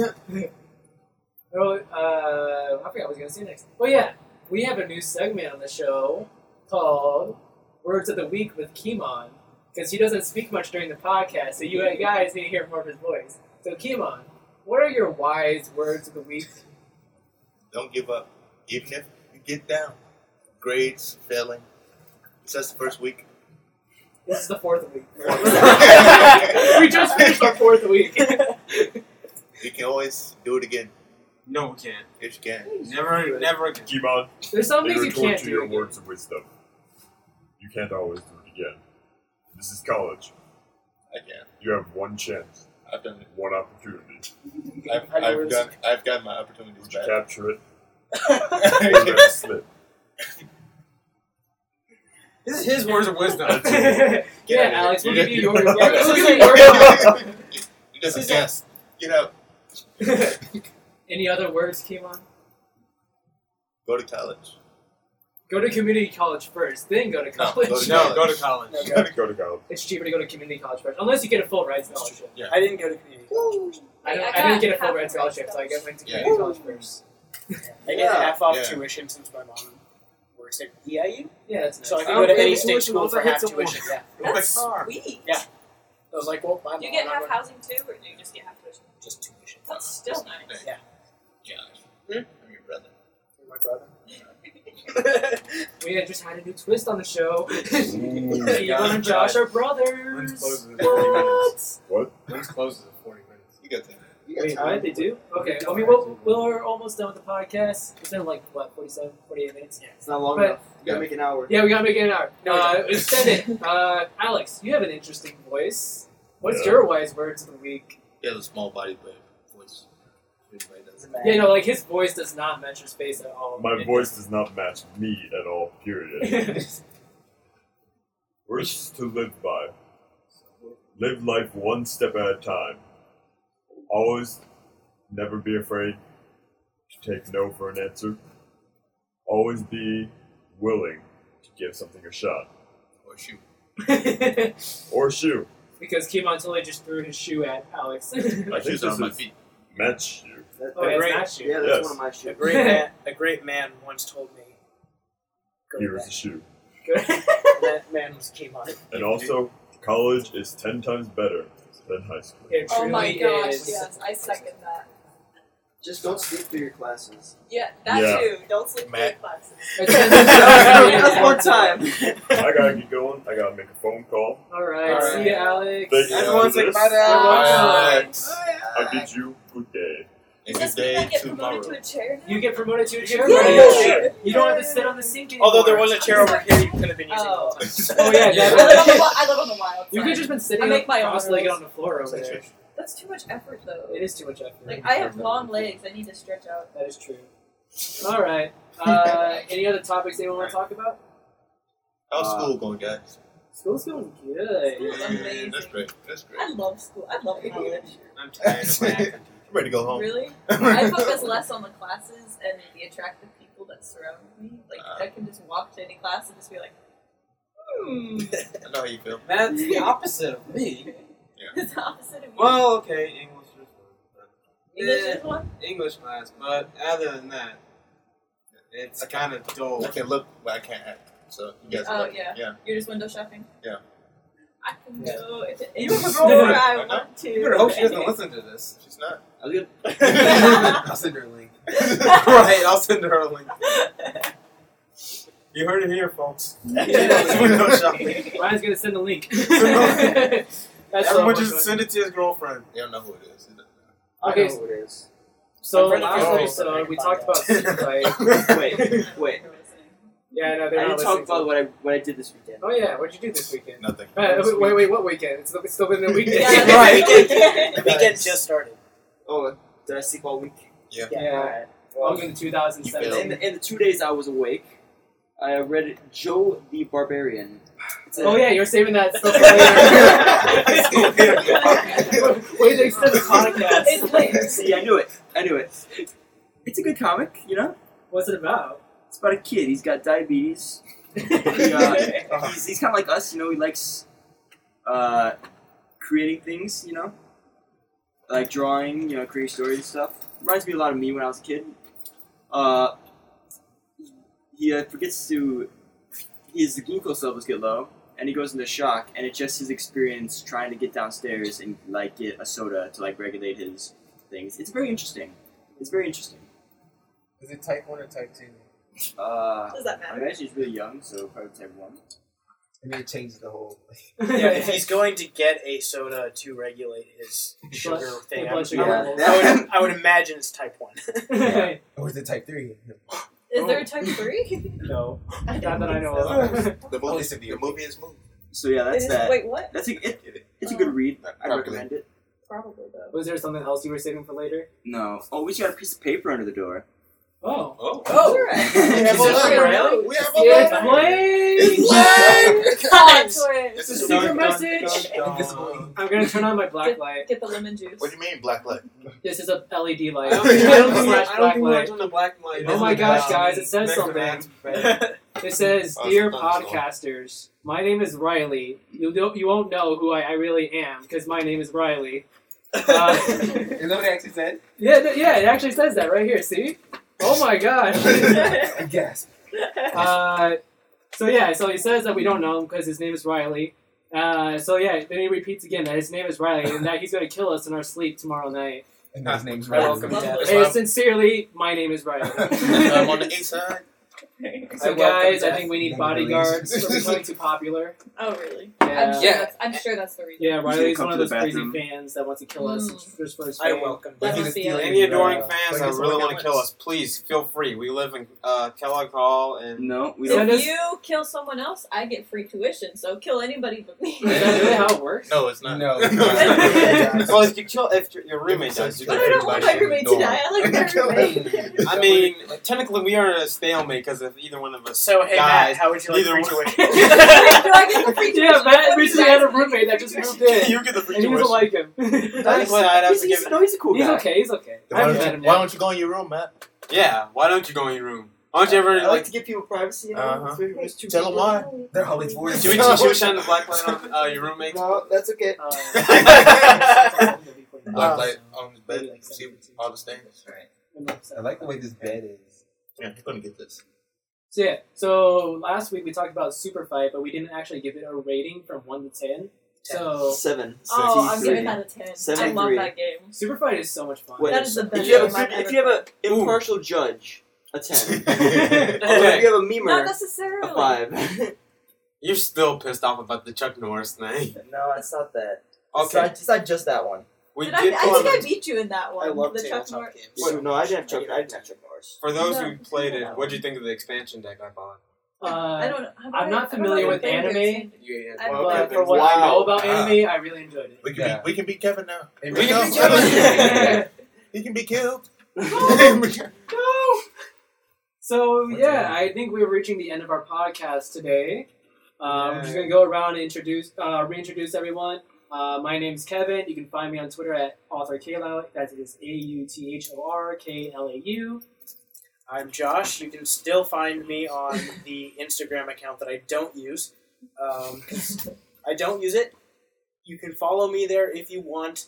[SPEAKER 1] Oh, uh, I forgot what I was gonna say next. Well, yeah, we have a new segment on the show called "Words of the Week" with Kimon because he doesn't speak much during the podcast, so you guys need to hear more of his voice. So, Kimon, what are your wise words of the week?
[SPEAKER 7] Don't give up. Even if you get down. Grades, failing. Since the first week.
[SPEAKER 1] This is the fourth week. we
[SPEAKER 7] we
[SPEAKER 1] just finished our fourth week.
[SPEAKER 7] You can always do it again
[SPEAKER 3] No, we can't.
[SPEAKER 7] if you can.
[SPEAKER 3] Never, never again.
[SPEAKER 4] Jimon,
[SPEAKER 1] There's some
[SPEAKER 4] they
[SPEAKER 1] things you
[SPEAKER 4] retort
[SPEAKER 1] can't
[SPEAKER 4] to your
[SPEAKER 1] do.
[SPEAKER 4] words of wisdom. You can't always do it again. This is college.
[SPEAKER 7] I can't.
[SPEAKER 4] You have one chance,
[SPEAKER 7] I've done it.
[SPEAKER 4] one opportunity.
[SPEAKER 7] I've,
[SPEAKER 2] How do
[SPEAKER 7] I've
[SPEAKER 2] words-
[SPEAKER 7] got I've got my opportunities
[SPEAKER 4] Would you
[SPEAKER 7] back.
[SPEAKER 4] capture it?
[SPEAKER 1] [laughs]
[SPEAKER 7] [laughs]
[SPEAKER 4] Or let it
[SPEAKER 7] I
[SPEAKER 4] slip?
[SPEAKER 3] This is his words of wisdom.
[SPEAKER 1] [laughs] yeah,
[SPEAKER 7] Get out
[SPEAKER 1] Alex,
[SPEAKER 7] of here.
[SPEAKER 1] we'll give you your.
[SPEAKER 7] Get out of
[SPEAKER 1] we'll give
[SPEAKER 7] here.
[SPEAKER 1] you your-
[SPEAKER 7] Just a guess. You know,
[SPEAKER 1] [laughs] Any other words, Kimon?
[SPEAKER 7] go to college.
[SPEAKER 1] Go to community college first, then go to
[SPEAKER 7] No,
[SPEAKER 1] college.
[SPEAKER 7] go
[SPEAKER 3] [laughs]
[SPEAKER 7] to-
[SPEAKER 3] no, go to college.
[SPEAKER 2] No,
[SPEAKER 4] Go to college.
[SPEAKER 1] [laughs] It's cheaper to go to community college first, unless you get a full ride scholarship.
[SPEAKER 2] I didn't go to community. college.
[SPEAKER 1] I, don't,
[SPEAKER 6] Like,
[SPEAKER 1] I, didn't
[SPEAKER 6] got
[SPEAKER 1] get a full
[SPEAKER 6] half
[SPEAKER 1] ride
[SPEAKER 6] the
[SPEAKER 1] scholarship, so I
[SPEAKER 6] scholarship.
[SPEAKER 1] guess went to
[SPEAKER 7] Yeah.
[SPEAKER 1] community college first.
[SPEAKER 2] I get
[SPEAKER 7] Yeah.
[SPEAKER 2] half off
[SPEAKER 7] Yeah.
[SPEAKER 2] tuition since my mom works at EIU,
[SPEAKER 1] Yeah, that's nice.
[SPEAKER 2] so I can
[SPEAKER 3] Oh,
[SPEAKER 2] go to
[SPEAKER 3] okay,
[SPEAKER 2] any
[SPEAKER 3] but
[SPEAKER 2] state
[SPEAKER 3] tuition
[SPEAKER 2] school Oh
[SPEAKER 3] also
[SPEAKER 2] for half
[SPEAKER 3] hits a
[SPEAKER 2] tuition. Yeah.
[SPEAKER 6] That's
[SPEAKER 3] Like, sorry.
[SPEAKER 6] sweet.
[SPEAKER 2] Yeah. I was like, well, my mom,
[SPEAKER 6] Do you get
[SPEAKER 2] I'm
[SPEAKER 6] half
[SPEAKER 2] not-
[SPEAKER 6] housing too, or do you just get half tuition?
[SPEAKER 2] just [laughs] tuition.
[SPEAKER 6] That's still nice.
[SPEAKER 7] Yeah. I'm your Hmm? brother.
[SPEAKER 2] My brother.
[SPEAKER 1] we had just had a new twist on the show. [laughs]
[SPEAKER 4] Ooh,
[SPEAKER 1] Keegan and Josh are brothers.
[SPEAKER 3] Lens closes in 40 minutes.
[SPEAKER 1] What?
[SPEAKER 4] what?
[SPEAKER 3] Lens closes in 40 minutes.
[SPEAKER 7] You got that.
[SPEAKER 1] Wait, what? They do? Okay. I mean, we'll, we're almost done with the podcast. It's been like, what, 47, 48 minutes?
[SPEAKER 5] It's not long
[SPEAKER 1] But-
[SPEAKER 5] enough. You gotta make an hour.
[SPEAKER 1] Yeah, we gotta make it an hour.
[SPEAKER 2] No, we
[SPEAKER 6] Oh,
[SPEAKER 1] uh,
[SPEAKER 2] don't.
[SPEAKER 1] instead,
[SPEAKER 6] [laughs]
[SPEAKER 1] it. Uh, Alex, you have an interesting voice. What's
[SPEAKER 4] Yeah.
[SPEAKER 1] your wise words of the week?
[SPEAKER 7] He has a small body, but voice. Everybody does.
[SPEAKER 1] Yeah, no, like his voice does not match his face at all.
[SPEAKER 4] My
[SPEAKER 1] [laughs]
[SPEAKER 4] voice does not match me at all, period. Words to live by. Live life one step at a time. Always never be afraid to take no for an answer. Always be willing to give something a shot.
[SPEAKER 7] Or shoot.
[SPEAKER 4] Or shoe.
[SPEAKER 1] because Kimon totally just threw his shoe at Alex. [laughs] oh,
[SPEAKER 7] My
[SPEAKER 4] I think
[SPEAKER 7] shoes are
[SPEAKER 4] this
[SPEAKER 7] on my
[SPEAKER 4] is-
[SPEAKER 7] feet.
[SPEAKER 4] Match shoe.
[SPEAKER 5] That-
[SPEAKER 2] Oh,
[SPEAKER 1] it's
[SPEAKER 2] great.
[SPEAKER 1] not shoe.
[SPEAKER 5] yeah, that's
[SPEAKER 4] Yes.
[SPEAKER 5] one of my
[SPEAKER 2] A
[SPEAKER 5] shit.
[SPEAKER 2] great man, a great man once told me. Go
[SPEAKER 4] Here is
[SPEAKER 2] back.
[SPEAKER 4] a shoe.
[SPEAKER 2] that man was Kimon. [laughs]
[SPEAKER 4] And also, college is ten times better than high [laughs] school.
[SPEAKER 1] [laughs] It
[SPEAKER 6] [laughs] Oh my
[SPEAKER 1] truly
[SPEAKER 6] gosh,
[SPEAKER 1] is.
[SPEAKER 6] yes, I second that.
[SPEAKER 5] Just don't sleep through your classes.
[SPEAKER 6] Yeah, that
[SPEAKER 4] Yeah.
[SPEAKER 6] too. Don't sleep through
[SPEAKER 7] Matt.
[SPEAKER 6] classes.
[SPEAKER 5] [laughs]
[SPEAKER 6] [laughs]
[SPEAKER 5] That's one time.
[SPEAKER 4] I gotta get going. I gotta make a phone call.
[SPEAKER 1] [laughs] All right,
[SPEAKER 7] All
[SPEAKER 1] see
[SPEAKER 7] right.
[SPEAKER 1] you, Alex.
[SPEAKER 4] Thank you.
[SPEAKER 5] Everyone's like,
[SPEAKER 4] Yes.
[SPEAKER 5] bye,
[SPEAKER 1] Everyone's
[SPEAKER 6] Bye.
[SPEAKER 5] Dad.
[SPEAKER 7] Alex.
[SPEAKER 4] I bid you good day.
[SPEAKER 7] And
[SPEAKER 6] Does
[SPEAKER 7] good
[SPEAKER 6] Matt
[SPEAKER 7] day
[SPEAKER 6] get
[SPEAKER 7] tomorrow.
[SPEAKER 6] promoted to a chair now?
[SPEAKER 1] You get promoted to a chair.
[SPEAKER 6] Yeah.
[SPEAKER 1] buddy.
[SPEAKER 4] Yeah.
[SPEAKER 1] You don't have to sit on the sink anymore.
[SPEAKER 2] Although there was a
[SPEAKER 6] [laughs]
[SPEAKER 2] chair over here you could have been using
[SPEAKER 6] Oh.
[SPEAKER 2] all
[SPEAKER 7] [laughs]
[SPEAKER 2] the time.
[SPEAKER 1] Oh
[SPEAKER 6] [laughs]
[SPEAKER 1] yeah,
[SPEAKER 6] I
[SPEAKER 1] that- [laughs]
[SPEAKER 6] live on the, wi- I live on the wild
[SPEAKER 1] You could
[SPEAKER 6] side.
[SPEAKER 1] have just been sitting
[SPEAKER 6] I make my own
[SPEAKER 1] cross-legged
[SPEAKER 6] rules.
[SPEAKER 1] on the floor over there.
[SPEAKER 6] That's too much effort though.
[SPEAKER 1] It is too much effort.
[SPEAKER 6] Like I have long legs. I need to stretch out.
[SPEAKER 1] that is true. All right. Uh, any other topics anyone want to talk about?
[SPEAKER 7] How's
[SPEAKER 5] Uh,
[SPEAKER 7] school going, guys?
[SPEAKER 1] School's going good.
[SPEAKER 6] School's amazing.
[SPEAKER 7] That's great. That's great.
[SPEAKER 6] I love school. I love college.
[SPEAKER 3] I'm tired of my acting.
[SPEAKER 7] I'm ready to go home.
[SPEAKER 6] Really?
[SPEAKER 7] [laughs]
[SPEAKER 6] I focus less on the classes and the attractive people that surround me. Like
[SPEAKER 7] Uh.
[SPEAKER 6] I can just walk to any class and just be like, [laughs] hmm.
[SPEAKER 7] I know how you feel.
[SPEAKER 8] That's the opposite of me.
[SPEAKER 6] it's the opposite of you.
[SPEAKER 3] Well, okay, English is
[SPEAKER 6] English
[SPEAKER 3] eh,
[SPEAKER 6] is one.
[SPEAKER 3] English class, but other than that, it's kind of dull.
[SPEAKER 7] I can look, but I can't act. So you guys.
[SPEAKER 6] Oh,
[SPEAKER 7] are lucky.
[SPEAKER 6] yeah.
[SPEAKER 7] Yeah.
[SPEAKER 6] You're just window shopping.
[SPEAKER 7] Yeah.
[SPEAKER 6] I can
[SPEAKER 2] Yeah.
[SPEAKER 6] go into any
[SPEAKER 3] You have a
[SPEAKER 6] store
[SPEAKER 1] door.
[SPEAKER 6] I
[SPEAKER 7] I know.
[SPEAKER 6] want to.
[SPEAKER 3] You better hope she doesn't
[SPEAKER 6] Okay.
[SPEAKER 3] listen to
[SPEAKER 8] [laughs]
[SPEAKER 3] this.
[SPEAKER 7] She's not.
[SPEAKER 5] I was
[SPEAKER 3] I'll send her a link. [laughs] right, I'll send her a link. You heard it here,
[SPEAKER 8] [laughs]
[SPEAKER 3] folks. Window
[SPEAKER 6] [laughs]
[SPEAKER 3] shopping.
[SPEAKER 1] Ryan's gonna send a
[SPEAKER 3] [laughs]
[SPEAKER 1] link.
[SPEAKER 3] That's
[SPEAKER 1] That's all
[SPEAKER 3] Everyone
[SPEAKER 1] we're
[SPEAKER 3] just
[SPEAKER 1] doing.
[SPEAKER 3] send it to his girlfriend.
[SPEAKER 7] They don't know who it is. They don't know.
[SPEAKER 1] Okay.
[SPEAKER 8] I know who it is.
[SPEAKER 1] So
[SPEAKER 2] I'm ready to
[SPEAKER 1] last
[SPEAKER 3] go.
[SPEAKER 1] episode we talked
[SPEAKER 3] [laughs]
[SPEAKER 1] about sleep.
[SPEAKER 5] good. Wait,
[SPEAKER 6] [laughs]
[SPEAKER 5] wait.
[SPEAKER 1] Yeah, no, they're
[SPEAKER 5] I didn't
[SPEAKER 1] not
[SPEAKER 5] talk
[SPEAKER 1] listening.
[SPEAKER 5] about what I what I did this weekend.
[SPEAKER 1] Oh yeah, what'd you do this weekend?
[SPEAKER 7] Nothing.
[SPEAKER 1] Uh, wait, wait, wait, what weekend? It's still, it's still within the weekend. [laughs]
[SPEAKER 6] Yeah,
[SPEAKER 2] Right.
[SPEAKER 6] right. [laughs]
[SPEAKER 2] The weekend just started.
[SPEAKER 5] Oh, did I sleep all week?
[SPEAKER 1] Yeah.
[SPEAKER 5] Alright. Well,
[SPEAKER 1] Welcome to
[SPEAKER 5] in,
[SPEAKER 1] 2017.
[SPEAKER 5] the, in the two days I was awake, I read Joe the Barbarian. It's a-
[SPEAKER 1] Oh yeah, you're saving that stuff
[SPEAKER 3] [laughs]
[SPEAKER 7] It's
[SPEAKER 1] for later. Wait, they said the podcast.
[SPEAKER 6] It's later.
[SPEAKER 5] See, I knew it. I knew it. It's a good comic, you know.
[SPEAKER 1] What's it about?
[SPEAKER 5] It's about a kid. He's got diabetes.
[SPEAKER 3] Uh-huh.
[SPEAKER 5] He's, he's kind of like us, you know. He likes uh, creating things, you know, like drawing, you know, creating stories and stuff. Reminds me a lot of me when I was a kid. Uh, he uh, forgets to his glucose levels get low, and he goes into shock, and it's just his experience trying to get downstairs and like get a soda to like regulate his things. It's very interesting. It's very interesting.
[SPEAKER 8] Is it type one or type two?
[SPEAKER 5] Uh,
[SPEAKER 6] Does that
[SPEAKER 5] I
[SPEAKER 6] matter?
[SPEAKER 5] imagine he's really young, so probably type one.
[SPEAKER 8] I mean, it changes the whole.
[SPEAKER 2] Yeah,
[SPEAKER 1] [laughs]
[SPEAKER 2] if he's going to get a soda to regulate his sugar
[SPEAKER 1] Blood-
[SPEAKER 2] thing, I
[SPEAKER 1] blood
[SPEAKER 2] would,
[SPEAKER 1] sugar
[SPEAKER 5] Yeah.
[SPEAKER 1] levels. [laughs]
[SPEAKER 2] I would, I would imagine it's type one.
[SPEAKER 5] Yeah.
[SPEAKER 8] [laughs] Or is it type three?
[SPEAKER 6] Is there a type three?
[SPEAKER 2] [laughs]
[SPEAKER 1] no, [laughs] not that I know
[SPEAKER 6] Oh.
[SPEAKER 1] of.
[SPEAKER 7] The
[SPEAKER 8] At
[SPEAKER 7] movie,
[SPEAKER 8] least if
[SPEAKER 7] the
[SPEAKER 8] you-
[SPEAKER 7] movie is moved.
[SPEAKER 5] So yeah, that's
[SPEAKER 6] It is-
[SPEAKER 5] that.
[SPEAKER 6] Wait, what?
[SPEAKER 5] That's a, it, it's a good read. I
[SPEAKER 7] Probably.
[SPEAKER 5] recommend it.
[SPEAKER 6] Probably though.
[SPEAKER 1] Was there something else you were saving for later?
[SPEAKER 5] No. Oh, we just got a piece of paper under the door.
[SPEAKER 1] Oh.
[SPEAKER 7] Oh.
[SPEAKER 8] [laughs]
[SPEAKER 2] Oh.
[SPEAKER 6] Alright.
[SPEAKER 7] have
[SPEAKER 5] It's
[SPEAKER 7] a
[SPEAKER 5] just-
[SPEAKER 7] We have a
[SPEAKER 1] It's
[SPEAKER 7] letter.
[SPEAKER 1] Blaine!
[SPEAKER 6] [laughs]
[SPEAKER 7] It's Blaine!
[SPEAKER 6] Twins.
[SPEAKER 7] This is
[SPEAKER 1] Secret
[SPEAKER 7] so
[SPEAKER 1] message! I'm gonna turn on my black light.
[SPEAKER 6] Get the lemon juice.
[SPEAKER 7] What do you mean, black light?
[SPEAKER 1] This is a LED
[SPEAKER 2] [laughs]
[SPEAKER 3] I
[SPEAKER 1] light.
[SPEAKER 3] don't think, I don't think,
[SPEAKER 1] Slash
[SPEAKER 3] I don't
[SPEAKER 1] black
[SPEAKER 3] think we're
[SPEAKER 1] light.
[SPEAKER 3] on the black line.
[SPEAKER 1] Oh my gosh, guys, it says
[SPEAKER 3] [laughs]
[SPEAKER 1] something.
[SPEAKER 2] [laughs] Uh,
[SPEAKER 1] It says,
[SPEAKER 7] Oh, it's
[SPEAKER 1] "Dear
[SPEAKER 7] a thunderstorm.
[SPEAKER 1] podcasters, my name is Riley. You don't, you won't know who I, I really am because my name is Riley." Uh,
[SPEAKER 8] Is that what it actually said?
[SPEAKER 1] yeah, th- yeah, it actually says that right here. See? Oh my gosh.
[SPEAKER 2] [laughs]
[SPEAKER 8] I guess.
[SPEAKER 1] Uh, so yeah, so he says that we don't know him because his name is Riley. Uh, so yeah, then he repeats again that his name is Riley and that he's going to kill us in our sleep tomorrow night.
[SPEAKER 8] And his name's
[SPEAKER 2] I
[SPEAKER 8] Riley.
[SPEAKER 2] welcome
[SPEAKER 7] That's
[SPEAKER 1] Hey,
[SPEAKER 7] why I'm-
[SPEAKER 1] sincerely, my name is Riley.
[SPEAKER 7] [laughs] I'm Um, on the east side.
[SPEAKER 1] So
[SPEAKER 2] welcome
[SPEAKER 1] guys, I
[SPEAKER 2] death.
[SPEAKER 1] think we need
[SPEAKER 8] None of these.
[SPEAKER 1] bodyguards. We're becoming too popular.
[SPEAKER 6] [laughs] oh really? I'm
[SPEAKER 1] Yeah.
[SPEAKER 6] sure,
[SPEAKER 2] Yeah.
[SPEAKER 6] That's, I'm sure that's the reason.
[SPEAKER 1] Yeah, Riley's
[SPEAKER 5] come
[SPEAKER 1] one of
[SPEAKER 5] to
[SPEAKER 1] those
[SPEAKER 5] the
[SPEAKER 1] crazy
[SPEAKER 5] bathroom.
[SPEAKER 1] fans that wants to kill us
[SPEAKER 6] Mm.
[SPEAKER 1] just for his
[SPEAKER 2] I
[SPEAKER 1] fame.
[SPEAKER 2] welcome
[SPEAKER 6] That
[SPEAKER 2] death.
[SPEAKER 6] must be it.
[SPEAKER 3] Any adoring
[SPEAKER 8] Uh,
[SPEAKER 3] fans
[SPEAKER 8] like
[SPEAKER 3] that
[SPEAKER 8] it's
[SPEAKER 3] really
[SPEAKER 8] like
[SPEAKER 3] want
[SPEAKER 8] Alex.
[SPEAKER 3] to kill us, please feel free. We live in uh, Kellogg Hall, and
[SPEAKER 5] No, we
[SPEAKER 1] Send
[SPEAKER 5] don't.
[SPEAKER 1] us-
[SPEAKER 6] If you kill someone else, I get free tuition. So kill anybody but me.
[SPEAKER 1] Is that really
[SPEAKER 6] [laughs]
[SPEAKER 1] how it works? [laughs]
[SPEAKER 7] No, [laughs] it's not.
[SPEAKER 8] No.
[SPEAKER 3] [laughs]
[SPEAKER 7] it's
[SPEAKER 3] well,
[SPEAKER 7] not.
[SPEAKER 3] if you kill if your- your roommate does, you
[SPEAKER 6] But
[SPEAKER 3] can
[SPEAKER 6] I
[SPEAKER 3] kill
[SPEAKER 6] don't want my
[SPEAKER 7] Everybody
[SPEAKER 6] roommate to
[SPEAKER 7] ignore.
[SPEAKER 6] die. I like my
[SPEAKER 3] [laughs]
[SPEAKER 6] roommate.
[SPEAKER 3] I mean, technically, we are in a stalemate because if either one of us. [laughs]
[SPEAKER 2] So hey Matt,
[SPEAKER 3] Guys,
[SPEAKER 2] how would you like
[SPEAKER 3] either
[SPEAKER 2] free
[SPEAKER 3] one-
[SPEAKER 2] tuition?
[SPEAKER 6] Do
[SPEAKER 3] [laughs]
[SPEAKER 6] I get the free tuition?
[SPEAKER 1] yeah, Matt
[SPEAKER 6] What is
[SPEAKER 1] recently
[SPEAKER 6] that?
[SPEAKER 1] had a roommate that just moved
[SPEAKER 7] [laughs]
[SPEAKER 1] in,
[SPEAKER 3] you get the free
[SPEAKER 1] and he doesn't
[SPEAKER 3] tuition.
[SPEAKER 1] like him. [laughs]
[SPEAKER 3] Technically,
[SPEAKER 2] [laughs]
[SPEAKER 3] I'd have
[SPEAKER 5] He's,
[SPEAKER 3] to give
[SPEAKER 5] he's,
[SPEAKER 3] it.
[SPEAKER 5] no, he's a cool
[SPEAKER 1] he's
[SPEAKER 5] guy.
[SPEAKER 1] okay. He's okay. I
[SPEAKER 7] Why
[SPEAKER 1] haven't
[SPEAKER 7] don't,
[SPEAKER 1] met
[SPEAKER 7] you,
[SPEAKER 1] him
[SPEAKER 7] why
[SPEAKER 1] yet.
[SPEAKER 7] don't you go in your room, Matt?
[SPEAKER 3] Yeah, why don't you go in your room? Why don't you ever
[SPEAKER 8] I like
[SPEAKER 3] like?
[SPEAKER 8] to give people privacy. You know?
[SPEAKER 7] Uh-huh.
[SPEAKER 8] Three rooms, two
[SPEAKER 6] [laughs]
[SPEAKER 7] Tell him
[SPEAKER 8] people.
[SPEAKER 7] why.
[SPEAKER 8] They're always bored.
[SPEAKER 3] Should we,
[SPEAKER 8] [laughs]
[SPEAKER 3] should we shine the black light on uh, your roommates?
[SPEAKER 8] No, that's okay.
[SPEAKER 1] Um, Uh,
[SPEAKER 7] Black
[SPEAKER 8] Uh,
[SPEAKER 1] [laughs]
[SPEAKER 7] light on the bed. See all the stains.
[SPEAKER 8] I like the way this bed is.
[SPEAKER 7] Yeah, you're gonna get this.
[SPEAKER 1] So yeah, so last week we talked about Super Fight, but we didn't actually give it a rating from one to ten. So
[SPEAKER 5] Seven.
[SPEAKER 6] Oh, I'm giving
[SPEAKER 5] Sixty-three.
[SPEAKER 6] that a ten. I love
[SPEAKER 5] 73.
[SPEAKER 6] that game.
[SPEAKER 1] Super Fight is so much fun.
[SPEAKER 5] Wait,
[SPEAKER 6] That is the best
[SPEAKER 5] If you have
[SPEAKER 6] game I've
[SPEAKER 5] a, if
[SPEAKER 6] ever
[SPEAKER 5] you have a
[SPEAKER 3] Ooh.
[SPEAKER 5] impartial judge,
[SPEAKER 8] [laughs]
[SPEAKER 5] a ten. [laughs] Or if
[SPEAKER 3] okay.
[SPEAKER 5] you have a
[SPEAKER 6] Not
[SPEAKER 5] memer,
[SPEAKER 6] necessarily.
[SPEAKER 5] a [laughs] five.
[SPEAKER 3] You're still pissed off about the Chuck Norris
[SPEAKER 6] [laughs]
[SPEAKER 3] thing.
[SPEAKER 9] No, it's not that. It's
[SPEAKER 3] Okay.
[SPEAKER 9] not, it's not just that one.
[SPEAKER 3] We
[SPEAKER 6] Did
[SPEAKER 3] did
[SPEAKER 6] I, I
[SPEAKER 3] pull
[SPEAKER 6] think I
[SPEAKER 3] it.
[SPEAKER 6] beat you in that one.
[SPEAKER 9] I love
[SPEAKER 6] the Chuck
[SPEAKER 2] tabletop
[SPEAKER 6] Norris.
[SPEAKER 2] games.
[SPEAKER 5] Wait, no, I didn't have Chuck. I
[SPEAKER 9] didn't
[SPEAKER 5] didn't have Chuck Norris.
[SPEAKER 3] For those
[SPEAKER 6] No,
[SPEAKER 3] who played
[SPEAKER 6] I
[SPEAKER 3] it,
[SPEAKER 6] don't.
[SPEAKER 3] what'd you think of the expansion deck I bought?
[SPEAKER 6] I
[SPEAKER 1] Uh,
[SPEAKER 6] don't know. how do
[SPEAKER 1] I'm
[SPEAKER 6] I-
[SPEAKER 1] not
[SPEAKER 6] I don't
[SPEAKER 1] familiar
[SPEAKER 6] know
[SPEAKER 1] with
[SPEAKER 6] the
[SPEAKER 1] anime,
[SPEAKER 6] thing
[SPEAKER 3] Yeah,
[SPEAKER 6] I-
[SPEAKER 3] well,
[SPEAKER 1] but
[SPEAKER 6] Wow.
[SPEAKER 1] for what I know about
[SPEAKER 7] Ah.
[SPEAKER 1] anime, I really enjoyed it.
[SPEAKER 7] We can
[SPEAKER 8] Yeah.
[SPEAKER 7] be, we can beat Kevin now.
[SPEAKER 8] Hey,
[SPEAKER 7] We
[SPEAKER 8] Rico.
[SPEAKER 7] can beat
[SPEAKER 1] [laughs]
[SPEAKER 7] Kevin. he can be killed.
[SPEAKER 9] [laughs]
[SPEAKER 1] No. So
[SPEAKER 8] What's
[SPEAKER 1] yeah,
[SPEAKER 8] that?
[SPEAKER 1] I think we're reaching the end of our podcast today. Uh, We're just
[SPEAKER 3] Yay.
[SPEAKER 1] gonna go around and introduce, uh, reintroduce everyone. Uh, my name's Kevin. You can find me on Twitter at author Kalau. That is A U T H O R K L A U.
[SPEAKER 2] I'm Josh. You can still find me on the Instagram account that I don't use. Um, 'cause I don't use it. You can follow me there if you want.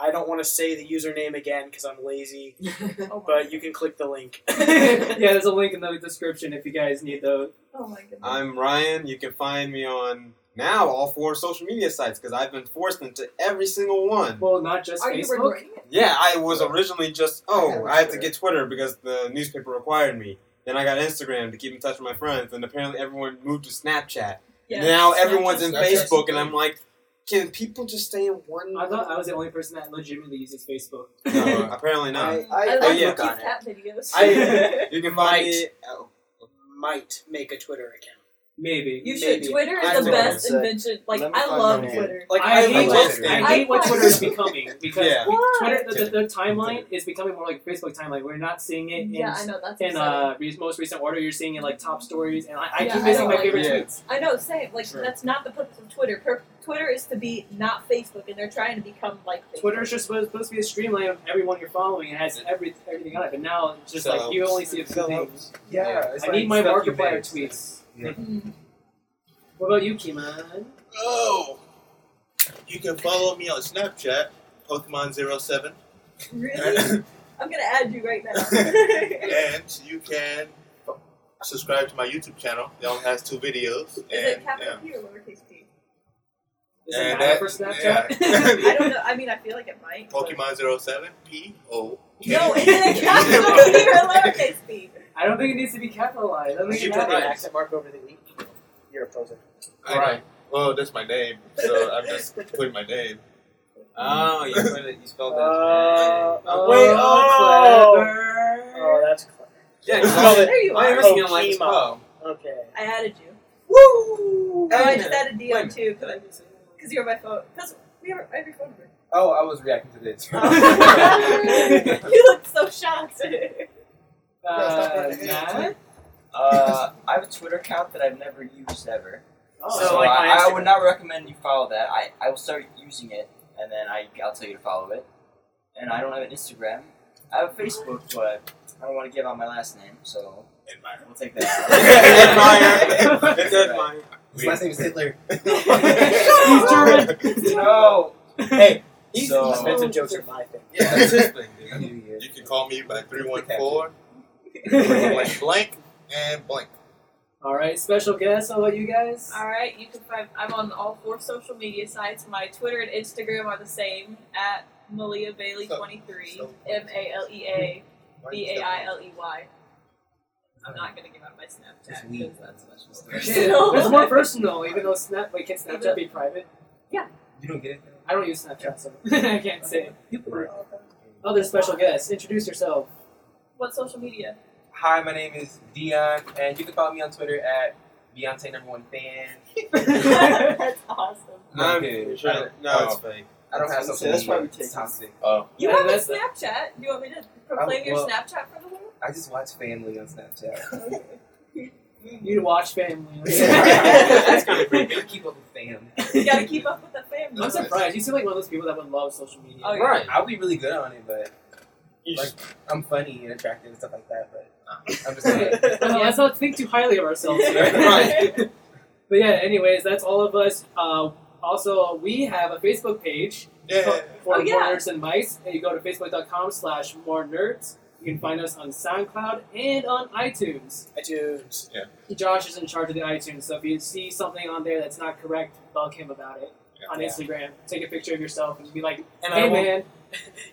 [SPEAKER 2] I don't want to say the username again because I'm lazy,
[SPEAKER 6] Oh my,
[SPEAKER 2] but you can click the link. [laughs]
[SPEAKER 1] yeah, there's a link in the description if you guys need those.
[SPEAKER 6] oh my goodness.
[SPEAKER 3] I'm Ryan. You can find me on now all four social media sites because I've been forced into every single one.
[SPEAKER 1] Well, not just
[SPEAKER 6] Are you
[SPEAKER 1] Facebook.
[SPEAKER 6] recording it?
[SPEAKER 3] Yeah, I was originally just oh
[SPEAKER 8] Yeah,
[SPEAKER 3] I had to
[SPEAKER 8] sure.
[SPEAKER 3] get Twitter because the newspaper required me. Then I got Instagram to keep in touch with my friends, and apparently everyone moved to Snapchat.
[SPEAKER 6] Yeah.
[SPEAKER 3] now everyone's in
[SPEAKER 6] Snapchat.
[SPEAKER 7] Snapchat's
[SPEAKER 3] Facebook,
[SPEAKER 7] the
[SPEAKER 3] and I'm like, can people just stay in one?
[SPEAKER 1] I thought I was the only person that legitimately uses Facebook.
[SPEAKER 3] no, apparently not.
[SPEAKER 8] I,
[SPEAKER 6] I
[SPEAKER 8] I,
[SPEAKER 6] love
[SPEAKER 3] oh,
[SPEAKER 6] the
[SPEAKER 3] yeah.
[SPEAKER 6] cute cat videos.
[SPEAKER 3] I- [laughs] you can
[SPEAKER 2] Might.
[SPEAKER 3] find me. oh,
[SPEAKER 2] Might make a Twitter account.
[SPEAKER 1] [laughs] Maybe.
[SPEAKER 6] [laughs] you should.
[SPEAKER 2] Maybe.
[SPEAKER 6] Twitter
[SPEAKER 3] I
[SPEAKER 6] is
[SPEAKER 3] don't
[SPEAKER 6] the
[SPEAKER 3] know.
[SPEAKER 6] best
[SPEAKER 9] It's like-
[SPEAKER 6] invention. Like
[SPEAKER 9] Let me
[SPEAKER 6] I
[SPEAKER 9] find
[SPEAKER 6] love
[SPEAKER 9] my name.
[SPEAKER 6] Twitter.
[SPEAKER 2] Like
[SPEAKER 1] I,
[SPEAKER 2] I'm
[SPEAKER 1] hate
[SPEAKER 2] a-
[SPEAKER 1] what,
[SPEAKER 9] like
[SPEAKER 1] I
[SPEAKER 9] it.
[SPEAKER 1] hate what
[SPEAKER 6] I-
[SPEAKER 1] Twitter is becoming because
[SPEAKER 3] Yeah.
[SPEAKER 6] Why?
[SPEAKER 1] Twitter the, the, the timeline is becoming more like Facebook timeline. We're not seeing it in
[SPEAKER 6] Yeah, I know that's
[SPEAKER 1] in
[SPEAKER 6] upsetting.
[SPEAKER 1] uh re- most recent order you're seeing in like top stories and i, I
[SPEAKER 6] Yeah,
[SPEAKER 1] keep
[SPEAKER 6] I
[SPEAKER 1] missing
[SPEAKER 6] don't
[SPEAKER 1] my
[SPEAKER 6] like
[SPEAKER 1] favorite
[SPEAKER 3] that.
[SPEAKER 1] tweets
[SPEAKER 6] I know, same. Like
[SPEAKER 3] Sure.
[SPEAKER 6] that's not the purpose of Twitter. Pur- Twitter is to be not Facebook, and they're trying to become like Facebook.
[SPEAKER 1] Twitter is just supposed, supposed to be a streamline of everyone you're following and has every, everything on it but now it's just like you only see a few things
[SPEAKER 8] yeah, it's
[SPEAKER 1] i
[SPEAKER 8] like
[SPEAKER 1] need my
[SPEAKER 8] stuff you
[SPEAKER 1] markiplier
[SPEAKER 8] made.
[SPEAKER 1] tweets
[SPEAKER 6] Mm.
[SPEAKER 1] what about you Kimon?
[SPEAKER 7] Oh, you can follow me on Snapchat, Pokemon 07
[SPEAKER 6] [laughs] [laughs] Really? I'm gonna add you
[SPEAKER 3] [laughs]
[SPEAKER 6] right now. is
[SPEAKER 7] and you can subscribe to my YouTube channel. It only has two videos, and
[SPEAKER 6] it capital
[SPEAKER 7] yeah.
[SPEAKER 6] P or lowercase p?
[SPEAKER 1] is
[SPEAKER 7] Yeah,
[SPEAKER 1] it
[SPEAKER 7] that-
[SPEAKER 1] matter for snapchat [laughs]
[SPEAKER 6] I
[SPEAKER 7] yeah.
[SPEAKER 6] don't know. I mean, I feel like it might. but-
[SPEAKER 7] Pokemon 07 P O
[SPEAKER 9] [laughs]
[SPEAKER 7] K.
[SPEAKER 6] No, [laughs] is it a capital P or lowercase p?
[SPEAKER 1] i don't think it needs to be capitalized i don't think
[SPEAKER 7] You
[SPEAKER 1] it
[SPEAKER 7] put
[SPEAKER 2] Put an
[SPEAKER 1] matters
[SPEAKER 2] accent mark over the e. You're a poser.
[SPEAKER 7] I know. Well, Oh, that's my name, so [laughs] I'm just putting my name.
[SPEAKER 3] oh, you put it. You spelled that.
[SPEAKER 2] Uh,
[SPEAKER 3] as
[SPEAKER 2] wait,
[SPEAKER 3] Wait.
[SPEAKER 2] oh.
[SPEAKER 1] clever.
[SPEAKER 2] [laughs] Oh, that's clever.
[SPEAKER 3] Yeah,
[SPEAKER 7] Spelled
[SPEAKER 3] because
[SPEAKER 6] There you
[SPEAKER 3] my
[SPEAKER 6] are.
[SPEAKER 3] first name like is
[SPEAKER 2] Pokemon.
[SPEAKER 3] Poe.
[SPEAKER 2] Okay.
[SPEAKER 6] I added you.
[SPEAKER 2] Woo!
[SPEAKER 6] Oh, I
[SPEAKER 8] Hey,
[SPEAKER 1] Uh,
[SPEAKER 6] just added
[SPEAKER 5] wait a
[SPEAKER 6] DM too
[SPEAKER 5] minute.
[SPEAKER 6] because you're my phone. Because we have every phone number.
[SPEAKER 8] Oh, I was reacting to this.
[SPEAKER 5] Oh.
[SPEAKER 8] [laughs]
[SPEAKER 6] [laughs]
[SPEAKER 5] [laughs]
[SPEAKER 6] you look so shocked.
[SPEAKER 1] Uh,
[SPEAKER 2] Yeah, stop
[SPEAKER 1] Matt?
[SPEAKER 9] Uh, I have a Twitter account that I've never used ever.
[SPEAKER 1] Oh,
[SPEAKER 9] so
[SPEAKER 1] so like my
[SPEAKER 9] I, I would
[SPEAKER 1] Instagram.
[SPEAKER 9] not recommend you follow that. I, I will start using it, and then I, I'll tell you to follow it. And I don't have an Instagram. I have a Facebook, but I don't want to give out my last name, so we'll take that.
[SPEAKER 8] [laughs]
[SPEAKER 3] Ed Meyer. It's Ed Meyer.
[SPEAKER 8] His last name is Hitler.
[SPEAKER 1] [laughs]
[SPEAKER 8] [laughs]
[SPEAKER 1] He's
[SPEAKER 3] [laughs]
[SPEAKER 1] German.
[SPEAKER 9] no.
[SPEAKER 2] Hey, he's
[SPEAKER 9] So-
[SPEAKER 2] he's meant to jokes are my thing.
[SPEAKER 7] Yeah, that's his thing, dude.
[SPEAKER 8] You
[SPEAKER 7] You can call me
[SPEAKER 9] [laughs]
[SPEAKER 7] by 314
[SPEAKER 5] [laughs]
[SPEAKER 1] All
[SPEAKER 7] blank, blank and blank.
[SPEAKER 1] right, special guest. How about you guys?
[SPEAKER 6] [laughs] All right, you can find. I'm on all four social media sites. My Twitter and Instagram are the same at Malia Bailey twenty three.
[SPEAKER 7] So-
[SPEAKER 6] M A L E A B A I L E Y. I'm not gonna give out my
[SPEAKER 8] Just
[SPEAKER 6] Snapchat
[SPEAKER 8] leave.
[SPEAKER 6] because that's much more
[SPEAKER 1] It's [laughs]
[SPEAKER 6] personal.
[SPEAKER 1] more personal, even though Snap. Wait, can Snapchat be private?
[SPEAKER 8] don't get it?
[SPEAKER 1] I don't use Snapchat, so [laughs] I can't say. it.
[SPEAKER 8] You put it
[SPEAKER 1] Other special guest, introduce yourself.
[SPEAKER 6] what social [laughs] media?
[SPEAKER 8] Hi, my name is Dion, and you can follow me on Twitter at Beyonce number one fan.
[SPEAKER 6] that's awesome.
[SPEAKER 3] I'm
[SPEAKER 8] Okay,
[SPEAKER 3] sure-
[SPEAKER 8] I don't-
[SPEAKER 3] No,
[SPEAKER 7] oh.
[SPEAKER 3] it's fake.
[SPEAKER 8] I don't have
[SPEAKER 9] So
[SPEAKER 8] something.
[SPEAKER 9] that's why we take
[SPEAKER 8] it's toxic.
[SPEAKER 7] Oh,
[SPEAKER 6] You
[SPEAKER 1] Yeah,
[SPEAKER 6] have a
[SPEAKER 1] that's-
[SPEAKER 6] Snapchat. Do you want me to proclaim
[SPEAKER 8] I-
[SPEAKER 6] your
[SPEAKER 8] well-
[SPEAKER 6] Snapchat for the [laughs] world?
[SPEAKER 8] I just watch family on Snapchat.
[SPEAKER 1] You watch family.
[SPEAKER 3] [laughs] That's kinda creepy.
[SPEAKER 8] [laughs] I keep up with fam.
[SPEAKER 6] You gotta keep up with the family. [laughs]
[SPEAKER 1] I'm surprised. You seem like one of those people that would love social media.
[SPEAKER 6] Oh, yeah.
[SPEAKER 3] Right.
[SPEAKER 8] I'll be really good on it, but
[SPEAKER 3] You
[SPEAKER 8] like
[SPEAKER 3] just-
[SPEAKER 8] I'm funny and attractive and stuff like that. But I'm just like,
[SPEAKER 1] Well, let's not think too highly of ourselves.
[SPEAKER 6] [laughs]
[SPEAKER 1] here.
[SPEAKER 3] Right.
[SPEAKER 1] but yeah, anyways, that's all of us. Uh, also, we have a Facebook page
[SPEAKER 7] yeah.
[SPEAKER 1] for
[SPEAKER 6] Oh,
[SPEAKER 1] More
[SPEAKER 6] yeah.
[SPEAKER 1] Nerds and Mice. And you go to facebook.com slash more nerds. You can find us on SoundCloud and on iTunes.
[SPEAKER 2] iTunes.
[SPEAKER 1] Josh is in charge of the iTunes, so if you see something on there that's not correct, bug him about it
[SPEAKER 7] Yeah.
[SPEAKER 1] on
[SPEAKER 2] Yeah.
[SPEAKER 1] Instagram. Take a picture of yourself and be like,
[SPEAKER 2] And I
[SPEAKER 1] hey
[SPEAKER 2] won't.
[SPEAKER 1] man,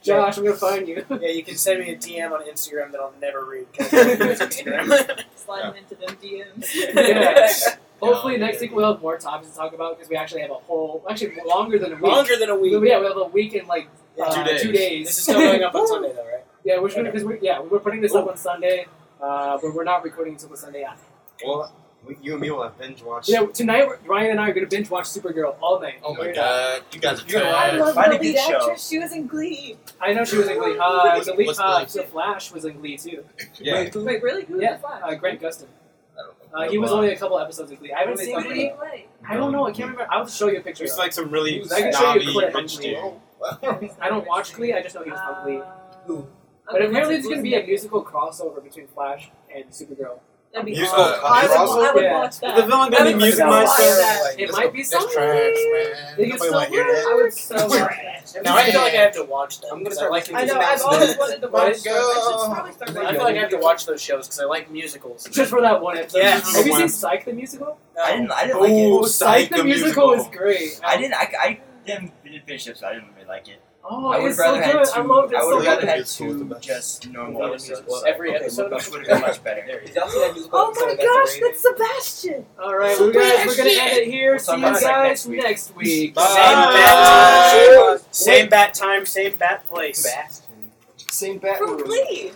[SPEAKER 1] Josh, I'm going to find you. [laughs]
[SPEAKER 2] Yeah, you can send me a DM on Instagram that I'll never read. 'cause I don't use Instagram.
[SPEAKER 6] Right. Sliding into them DMs.
[SPEAKER 1] Yeah. Hopefully
[SPEAKER 7] Yeah,
[SPEAKER 1] next week we'll have more topics to talk about because we actually have a whole, actually longer than a week.
[SPEAKER 2] Longer than a
[SPEAKER 1] But
[SPEAKER 2] week.
[SPEAKER 1] yeah, we have a week in like
[SPEAKER 2] Yeah,
[SPEAKER 1] uh,
[SPEAKER 3] Two days.
[SPEAKER 1] Two days.
[SPEAKER 2] This is
[SPEAKER 1] [laughs]
[SPEAKER 2] still going up on Sunday, though, right?
[SPEAKER 1] yeah, we're gonna, cause we're, yeah, we're putting this up on Sunday, uh, but we're not recording until the Sunday after.
[SPEAKER 3] Well, we- you and me will have binge watched.
[SPEAKER 1] Yeah, tonight we're- Ryan and I are gonna binge watch Supergirl all night.
[SPEAKER 7] Oh my
[SPEAKER 1] We're gonna-
[SPEAKER 7] god, you guys are
[SPEAKER 8] You're
[SPEAKER 7] trash.
[SPEAKER 6] I love
[SPEAKER 9] Find a
[SPEAKER 6] the lead
[SPEAKER 9] good show.
[SPEAKER 6] actress. She was in Glee.
[SPEAKER 1] I know she was in Glee. Uh, the, lead,
[SPEAKER 7] What's
[SPEAKER 1] uh,
[SPEAKER 7] Glee?
[SPEAKER 1] the Flash was in Glee too.
[SPEAKER 3] Yeah.
[SPEAKER 6] Wait, really? Who was
[SPEAKER 1] Yeah.
[SPEAKER 6] the flash?
[SPEAKER 1] Uh, Grant Gustin.
[SPEAKER 7] I don't know.
[SPEAKER 1] Uh, he was only a couple episodes of Glee. I haven't
[SPEAKER 8] Really?
[SPEAKER 1] seen
[SPEAKER 6] Who did he
[SPEAKER 1] Glee.
[SPEAKER 6] play?
[SPEAKER 1] I don't know. I can't remember. I'll show you a picture.
[SPEAKER 3] He's
[SPEAKER 1] Of.
[SPEAKER 3] like some really
[SPEAKER 1] I can show you a
[SPEAKER 3] snobby
[SPEAKER 1] clip on
[SPEAKER 3] rich
[SPEAKER 1] Glee.
[SPEAKER 3] dude.
[SPEAKER 7] Wow.
[SPEAKER 1] [laughs] I don't watch Glee. I just know he was from
[SPEAKER 6] Uh,
[SPEAKER 1] Glee.
[SPEAKER 8] Who?
[SPEAKER 1] But apparently, there's going to be a musical crossover between Flash and Supergirl.
[SPEAKER 6] That'd be
[SPEAKER 3] Musical
[SPEAKER 6] awesome. I would, I would
[SPEAKER 1] Yeah.
[SPEAKER 6] watch that.
[SPEAKER 3] The villain got
[SPEAKER 6] I
[SPEAKER 3] any
[SPEAKER 6] would
[SPEAKER 3] music
[SPEAKER 6] so
[SPEAKER 3] monster?
[SPEAKER 6] watch that.
[SPEAKER 7] Like,
[SPEAKER 1] It
[SPEAKER 7] that's-
[SPEAKER 1] might be
[SPEAKER 7] That's
[SPEAKER 1] something.
[SPEAKER 7] trash, man.
[SPEAKER 1] They can
[SPEAKER 7] Nobody
[SPEAKER 1] still
[SPEAKER 7] wanna hear
[SPEAKER 1] work.
[SPEAKER 7] that.
[SPEAKER 6] I would [laughs]
[SPEAKER 7] [laughs]
[SPEAKER 6] so watch that.
[SPEAKER 2] Now I feel like I have to watch them.
[SPEAKER 8] I'm gonna
[SPEAKER 2] 'cause
[SPEAKER 8] start
[SPEAKER 2] I like
[SPEAKER 8] liking
[SPEAKER 6] I
[SPEAKER 8] these
[SPEAKER 6] know. I've
[SPEAKER 8] bands.
[SPEAKER 6] always wanted to watch.
[SPEAKER 7] Let's
[SPEAKER 6] them. I should
[SPEAKER 7] go.
[SPEAKER 6] probably start
[SPEAKER 2] I
[SPEAKER 6] watching.
[SPEAKER 2] feel like I have to watch those shows because I like musicals.
[SPEAKER 1] Just for that one episode.
[SPEAKER 2] Yeah.
[SPEAKER 1] Have you
[SPEAKER 3] One
[SPEAKER 1] seen
[SPEAKER 3] episode.
[SPEAKER 1] Psych the musical?
[SPEAKER 9] I
[SPEAKER 2] No.
[SPEAKER 9] didn't. I didn't
[SPEAKER 3] Ooh,
[SPEAKER 9] like it.
[SPEAKER 3] Psych
[SPEAKER 1] the
[SPEAKER 3] the
[SPEAKER 1] musical, is
[SPEAKER 3] musical.
[SPEAKER 1] great.
[SPEAKER 9] I didn't. I, I didn't, didn't finish it, so I didn't really like it.
[SPEAKER 1] Oh,
[SPEAKER 9] I would
[SPEAKER 1] it's so
[SPEAKER 9] rather
[SPEAKER 1] good.
[SPEAKER 9] had two.
[SPEAKER 1] I loved it
[SPEAKER 9] I
[SPEAKER 1] so
[SPEAKER 9] would
[SPEAKER 7] would've
[SPEAKER 1] much.
[SPEAKER 9] rather
[SPEAKER 7] much.
[SPEAKER 9] had
[SPEAKER 7] Musical is the
[SPEAKER 9] two
[SPEAKER 7] best.
[SPEAKER 9] just normal
[SPEAKER 2] Another
[SPEAKER 9] episodes.
[SPEAKER 2] Every
[SPEAKER 9] Okay,
[SPEAKER 2] episode
[SPEAKER 9] Which
[SPEAKER 2] of-
[SPEAKER 9] would have been much better.
[SPEAKER 2] There you
[SPEAKER 8] Did y'all see that musical
[SPEAKER 6] Oh
[SPEAKER 8] episode
[SPEAKER 6] my
[SPEAKER 8] that's
[SPEAKER 6] gosh,
[SPEAKER 8] rated?
[SPEAKER 6] that's Sebastian.
[SPEAKER 1] All right, well, guys, we're going to end it here.
[SPEAKER 9] We'll
[SPEAKER 1] See
[SPEAKER 9] talk
[SPEAKER 1] you
[SPEAKER 9] about Psych
[SPEAKER 1] guys
[SPEAKER 9] next week.
[SPEAKER 1] next week.
[SPEAKER 3] Bye.
[SPEAKER 2] Same bat time,
[SPEAKER 3] Bye.
[SPEAKER 2] same bat time, same bat place.
[SPEAKER 1] Same bat
[SPEAKER 6] From Glee.